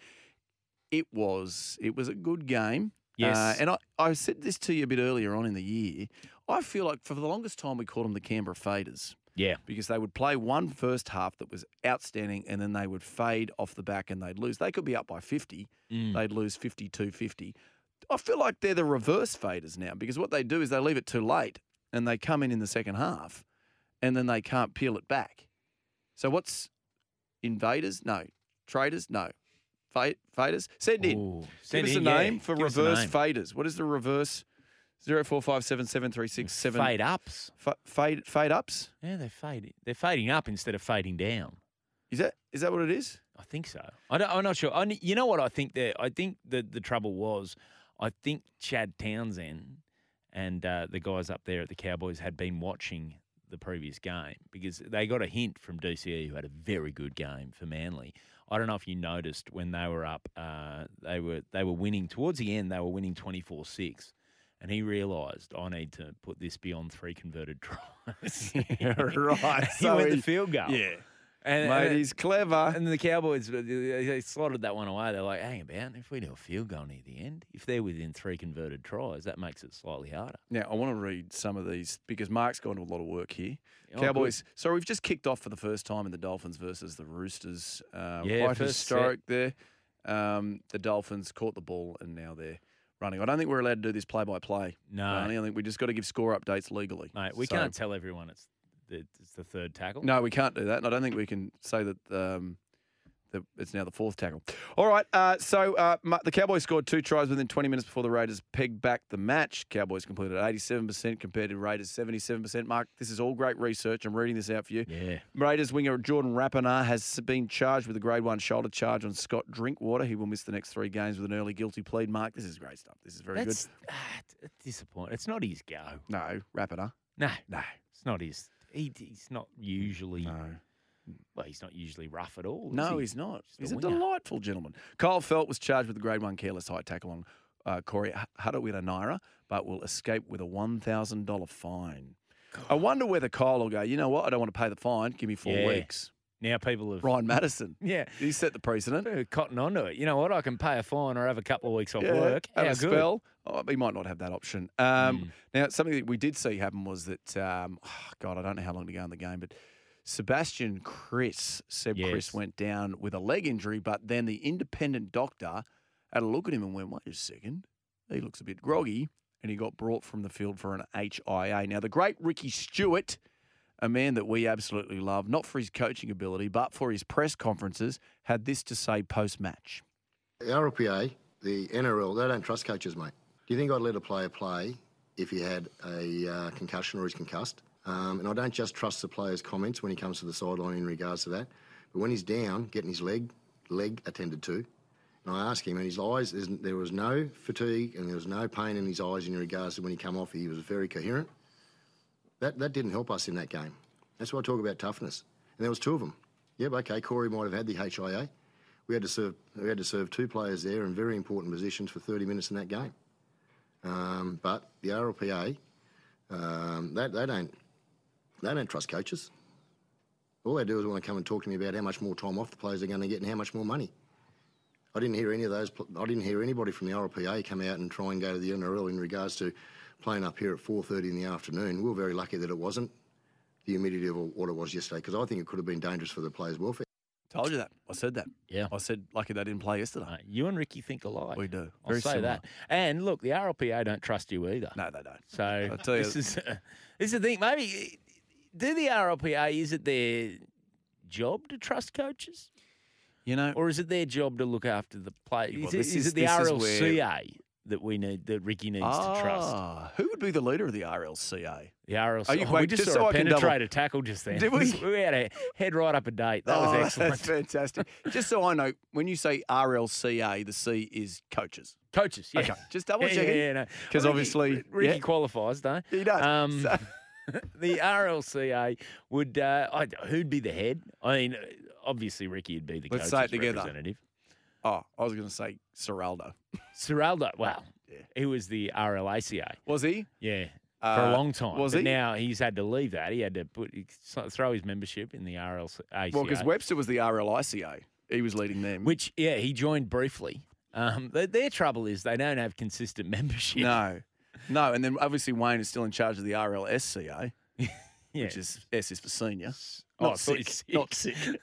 It was it was a good game. Uh,
Yes.
and I, I said this to you a bit earlier on in the year. I feel like for the longest time we called them the Canberra Faders
Yeah.
because they would play one first half that was outstanding and then they would fade off the back and they'd lose. They could be up by 50,
Hmm.
they'd lose 52 50. I feel like they're the reverse faders now because what they do is they leave it too late and they come in in the second half and then they can't peel it back. So what's invaders? No. Traders? No. Fade, faders? Send in.
Ooh,
Give
send
us a
in, yeah.
name for
Give us a
reverse
name.
faders. What is the reverse? 04577367.
Fade ups.
Fa- fade, fade ups?
Yeah, they're fading. They're fading up instead of fading down.
Is that is that what it is?
I think so. I don't, I'm not sure. I, kn- you know what I think there? I think the, the trouble was, I think Chad Townsend and uh, the guys up there at the Cowboys had been watching the previous game because they got a hint from DCE, who had a very good game for Manly. I don't know if you noticed when they were up, uh, they were they were winning towards the end. They were winning twenty four six, and he realised I need to put this beyond three converted tries.
right.
he went the field goal.
Yeah.
And,
Mate,
and-
he's clever.
And the Cowboys, uh, they they slotted that one away. They're like, hang about, if we do a field goal near the end, if they're within three converted tries, that makes it slightly harder.
Now, I want to read some of these because Mark's gone to a lot of work here.
Oh,
Cowboys. So we've just kicked off for the first time in the Dolphins versus the Roosters. Um,
Yeah,
quite
first set.
historic there. Um, the Dolphins caught the ball and now they're running. I don't think we're allowed to do this play by play.
No.
I think we just got to give score updates legally.
Mate, we
So-
can't tell everyone it's the, it's the third tackle.
No, we can't do that. And I don't think we can say that. Um, that it's now the fourth tackle. All right. Uh, so uh, Ma- the Cowboys scored two tries within 20 minutes before the Raiders pegged back the match. Cowboys completed 87% compared to Raiders 77%. Mark, this is all great research. I'm reading this out for you.
Yeah.
Raiders winger Jordan Rapana has been charged with a grade one shoulder charge on Scott Drinkwater. He will miss the next three games with an early guilty plea. Mark, this is great stuff. This is very
That's-
good.
ah, it's- it's disappointing. It's not his go.
No, Rapana.
No,
no,
it's not his. He, he's not usually. No. Well, he's not usually rough at all. is
No,
he?
he's not. He's
a
a,
winger.
delightful gentleman. Kyle Felt was charged with a grade one careless high tackle on uh, Corey Hadawira Naira, but will escape with a $1,000 fine. I wonder whether Kyle will go, you know what? I don't want to pay the fine. Give me four
Yeah.
weeks.
Now people have.
Ryan Madison.
Yeah.
He set the precedent.
Cotton onto it. You know what? I can pay a fine or have a couple of weeks off work.
Have
How
a
good. Hmm.
spell. Oh, he might not have that option. Um, Now, something that we did see happen was that, um, oh, God, I don't know how long to go in the game, but Sebastian Chris, Seb Chris,
Yes.
went down with a leg injury, but then the independent doctor had a look at him and went, wait a second, he looks a bit groggy, and he got brought from the field for an HIA. Now, the great Ricky Stewart a man that we absolutely love, not for his coaching ability, but for his press conferences, had this to say post match.
The RLPA, the NRL, they don't trust coaches, mate. Do you think I'd let a player play if he had a uh, concussion or he's concussed? Um, and I don't just trust the player's comments when he comes to the sideline in regards to that. But when he's down, getting his leg leg attended to, and I asked him, and his eyes, there's- there was no fatigue and there was no pain in his eyes in regards to when he come off. He was very coherent. That that didn't help us in that game. That's why I talk about toughness. And there was two of them. Yep, okay. Corey might have had the HIA. We had to serve. We had to serve two players there in very important positions for 30 minutes in that game. Um, but the RLPA, um, they, they don't they don't trust coaches. All they do is want to come and talk to me about how much more time off the players are going to get and how much more money. I didn't hear any of those. pl- I didn't hear anybody from the RLPA come out and try and go to the NRL in regards to playing up here at 4:30 in the afternoon. We were very lucky that it wasn't the humidity of what it was yesterday because I think it could have been dangerous for the players' welfare.
Told you that. I said that.
Yeah.
I said, lucky they didn't play yesterday.
you and Ricky think alike.
We do.
I'll
Very
say
similar.
that. And look, the RLPA don't trust you either.
No, they don't.
So
I tell you-
this is uh, this is the thing. Maybe do the RLPA is it their job to trust coaches?
You know,
or is it their job to look after the play?
Well,
Is, it,
this
is,
is-
it the
this is
RLCA
where-
that we need that Ricky needs to trust?
Ah, Who would be the leader of the RLCA?
The RLCA.
Are you-
Oh, we
wait,
just,
just
saw
so
a
I can double-
penetrator tackle just then.
Did we?
we had a head right up a date. That was
Oh,
excellent.
That's fantastic. Just so I know, when you say RLCA, the C is coaches.
Coaches, yeah.
Okay, just double
Yeah,
checking.
yeah, yeah, no.
Because
Ricky-
obviously,
Ricky
yeah.
qualifies, don't he?
does,
Um, the RLCA would uh, I, who'd be the head? I mean, uh, obviously Ricky would be the
Let's
coach's
say it together.
representative.
Oh, I was going to say Seraldo.
Seraldo, wow, he was the RLACA.
Was he?
Yeah. for
Uh,
a long time,
was
but
he?
now he's had to leave that. He had to put throw his membership in the RLCA.
Well, because Webster was the RLICA. He was leading them.
Which, yeah, he joined briefly. Um, their, their trouble is they don't have consistent membership.
No. No, and then obviously Wayne is still in charge of the RLSCA,
Yeah.
which is S is for senior.
Oh, I
Not
thought
sick,
you
Not sick.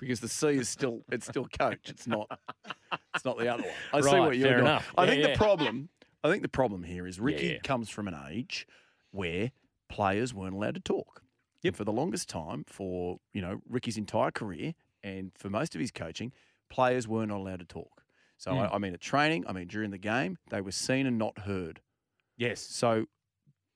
Because the C is still it's still coach. It's not it's not the other one. I see
Right,
what you're
fair
doing.
enough.
I
Yeah,
think
yeah.
the problem I think the problem here is Ricky
yeah.
comes from an age where players weren't allowed to talk. Yep. For the longest time, for you know, Ricky's entire career and for most of his coaching, players were not allowed to talk. So
Hmm.
I, I mean at training, I mean during the game, they were seen and not heard.
Yes.
So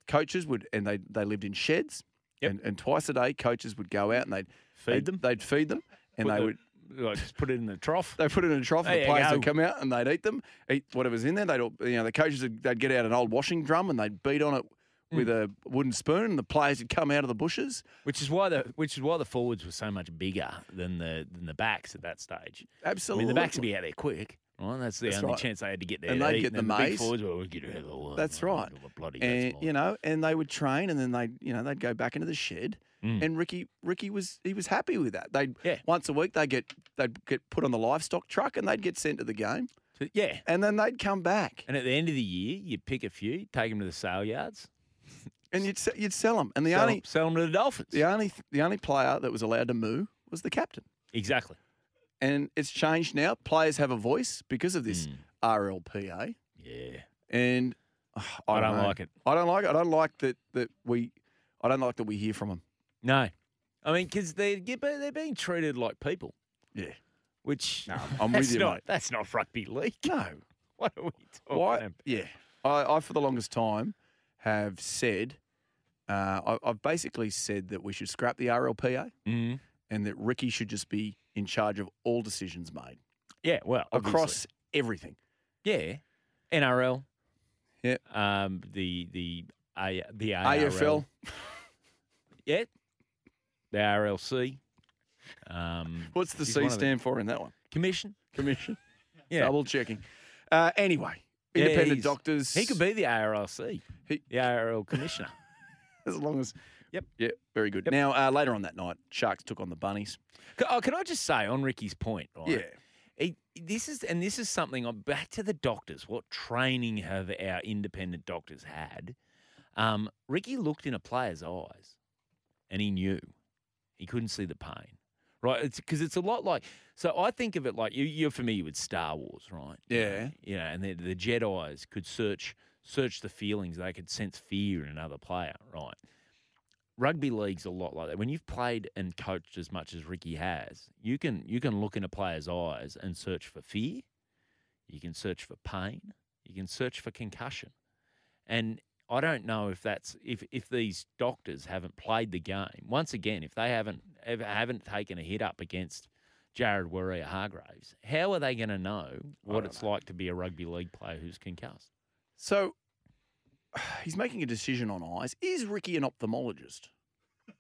coaches would, and they they lived in sheds, and, and twice a day coaches would go out and they'd
Feed
they'd-
them?
They'd feed them, and
Put
they
the-
would
like, just put it in the trough.
they put it in a trough.
There
And the
you
players
go.
would come out and they'd eat them, eat whatever's in there. They'd all, you know the coaches would, they'd get out an old washing drum and they'd beat on it
Hmm.
with a wooden spoon, and the players would come out of the bushes.
Which is why the which is why the forwards were so much bigger than the than the backs at that stage. I mean, the backs would be out there quick. Right? That's the
That's
only
right.
chance they had to get there.
And
to
they'd
eat,
get the
then big
maize.
forwards were, "We'll get out of the way."
That's right.
bloody
and you know, and they would train, and then they, would you know, they'd go back into the shed.
Mm.
And Ricky, Ricky was he was happy with that. They would
Yeah.
once a week they would get they'd get put on the livestock truck, and they'd get sent to the game.
So, yeah.
And then they'd come back,
And at the end of the year, you pick a few, take them to the sale yards,
and you'd se- you'd sell them. And the
sell,
only
sell them to the Dolphins.
the only th- the only player that was allowed to moo was the captain.
Exactly.
And it's changed now. Players have a voice because of
Hmm.
this RLPA.
Yeah.
And ugh, I,
I don't
know.
like it.
I don't like it. I don't like that that we. I don't like that we hear from them.
No. I mean, because they get but they're being treated like people.
Yeah.
Which
I'm
that's
with you,
not,
mate.
That's not rugby league.
No.
What are we talking
Why?
about?
Yeah. I, I, for the longest time, have said, uh, I, I've basically said that we should scrap the RLPA
Mm.
and that Ricky should just be in charge of all decisions made
Yeah. Well,
across everything.
obviously. yeah, NRL.
Yeah.
Um. The the a the ARL,
AFL.
Yeah. The RLC. Um.
What's the
is
C
one of the-
stand for in that one?
Commission.
Commission.
Yeah.
Double checking. Uh, anyway, independent
he's-
doctors.
He could be the ARLC. the ARL commissioner.
as long as.
Yep.
Yeah. Very good. Now, uh, later on that night, Sharks took on the Bunnies.
Can, oh, can I just say on Ricky's point, right?
Yeah.
He- this is and this is something I'm back to the doctors. What training have our independent doctors had? Um, Ricky looked in a player's eyes, and he knew he couldn't see the pain. Right, it's because it's a lot like. So I think of it like you, you're familiar with Star Wars, right?
Yeah.
you know, and the, the Jedi's could search search the feelings. They could sense fear in another player, right? Rugby league's a lot like that. When you've played and coached as much as Ricky has, you can you can look in a player's eyes and search for fear. You can search for pain. You can search for concussion. And I don't know if that's if if these doctors haven't played the game once again. If they haven't ever haven't taken a hit up against Jared Warrior Hargraves, how are they going to know what it's like to be a rugby league player who's concussed?
So he's making a decision on eyes. Is Ricky an ophthalmologist?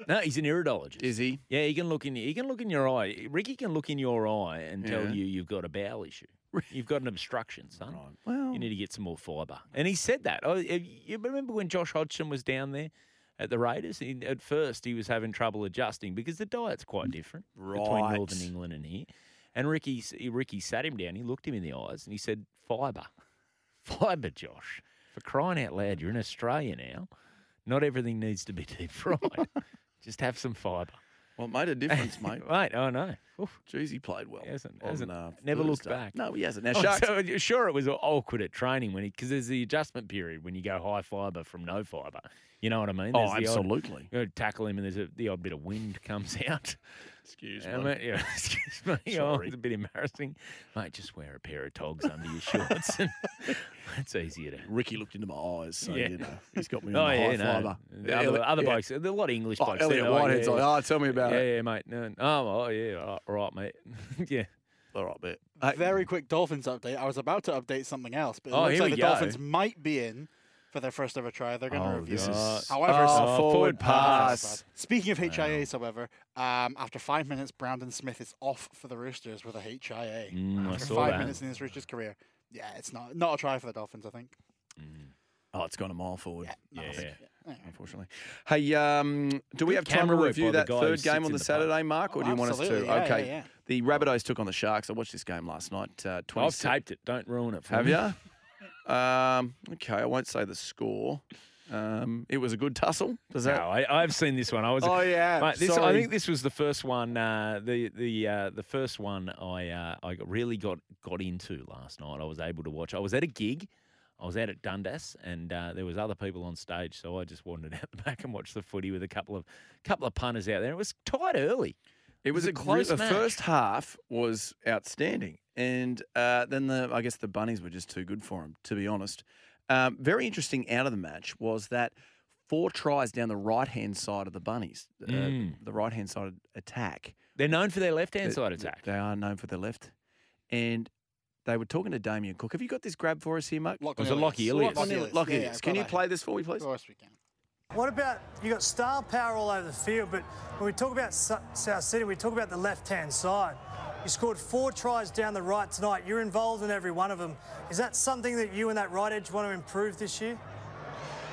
No, he's an iridologist.
Is he?
Yeah, he can look in. He can look in your eye. Ricky can look in your eye and tell
Yeah.
you you've got a bowel issue. You've got an obstruction, son.
Well,
you need to get some more fibre. And he said that. Oh, y- you remember when Josh Hodgson was down there at the Raiders? He, at first, he was having trouble adjusting because the diet's quite different between
Mm. Right.
Northern England and here. And Ricky, s- Ricky sat him down. He looked him in the eyes and he said, "Fibre, fibre, Josh. For crying out loud, you're in Australia now. Not everything needs to be deep fried. Just have some fibre."
Well, it made a difference, mate.
Mate, oh no.
Jeez, he played well.
Hasn't,
on,
hasn't.
uh,
never looked
Thursday.
back.
No, he hasn't. Now,
Oh,
Sharks,
so you're sure, it was awkward at training when he because there's the adjustment period when you go high fibre from no fibre. You know what I mean?
Oh,
There's the odd-
absolutely.
you know, tackle him, and there's a, the odd bit of wind comes out.
Excuse
I
me.
mean, yeah, excuse me. Oh,
Sorry.
it's a bit embarrassing. Mate, just wear a pair of togs under your shorts. and That's easier to.
Ricky looked into my eyes, so
Yeah.
you know he's got me on
Oh,
the
yeah,
high
no.
fibre.
The other, other blokes, there are a lot of English
Oh,
blokes.
Elliot
there,
Whitehead's like, "Oh, tell me about
yeah,
it."
Yeah, mate. No, oh, oh, yeah, all right, mate. yeah.
All right, mate.
Very quick Dolphins update. I was about to update something else, but it
Oh,
looks
here
like
we
the
go.
Dolphins might be in for their first ever try. They're going to
Oh,
review.
this
it.
is-
however,
Oh,
some-
forward pass.
Speaking of HIAs, however, um, after five minutes, Brandon Smith is off for the Roosters with a HIA.
Mm, I
after
saw
five
that.
minutes in his Roosters career, yeah, it's not not a try for the Dolphins. I think.
Oh, it's gone a mile forward.
Yeah,
Yeah,
nice.
yeah. Unfortunately. Hey, um, do we
Good
have time
camera
to
work by
review
the
that
guy who
third
sits
game
in
on
the
the
pub.
Saturday, Mark, or
Oh,
do you want us to?
absolutely. Yeah, yeah,
okay.
yeah.
The Rabbitohs took on the Sharks. I watched this game last night. Uh, 20
I've taped it. Don't ruin it for
Have
me.
you? Um, okay, I won't say the score. Um, it was a good tussle. Does that?
No, I, I've seen this one. I was.
Oh, yeah,
Mate, this, I
sorry.
think this was the first one. Uh, the the uh, the first one I uh, I got- really got got into last night. I was able to watch. I was at a gig. I was out at Dundas, and uh, there was other people on stage, so I just wandered out the back and watched the footy with a couple of couple of punters out there. It was tight early.
It was, a close. The
match.
first half was outstanding, and uh, then the I guess the bunnies were just too good for them, to be honest. Um, very interesting out of the match was that four tries down the right hand side of the bunnies, uh,
Mm.
the right hand side attack.
They're known for their left hand
They-
side attack.
They are known for their left, and they were talking to Damien Cook. Have you got this grab for us here, Mark?
It was a Lockie Ilias.
Lockie Ilias. Lockie
Yeah, yeah,
Ilias.
I've
Can
got
you
that.
play this for me, please?
Of course we can.
What about you got star power all over the field, but when we talk about Su- South City, we talk about the left-hand side. You scored four tries down the right tonight. You're involved in every one of them. Is that something that you and that right edge want to improve this year?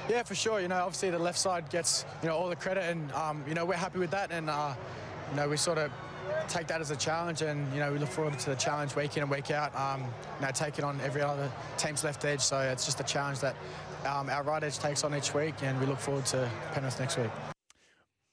Yeah, for sure. You know, obviously the left side gets you know all the credit, and um, you know we're happy with that, and uh, you know we sort of take that as a challenge, and you know we look forward to the challenge week in and week out. Um, you know, taking on every other team's left edge, so it's just a challenge that um, our right edge takes on each week, and we look forward to Penrith next week.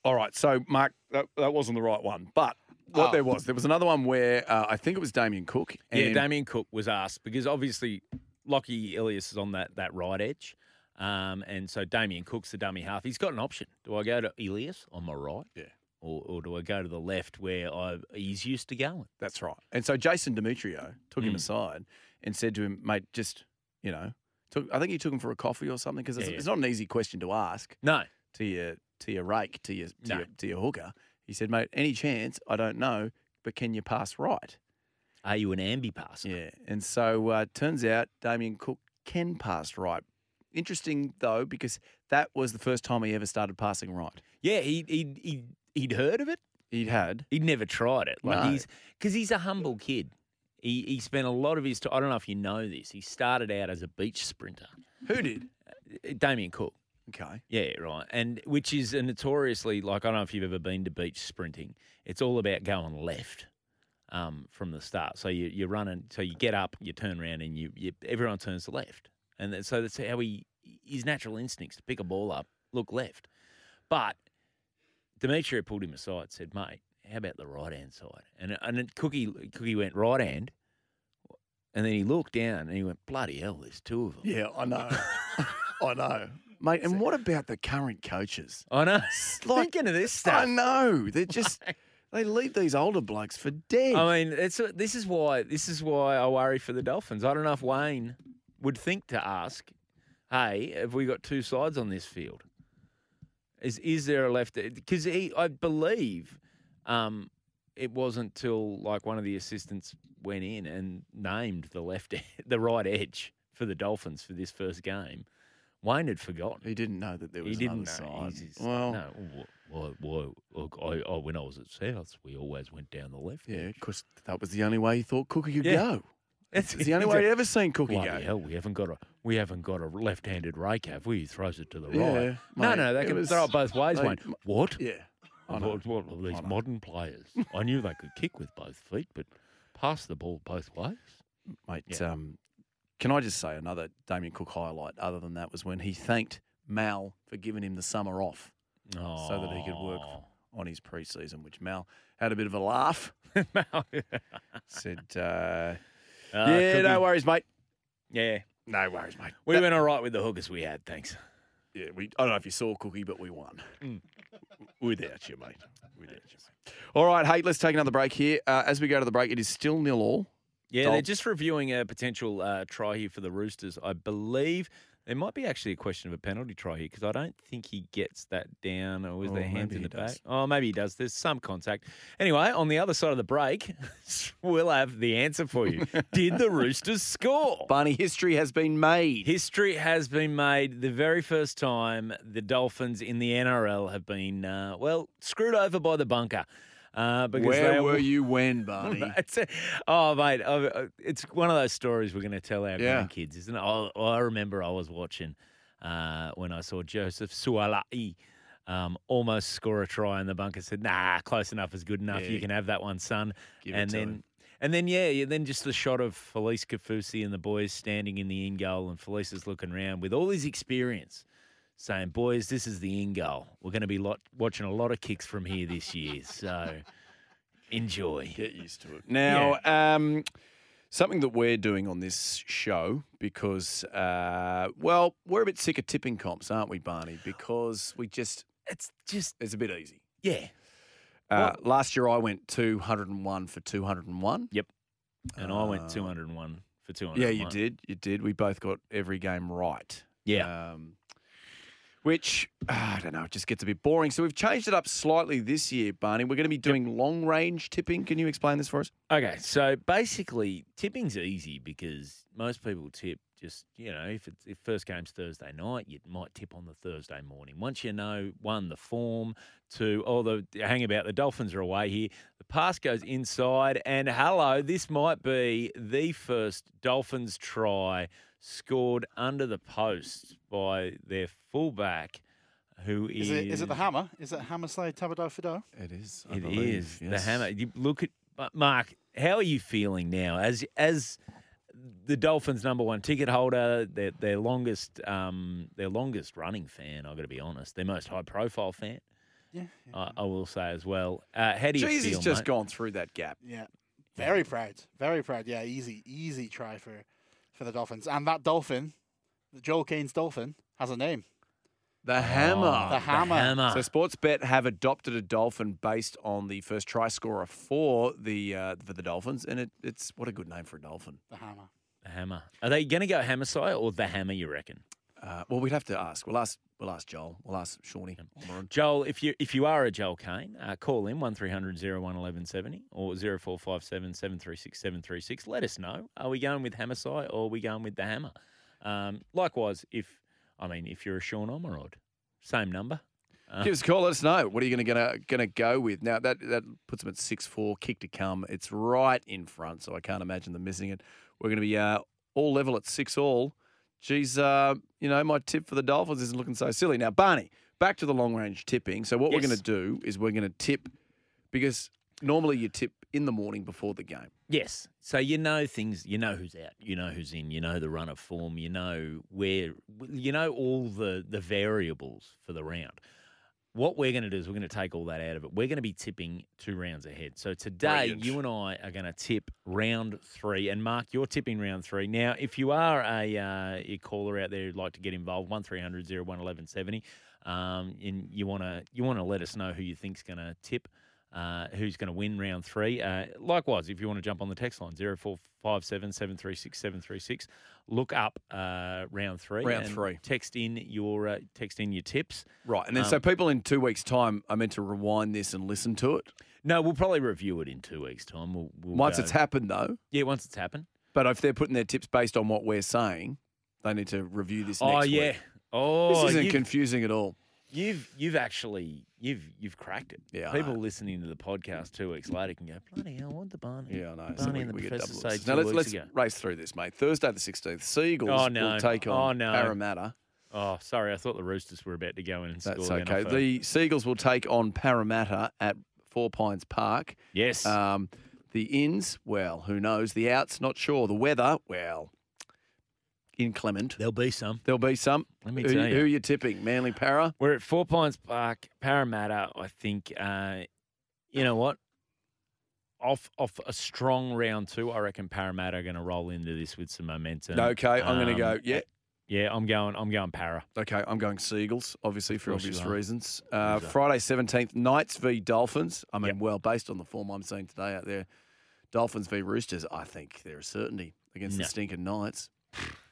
All right, so Mark, that, that wasn't the right one, but what
Oh.
there was, there was another one where uh, I think it was Damien Cook.
Yeah, Damien Cook was asked because obviously Lockie Ilias is on that, that right edge. Um, and so Damien Cook's the dummy half. He's got an option. Do I go to Ilias on my right?
Yeah.
Or, or do I go to the left where I, he's used to going?
That's right. And so Jason Demetrio took him
Mm.
aside and said to him, mate, just, you know, took, I think he took him for a coffee or something because it's,
Yeah, yeah.
it's not an easy question to ask.
No.
To your, to your rake, to your, to,
No.
your, to your hooker. He said, mate, any chance? I don't know, but can you pass right?
Are you an ambi passer?
Yeah. And so uh, turns out Damien Cook can pass right. Interesting, though, because that was the first time he ever started passing right.
Yeah, he, he, he, he'd heard of it.
He'd had.
He'd never tried it. Like
No.
he's because he's a humble kid. He, he spent a lot of his time. I don't know if you know this. He started out as a beach sprinter.
Who did?
Damien Cook.
Okay.
Yeah, right. And which is a notoriously like I don't know if you've ever been to beach sprinting. It's all about going left um, from the start. So you you're running. So you get up, you turn around, and you, you everyone turns to left. And that, so that's how he his natural instincts to pick a ball up, look left. But Demetrio pulled him aside, said, "Mate, how about the right hand side?" And and then Cookie Cookie went right hand, and then he looked down and he went, "Bloody hell, there's two of them."
Yeah, I know. I know. Mate, and what about the current coaches?
I know.
Thinking
of this
I know. They're just they leave these older blokes for dead.
I mean, it's this is why this is why I worry for the Dolphins. I don't know if Wayne would think to ask, hey, have we got two sides on this field? Is is there a left? Because he, I believe, um, it wasn't till like one of the assistants went in and named the left, e-, the right edge for the Dolphins for this first game. Wayne had forgotten.
He didn't know that there was
he didn't
another
know.
side.
He's- he's-
Well-
no, well, well, look, I, I, when I was at South, we always went down the left.
Yeah, because that was the only way he thought Cookie could
Yeah.
go. It's, the only way he'd ever seen Cookie
Bloody
go.
Hell, we haven't got a we haven't got a left-handed rake, have we? He throws it to the
Yeah,
right. no,
mate,
no, they
it
can
was-
throw it both ways,
mate,
Wayne.
m-
What?
Yeah, I know.
What, what are these modern players? I knew they could kick with both feet, but pass the ball both ways.
Mate, um, can I just say another Damien Cook highlight other than that was when he thanked Mal for giving him the summer off Oh, so that he could work on his preseason, which Mal had a bit of a laugh. said, uh, yeah,
could
no
we-
worries, mate.
Yeah.
No worries, mate.
We went all right with the hookers we had, thanks.
Yeah, we. I don't know if you saw Cookie, but we won. Without you, mate. Without you, mate. All right, hey, let's take another break here. Uh, as we go to the break, it is still nil all.
Yeah,
Dol-
they're just reviewing a potential uh, try here for the Roosters. I believe there might be actually a question of a penalty try here because I don't think he gets that down. Or is
Oh,
there hands
maybe
in
he
the
does.
back? Oh, maybe he does. There's some contact. Anyway, on the other side of the break, we'll have the answer for you. Did the Roosters score?
Barney, history has been made.
History has been made. The very first time the Dolphins in the NRL have been, uh, well, screwed over by the bunker. Uh, because
Where
they-
were you when, Barney?
It's a- oh, mate, oh, it's one of those stories we're going to tell our
Yeah.
grandkids, isn't it? I, I remember I was watching uh, when I saw Joseph Suala'i um, almost score a try in the bunker. Said, "Nah, close enough is good enough.
Yeah.
You can have that one, son."
Give it
and
to
then,
him.
and then, yeah, yeah, then just the shot of Felice Kafusi and the boys standing in the in goal, and Felice is looking around with all his experience. Saying, boys, this is the in goal. We're going to be lot, watching a lot of kicks from here this year. So enjoy.
Get used to it. Now, um, something that we're doing on this show because, uh, well, we're a bit sick of tipping comps, aren't we, Barney? Because we just
it's just
it's a bit easy.
Yeah.
Uh, last year I went 201 for 201.
Yep. And I
Uh,
went 201 for 201.
Yeah, you did. You did. We both got every game right.
Yeah.
Um, which, ah, I don't know, it just gets a bit boring. So we've changed it up slightly this year, Barney. We're going to be doing long range tipping. Can you explain this for us?
Okay, so basically tipping's easy because most people tip just, you know, if it's if first game's Thursday night, you might tip on the Thursday morning. Once you know one the form, two oh the hang about the Dolphins are away here. The pass goes inside and hello, this might be the first Dolphins try scored under the post by their fullback who is
Is it, is it the hammer? Is it hammer slide Tabadar Fidar?
It is.
It is the hammer. You look at Ma- Mark. How are you feeling now? As as the Dolphins' number one ticket holder, their their longest um their longest running fan. I've got to be honest, their most high profile fan.
Yeah,
I, I will say as well. Uh, how do you
Jeez,
feel?
he's just
mate?
gone through that gap.
Yeah. Very proud. Very proud. Yeah, easy, easy try for, for the Dolphins. And that dolphin, Joel Kane's dolphin, has a name.
The hammer.
the hammer. hammer.
So Sportsbet have adopted a dolphin based on the first try scorer for the uh, for the Dolphins, and it, it's what a good name for a dolphin.
The hammer.
The hammer. Are they going to go hammer side or the hammer? You reckon?
Uh, well, we'd have to ask. We'll ask. We'll ask Joel. We'll ask Shawnee. Cameron.
Joel, if you if you are a Joel Kane, uh, call in 1300 01 1170 or 0457 736 736. Let us know. Are we going with Hammersai or are we going with the hammer? Um, likewise, if I mean if you're a Sean Omerod, same number. Uh,
Give us a call. Let us know. What are you going to gonna, gonna go with? Now that that puts them at six four. Kick to come. It's right in front, so I can't imagine them missing it. We're going to be uh, all level at six all. Geez, uh, you know my tip for the Dolphins isn't looking so silly. Now Barney, back to the long range tipping. So what we're going
Yes.
to do is we're going to tip because normally you tip in the morning before the game.
Yes. So you know things, you know who's out, you know who's in, you know the run of form, you know where, you know all the, the variables for the round. What we're going to do is we're going to take all that out of it. We're going to be tipping two rounds ahead. So today,
Brilliant.
you and I are going to tip round three. And Mark, you're tipping round three. Now, if you are a, uh, a caller out there who'd like to get involved, 1300 01 1170, um, and you want to you wanna let us know who you think's going to tip, uh, who's going to win round three. Uh, likewise, if you want to jump on the text line, 0457 736 736, look up uh, round three.
Round
and
three.
Text in your uh, text in your tips.
Right, and then
Um,
so people in two weeks' time are meant to rewind this and listen to it.
No, we'll probably review it in two weeks' time. We'll, we'll
once
go-
it's happened, though.
Yeah, once it's happened.
But if they're putting their tips based on what we're saying, they need to review this.
Oh,
next
yeah.
Week.
Oh,
this isn't
you've-
confusing at all.
You've you've actually you've you've cracked it.
Yeah, I
People listening to the podcast two weeks later can go bloody hell. What the Barney?
Yeah, I know.
Barney
So we,
and the
we get
professor
double
say
losses.
two
Now let's
weeks
let's
ago.
race through this, mate. Thursday the sixteenth, Seagulls
Oh, no.
will take
Oh,
on
no.
Parramatta.
Oh, sorry. I thought the Roosters were about to go in and
That's
score.
okay.
The, NFL.
The Seagulls will take on Parramatta at Four Pines Park.
Yes.
Um, the ins, well, who knows? The outs, not sure. The weather, well, inclement.
There'll be some.
There'll be some. Let
me
who,
tell you.
Who are you tipping? Manly Para?
We're at Four Pines Park, Parramatta. I think uh, you know what. Off off a strong round two, I reckon Parramatta are going to roll into this with some momentum.
Okay, I'm going to
Um,
go. Yeah.
yeah, I'm going. I'm going Para.
Okay, I'm going Seagulls, obviously for
course you
obvious
are.
reasons. Uh,
Loser.
Friday seventeenth, Knights v Dolphins. I mean, well, based on the form I'm seeing today out there, Dolphins v Roosters, I think they're a certainty against
No.
the stinking Knights.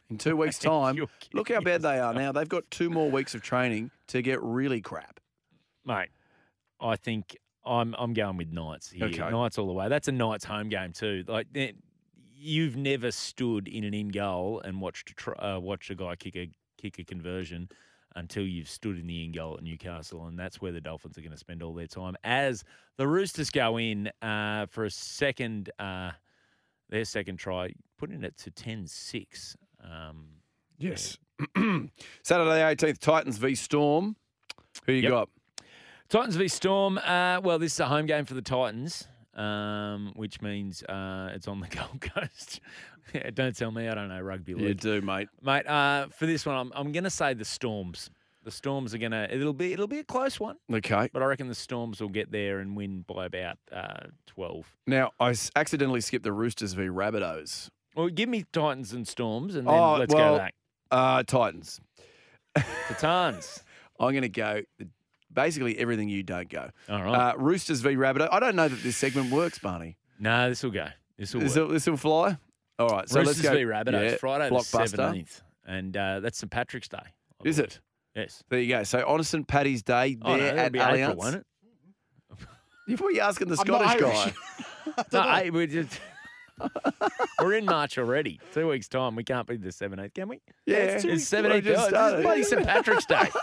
In two weeks' time, look how bad they are now. They've got two more weeks of training to get really crap.
mate. I think I'm I'm going with Knights here.
Okay.
Knights all the way. That's a Knights home game too. Like eh, you've never stood in an in goal and watched a tr- uh, watched a guy kick a kick a conversion until you've stood in the in goal at Newcastle, and that's where the Dolphins are going to spend all their time. As the Roosters go in uh, for a second, uh, their second try, putting it to 10-6. Um,
Yes. Saturday eighteenth, Titans v Storm. Who you got?
Titans v Storm. Uh, well, this is a home game for the Titans, um, which means uh, it's on the Gold Coast. Yeah, don't tell me I don't know rugby
You
league,
do, mate.
mate. Uh, for this one, I'm, I'm going to say the Storms. The Storms are going to. It'll be it'll be a close one,
Okay.
but I reckon the Storms will get there and win by about uh, twelve.
Now I s- accidentally skipped the Roosters v Rabbitohs.
Well, give me Titans and Storms, and then
Oh,
let's go back.
Uh, Titans.
Titans.
I'm going to go basically everything you don't go.
All right.
Uh, Roosters v Rabbitoh. I don't know that this segment works, Barney.
No, this will go. This will.
This
work.
will, this will fly. All right. So
Roosters
let's go.
v Rabbitohs,
Yeah,
Friday the
blockbuster.
seventeenth, and uh, that's St Patrick's Day.
Is it?
Yes.
There you go. So honest and Paddy's Day
Oh, no,
there
that'll
at
be
Allianz.
April, won't it?
You're probably asking the
I'm not
Scottish guy.
Irish. no, hey, we're, just, we're in March already. Two weeks time. We can't be the seventeenth, can we?
Yeah,
it's,
two weeks-
seventeenth.
we just
It's
started.
bloody St Patrick's Day.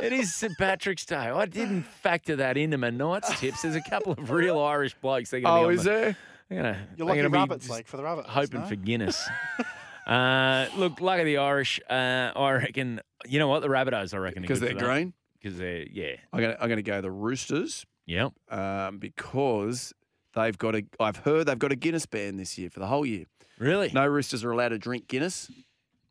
It is St Patrick's Day. I didn't factor that into my night's tips. There's a couple of real Irish blokes. They're gonna be
Oh,
on
is
the-
there?
They're gonna,
You're
they're
lucky
gonna be
rabbits,
just
like for the rabbits.
hoping
no?
for Guinness. uh, look, luck of the Irish. Uh, I reckon. You know what? The Rabbitohs. I reckon are
Because
good
they're
for that.
green?
Because they're yeah.
I'm going to I'm going to go the Roosters.
Yep.
Um, because they've got a I've heard they've got a Guinness ban this year for the whole year.
Really?
No Roosters are allowed to drink Guinness.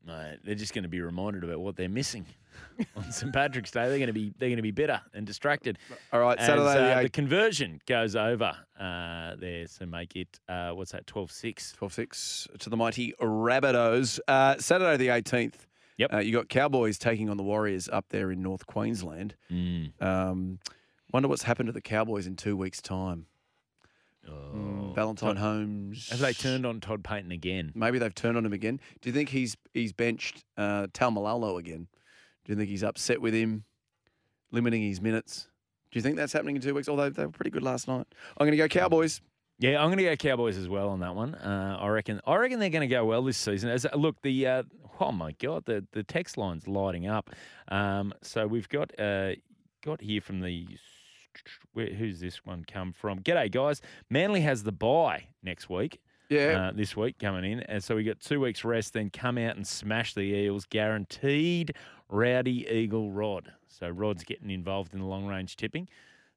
Mate, they're just going to be reminded about what they're missing on St Patrick's Day. They're going to be they're going to be bitter and distracted.
All right,
As,
Saturday the
uh, the
eight-
conversion goes over uh, there, so make it uh, what's that 12-6.
12-6 to the mighty Rabbitohs. Uh, Saturday the 18th.
Yep.
Uh, you got Cowboys taking on the Warriors up there in North Queensland. Um, wonder what's happened to the Cowboys in two weeks' time. Mm, Valentine
Todd-
Holmes.
Have they turned on Todd Payton again?
Maybe they've turned on him again. Do you think he's he's benched uh, Talmalolo again? Do you think he's upset with him, limiting his minutes? Do you think that's happening in two weeks? Although they were pretty good last night. I'm going to go Cowboys.
Yeah, I'm going to go Cowboys as well on that one. Uh, I reckon. I reckon they're going to go well this season. As look, the uh, oh my god, the the text line's lighting up. Um, so we've got uh, got here from the where, who's this one come from? G'day guys, Manly has the bye next week.
Yeah.
uh, this week coming in, and so we got two weeks rest. Then come out and smash the Eels, guaranteed. Rowdy Eagle Rod. So Rod's getting involved in the long range tipping.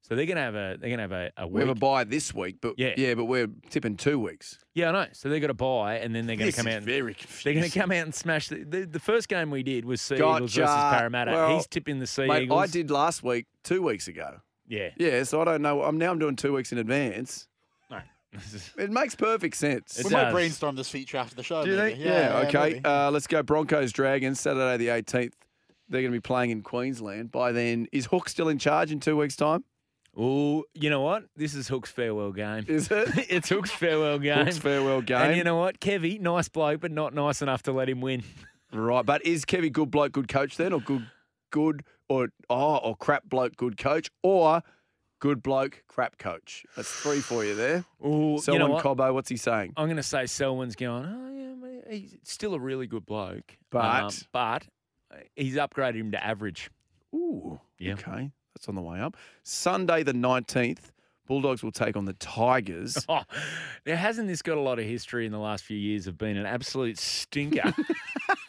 So they're going to have a they're going to have a, a
We have a
week.
bye this week, but yeah, but we're tipping two weeks.
Yeah, I know. So they got to buy, and then they're going
This
to come
is
out. And,
very
they're going to
confusing.
come out and smash the, the. The first game we did was Sea Eagles versus
Gotcha.
Parramatta.
Well,
He's tipping the Sea
mate,
Eagles.
I did last week, two weeks ago.
Yeah.
Yeah, so I don't know. I'm now I'm doing two weeks in advance.
No.
it makes perfect sense.
we might brainstorm this feature after the show.
Do you
maybe.
think? Yeah, okay.
maybe.
Uh, let's go Broncos Dragons Saturday the 18th. They're going to be playing in Queensland. By then, is Hook still in charge in two weeks' time?
Oh, you know what? This is Hook's farewell game.
Is it?
it's Hook's farewell game.
Hook's farewell
And you
game.
know what? Kevy, nice bloke, but not nice enough to let him win.
Right, but is Kevy good bloke, good coach then, or good, good, or oh, or crap bloke, good coach, or good bloke, crap coach? That's three for you there.
Ooh, you
Selwyn
know what?
Cobbo, what's he saying?
I'm going to say Selwyn's going, oh, yeah, mate, he's still a really good bloke. Um,
But-
but he's upgraded him to average.
Ooh, okay, that's on the way up. Sunday the nineteenth, Bulldogs will take on the Tigers.
Oh, now, hasn't this got a lot of history in the last few years of being an absolute stinker?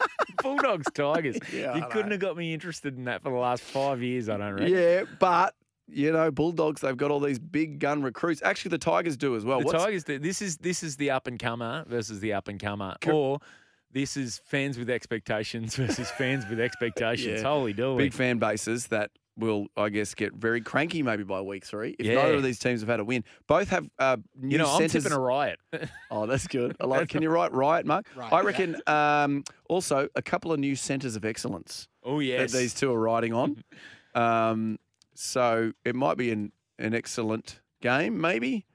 Bulldogs, Tigers.
Yeah,
you
I
couldn't have got me interested in that for the last five years, I don't reckon.
Yeah, but you know, Bulldogs, they've got all these big gun recruits. Actually, the Tigers do as well.
the
What's-
Tigers. This is this is the up and comer versus the up and comer, or this is fans with expectations versus fans with expectations.
Yeah.
Holy do
Big fan bases that will, I guess, get very cranky maybe by week three if
Yeah.
neither of these teams have had a win. Both have uh, new
You know, I'm
centres.
tipping a riot.
Oh, that's good. I like. Can you write riot, Mark?
Riot,
I
yeah.
reckon. Um, also, a couple of new centres of excellence.
Oh, yes.
that these two are riding on. um, so it might be an an excellent game, maybe.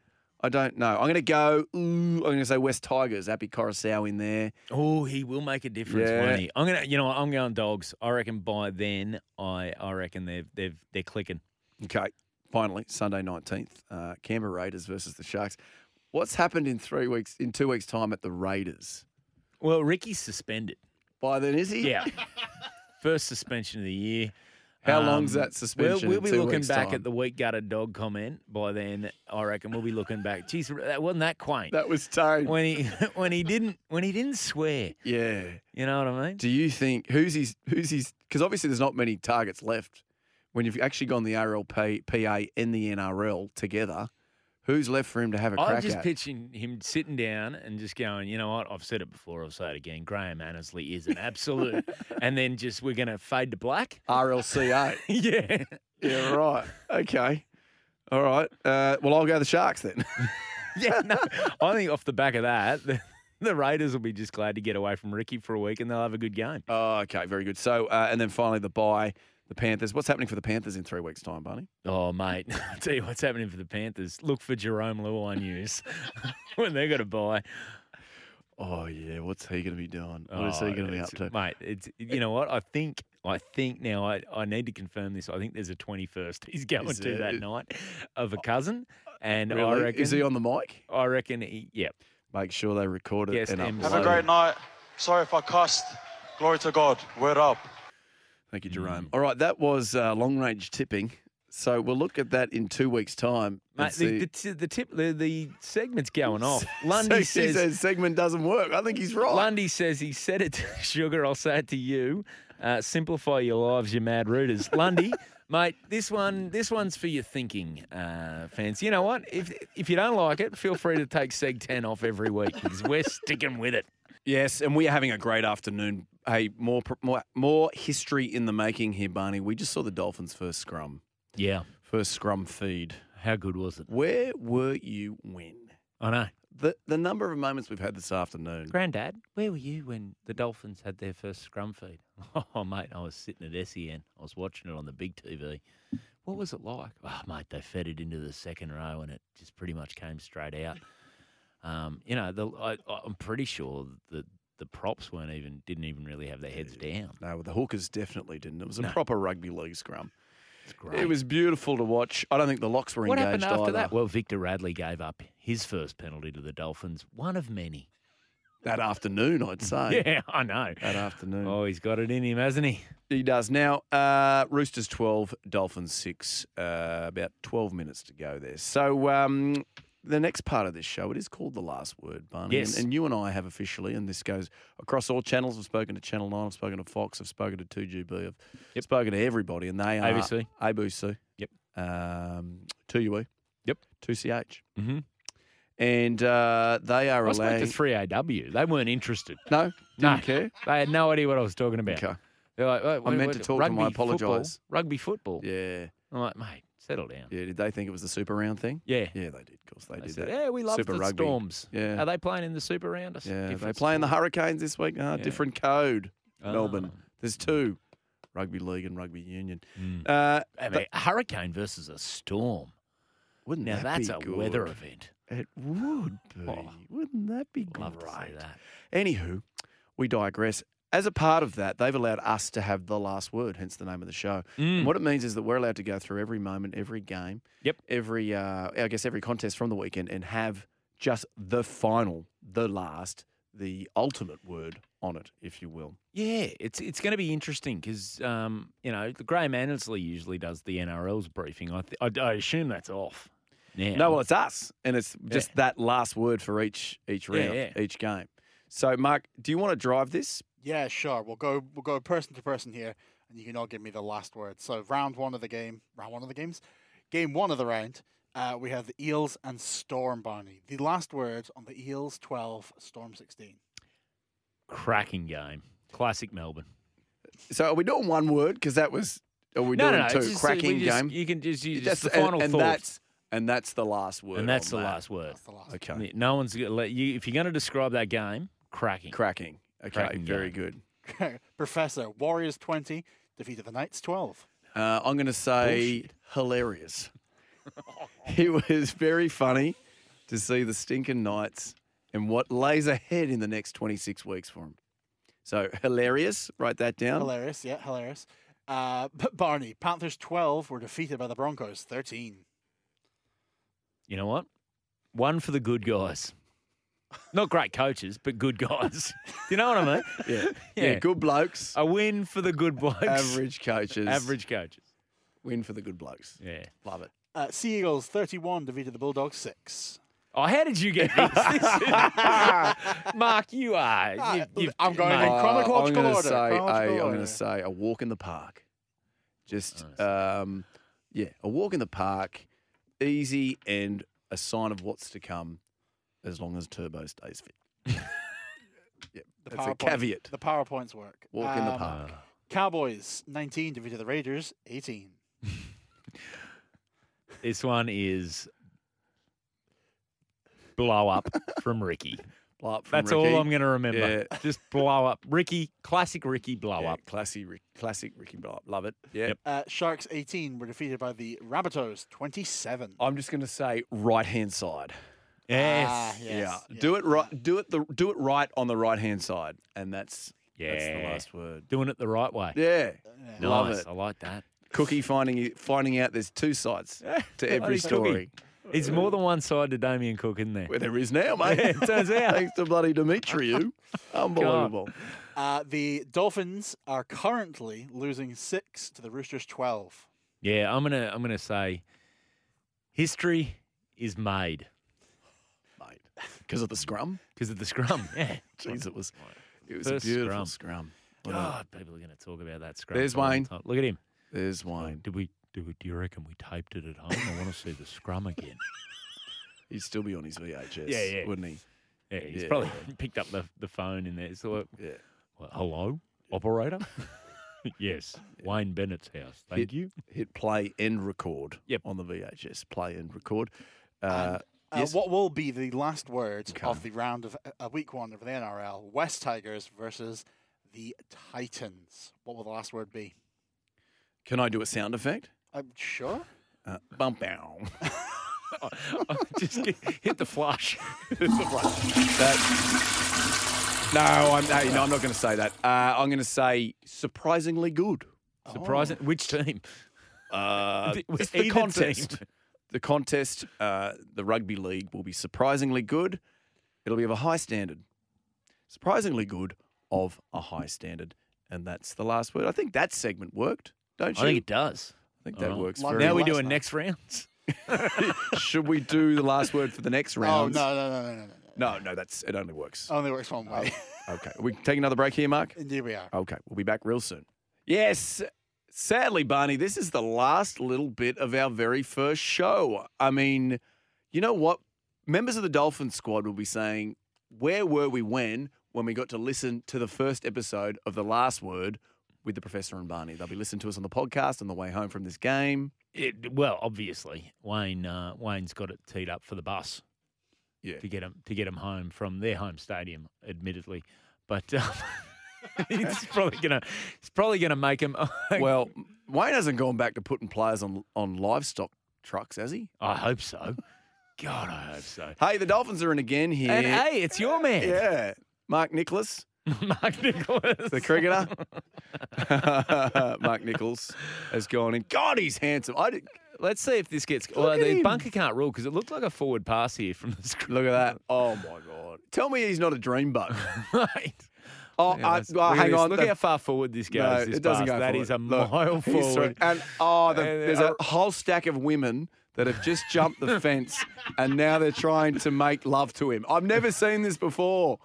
I don't know. I'm going to go. Ooh, I'm going to say West Tigers. Happy Coruscant in there.
Oh, he will make a difference,
Yeah.
won't he? I'm gonna, you know, what, I'm going dogs. I reckon by then, I, I reckon they've, they've, they're clicking.
Okay. Finally, Sunday 19th, uh, Canberra Raiders versus the Sharks. What's happened in three weeks, in two weeks' time at the Raiders?
Well, Ricky's suspended.
By then, is he?
Yeah. First suspension of the year.
How long's that suspension
We'll,
in
we'll be
two
looking
weeks'
back
time?
at the week gutted dog comment by then. I reckon we'll be looking back. Geez, that wasn't that quaint.
That was tone.
When he when he didn't when he didn't swear.
Yeah.
You know what I mean?
Do you think who's his who's his? Because obviously there's not many targets left. When you've actually gone the ARLP, PA, and the NRL together, who's left for him to have a
I'm
crack
just
at?
pitching him sitting down and just going, you know what? I've said it before. I'll say it again. Graham Annesley is an absolute. and then just we're going to fade to black.
RLCA.
yeah.
yeah. Right. Okay. All right. Uh, well, I'll go the Sharks then.
yeah, no. I think off the back of that, the, the Raiders will be just glad to get away from Ricky for a week and they'll have a good game.
Oh, okay, very good. So, uh, and then finally the buy, the Panthers. What's happening for the Panthers in three weeks' time, Barney?
Oh, mate, I'll tell you what's happening for the Panthers. Look for Jerome Luai news when they're going to buy.
Oh yeah, what's he going to be doing? What is
Oh,
he going to be up
it's-
to?
mate? It's you know what I think. I think now I, I need to confirm this. I think there's a 21st he's going
Is
to that
it?
night of a cousin, and I
Really?
reckon
Is he on the mic?
I reckon he, yeah.
Make sure they record it.
Yes,
and
M.
upload
Have a
it.
great night. Sorry if I cussed. Glory to God. Word up.
Thank you, Jerome. All right, that was uh, long range tipping. So we'll look at that in two weeks' time. and
Mate, the,
see-
the, t- the tip the, the segment's going off.
So
Lundy
he
says,
segment doesn't work. I think he's right.
Lundy says he said it to Sugar. I'll say it to you. Uh, simplify your lives, you mad rooters. Lundy, mate, this one this one's for your thinking, uh, fans. You know what? If if you don't like it, feel free to take Seg Ten off every week because we're sticking with it.
Yes, and we are having a great afternoon. Hey, more pr- more more history in the making here, Barney. We just saw the Dolphins' first scrum.
Yeah.
First scrum feed.
How good was it?
Where were you when?
I know.
The the number of moments we've had this afternoon.
Grandad, where were you when the Dolphins had their first scrum feed? Oh, mate, I was sitting at SEN. I was watching it on the big TV. What was it like? Oh, mate, they fed it into the second row and it just pretty much came straight out. Um, you know, the, I, I- I'm pretty sure that the props weren't even didn't even really have their heads down.
No, the hookers definitely didn't. It was a
No.
proper rugby league scrum. It's
great.
It was beautiful to watch. I don't think the locks were
What
engaged
happened after
either.
that? Well, Victor Radley gave up his first penalty to the Dolphins, one of many.
That afternoon, I'd say.
Yeah, I know.
That afternoon.
Oh, he's got it in him, hasn't he?
He does. Now, uh, Roosters 12, Dolphins 6, uh, about 12 minutes to go there. So, um, the next part of this show, it is called The Last Word, Barney.
Yes.
And, and you and I have officially, and this goes across all channels. I've spoken to Channel 9, I've spoken to Fox, I've spoken to 2GB, I've spoken to everybody, and they are
ABC.
ABC.
Yep.
Um, 2UE.
Yep.
2CH.
Mm-hmm.
And uh, they are
I spoke
allowing.
to 3AW. They weren't interested.
No, didn't
no.
care.
They had no idea what I was talking about.
Okay.
They're like,
I meant to talk to them, I apologise.
Rugby football.
Yeah.
I'm like, mate, settle down.
Yeah, did they think it was the super round thing?
Yeah.
Yeah, they did. Of course, they,
They
did.
said, "Eh,
that.
yeah, we love
super
the
rugby.
Storms.
Yeah.
Are they playing in the Super Round? That's
Yeah, they
different
playing the
sport.
Hurricanes this week. Ah,
Yeah.
different code.
Ah.
Melbourne. There's two, rugby league and rugby union.
Mm.
Uh,
I mean, a hurricane versus a storm.
Wouldn't
now
that
that's
be
a
good?
weather event. Oh,
It would be. Wouldn't that be great?
Love to see that.
Anywho, we digress. As a part of that, they've allowed us to have the last word, hence the name of the show.
Mm.
And what it means is that we're allowed to go through every moment, every game,
yep,
every uh, I guess every contest from the weekend, and have just the final, the last, the ultimate word on it, if you will.
Yeah, it's it's going to be interesting because um, you know the Graham Annesley usually does the NRL's briefing. I th- I, d- I assume that's off. Yeah.
No, well, it's us, and it's just
Yeah.
that last word for each each
Yeah,
round,
yeah.
each game. So, Mark, do you want to drive this?
Yeah, sure. We'll go we'll go person to person here, and you can all give me the last word. So round one of the game, round one of the games, game one of the round. Uh, we have the Eels and Storm, Barney. The last word on the Eels 12, Storm 16.
Cracking game, classic Melbourne.
So, are we doing one word? Because that was are we
no,
doing
no, no,
two?
it's just- uh,
Cracking
we just-
game.
You can just use
That's-
just the final
and, and
thought.
That's, and that's the last word.
and that's
on
the
that.
last word. That's the
last
Okay.
word. No one's going to let you, if you're going to describe that game, cracking.
Cracking. Okay,
Cracking
very
game.
good.
Professor, Warriors 20, defeat of the Knights 12.
Uh, I'm going to say hilarious. it was very funny to see the stinking Knights and what lays ahead in the next 26 weeks for them. So hilarious. Write that down.
Hilarious, yeah, hilarious. Uh, but Barney, Panthers 12 were defeated by the Broncos 13.
You know what? One for the good guys. Not great coaches, but good guys. Do you know what I mean?
Yeah. Yeah, good blokes.
A win for the good blokes.
Average coaches.
Average coaches.
Win for the good blokes.
Yeah.
Love it.
Uh, sea Eagles 31 defeated the Bulldogs 6.
Oh, how did you get this? This is- Mark, you are.
Ah,
You, you've,
I'm going in
mate.
Uh,
chronological
I'm gonna
order,
Say a,
chronological
I'm going
order.
to say a walk in the park. Just, um, yeah, a walk in the park, easy and a sign of what's to come as long as Turbo stays fit. yeah, that's a caveat.
The PowerPoints work.
Walk in the
Um,
park.
Cowboys 19 defeated the Raiders 18.
This one is blow up from Ricky.
blow up
That's all I'm going to remember. Just blow up. Ricky, classic Ricky blow
Yeah,
up.
Classic, classic Ricky blow up. Love it. Yeah.
Uh, Sharks 18 were defeated by the Rabbitohs 27.
I'm just going to say right hand side.
Yes. Ah, yes,
Yeah. Do it right. Do it the. Do it right on the right hand side, and that's that's the
Yeah.
last word.
Doing it the right way.
Yeah. Love
Nice.
it.
I like that.
Cookie finding finding out there's two sides to every
Bloody
story.
Cookie. It's more than one side to Damien Cook, isn't there?
Where there is now, mate.
Yeah, it turns out.
Thanks to bloody Demetriou. Unbelievable.
Uh, the Dolphins are currently losing 6 to the Roosters 12.
Yeah, I'm gonna I'm gonna say history is made.
Made. Because of the scrum?
Because of the scrum, yeah.
Jeez, it was it was
First
a beautiful
scrum.
scrum.
God, people are gonna talk about that scrum.
There's
for a long
Wayne.
time. Look at him.
There's Wayne.
Did we do we, do you reckon we taped it at home? I wanna see the scrum again.
He'd still be on his VHS,
Yeah, yeah.
wouldn't he?
Yeah, he's
Yeah.
probably picked up the, the phone in there. So like,
yeah.
hello, operator? yes. Wayne Bennett's house. Thank
hit,
you.
Hit play and record
Yep.
on the VHS. Play and record. Uh,
Uh,
yes.
What will be the last words of the round of uh, week one of the NRL? West Tigers versus the Titans. What will the last word be?
Can I do a sound effect?
I'm sure.
Uh, bump bow.
Just hit the flush.
That- no, I'm, hey, no, I'm not going to say that. Uh, I'm going to say surprisingly good. Oh.
Surprising. Which team?
Uh,
The-
it's
either
the
team.
contest. The contest, uh, the rugby league will be surprisingly good. It'll be of a high standard. Surprisingly good of a high standard. And that's the last word. I think that segment worked,
I
don't you?
think it uh-huh. does.
I think that works
London
very
Now we
well.
do a next rounds.
Should we do the last word for the next round?
Oh, no, no, no, no, no. no.
No, no, that's it only works.
Only works one way.
Okay. We can take another break here, Mark?
Indeed, we are.
Okay, we'll be back real soon. Yes, sadly, Barney, this is the last little bit of our very first show. I mean, you know what? Members of the Dolphin squad will be saying, Where were we when? When we got to listen to the first episode of The Last Word with the Professor and Barney. They'll be listening to us on the podcast on the way home from this game.
It, well, obviously, Wayne uh, Wayne's got it teed up for the bus.
Yeah.
To get them to get 'em home from their home stadium, admittedly, but um, it's probably gonna it's probably gonna make him.
Well, Wayne hasn't gone back to putting players on, on livestock trucks, has he?
I hope so. God, I hope so.
Hey, the Dolphins are in again here.
And hey, it's your man.
Yeah. Mark Nicholas.
Mark Nicholas.
The cricketer. Mark Nichols has gone in. God, he's handsome. I did,
Let's see if this gets. Well,
Look at
the
him.
bunker can't rule because it looked like a forward pass here from the screen.
Look at that. Oh, my God. Tell me he's not a dream bug.
Mate.
Oh,
Look at
I,
this.
well,
Look at
hang
this.
on.
Look
The-
how far forward this goes.
No,
this
it doesn't
pass.
go
That
forward.
is a
Look,
mile
he's through.
forward.
And oh, the,
And-
there's a whole stack of women that have just jumped the fence and now they're trying to make love to him. I've never seen this before.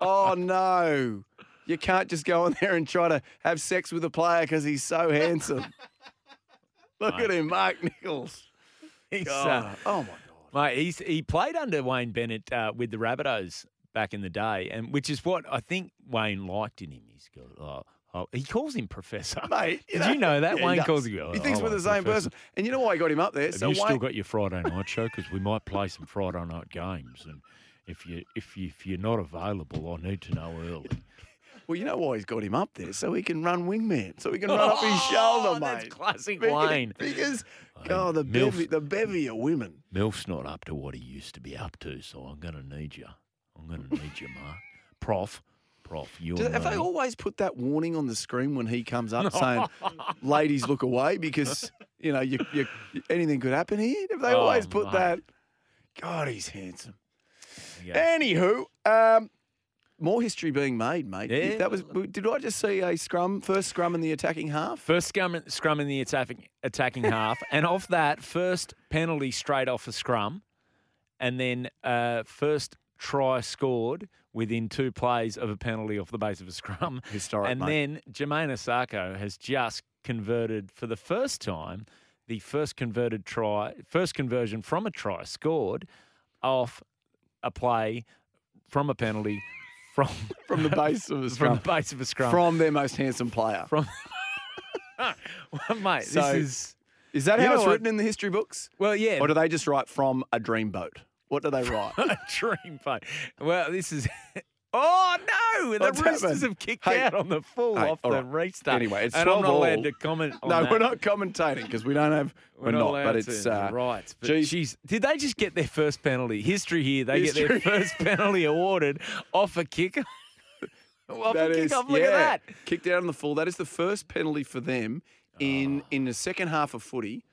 Oh, no. You can't just go in there and try to have sex with a player because he's so handsome. Look at him, Mark Nichols.
He's, uh,
God. oh, my
Mate, he's, he played under Wayne Bennett uh, with the Rabbitohs back in the day, and which is what I think Wayne liked in him. He's got, oh, oh, he calls him Professor.
Mate,
did you know that
Yeah, he
Wayne
does.
calls him? oh,
He thinks
I
we're the
like
same
Professor.
person. And you know why I got him up there?
Have
so
you
Wayne-
still got your Friday night show? Because we might play some Friday night games, and if you if you if you're not available, I need to know early.
Well, you know why he's got him up there? So he can run wingman. So he can run up his shoulder, Oh, mate.
Oh, That's classic
Because-
Wayne.
Because, oh, the
Milf.
bevy, the bevy of women.
Milf's not up to what he used to be up to, so I'm going to need you. I'm going to need you, Mark. Prof, Prof, you
Do-
and
have
me.
they always put that warning on the screen when he comes up saying, ladies, look away because, you know, you, you, anything could happen here? Have they
Oh,
always put
mate.
that? God, he's handsome.
Yeah.
Anywho, um, more history being made, mate.
Yeah,
that was. Did I just see a scrum, first scrum in the attacking half?
First scrum, scrum in the attacking, attacking half, and off that first penalty straight off a scrum, and then uh, first try scored within two plays of a penalty off the base of a scrum.
Historic,
and
mate.
then Jermaine Asako has just converted for the first time the first converted try, first conversion from a try scored off a play from a penalty from
From the base of a
from
scrum.
the base of a scrum.
From their most handsome player.
From- Mate,
So-
this is
Is that
You
how
know
it's
what?
written in the history books?
Well, yeah.
Or do they just write from a dream boat? What do they write?
a dream play. Well, this is. Oh no! The
What's
Roosters
happened?
have kicked
Hey,
out on the full
hey,
off
all
the
right.
restart.
Anyway, it's
and I'm
12
not allowed
all.
to comment. On
no,
that.
we're not commentating because we don't have. We're,
We're not
not,
allowed
but
to,
it's uh,
right. But
geez,
geez, did they just get their first penalty? History here. They
History.
get their first penalty awarded off a kicker. off
that
a
is-
kickoff. Look
yeah,
at that.
Kicked out on the full. That is the first penalty for them in
Ah.
in the second half of footy,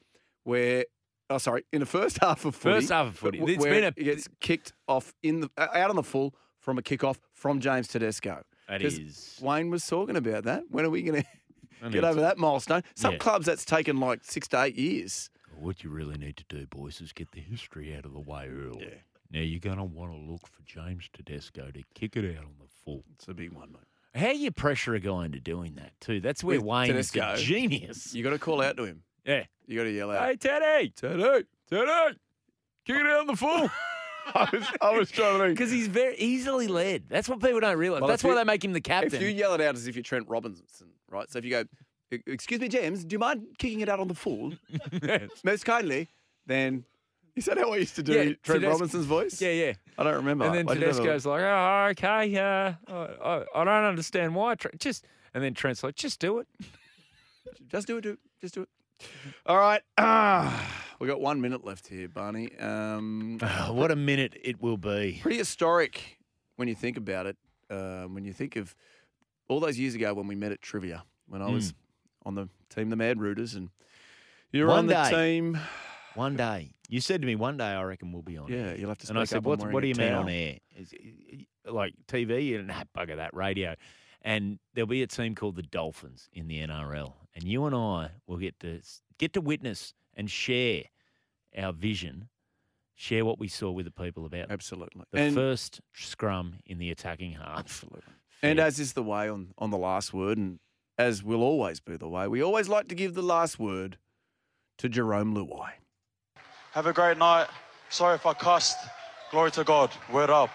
where. Oh, sorry. In the first half of footy,
First half of footy.
w-
It's
where
been a-
it gets kicked off in the out on the full from a kickoff from James Tedesco.
That
'Cause
is-
Wayne was talking about that. When are we going
I
to get
need
over
to-
that milestone? Some
Yeah.
clubs that's taken like six to eight years.
What you really need to do, boys, is get the history out of the way early. Now you're going to want to look for James Tedesco to kick it out on the full.
It's a big one, mate.
How you pressure a guy into doing that too? That's where
With
Wayne
Tedesco.
is a genius.
You got to call out to him.
Yeah.
You got to yell out.
Hey Teddy,
Teddy, Teddy,
kick it out on the full.
I was, I was trying to think.
Because he's very easily led. That's what people don't realize.
Well,
That's
if
why
you-
they make him the
If you
captain.
yell it out as if you're Trent Robinson, right? So if you go, "E- "Excuse me, James, do you mind kicking it out on the full?" most kindly, then is that how I used to do
Yeah,
Trent
Tedesco-
Robinson's voice?
yeah, yeah.
I don't remember.
And then
I did have a-
Tedesco's like, "Oh, okay, uh, I, I, I don't understand why." Trent, just and then Trent's like, "Just do it."
just do it, do it, just do it. All right, ah, we got one minute left here, Barney. Um,
what a minute it will be.
pretty historic when you think about it. Um, when you think of all those years ago when we met at trivia, when I was on the team, the Mad Rooters, and you're
Hmm. One
on the
day.
team.
One day, you said to me, "One day, I reckon we'll be on."
Yeah, you'll have to.
and
speak
I
up.
said,
I'm
"What?
wearing
What do
a
you mean
towel."
on air? Is, it- like TV? You nah, bugger that radio." And there'll be a team called the Dolphins in the NRL, and you and I will get to s- get to witness and share our vision, share what we saw with the people about
Absolutely.
the
and,
first scrum in the attacking half.
Absolutely. and uh, as is the way on, on the last word, and as will always be the way, we always like to give the last word to Jerome Luai.
Have a great night. Sorry if I cussed. Glory to God. Word up.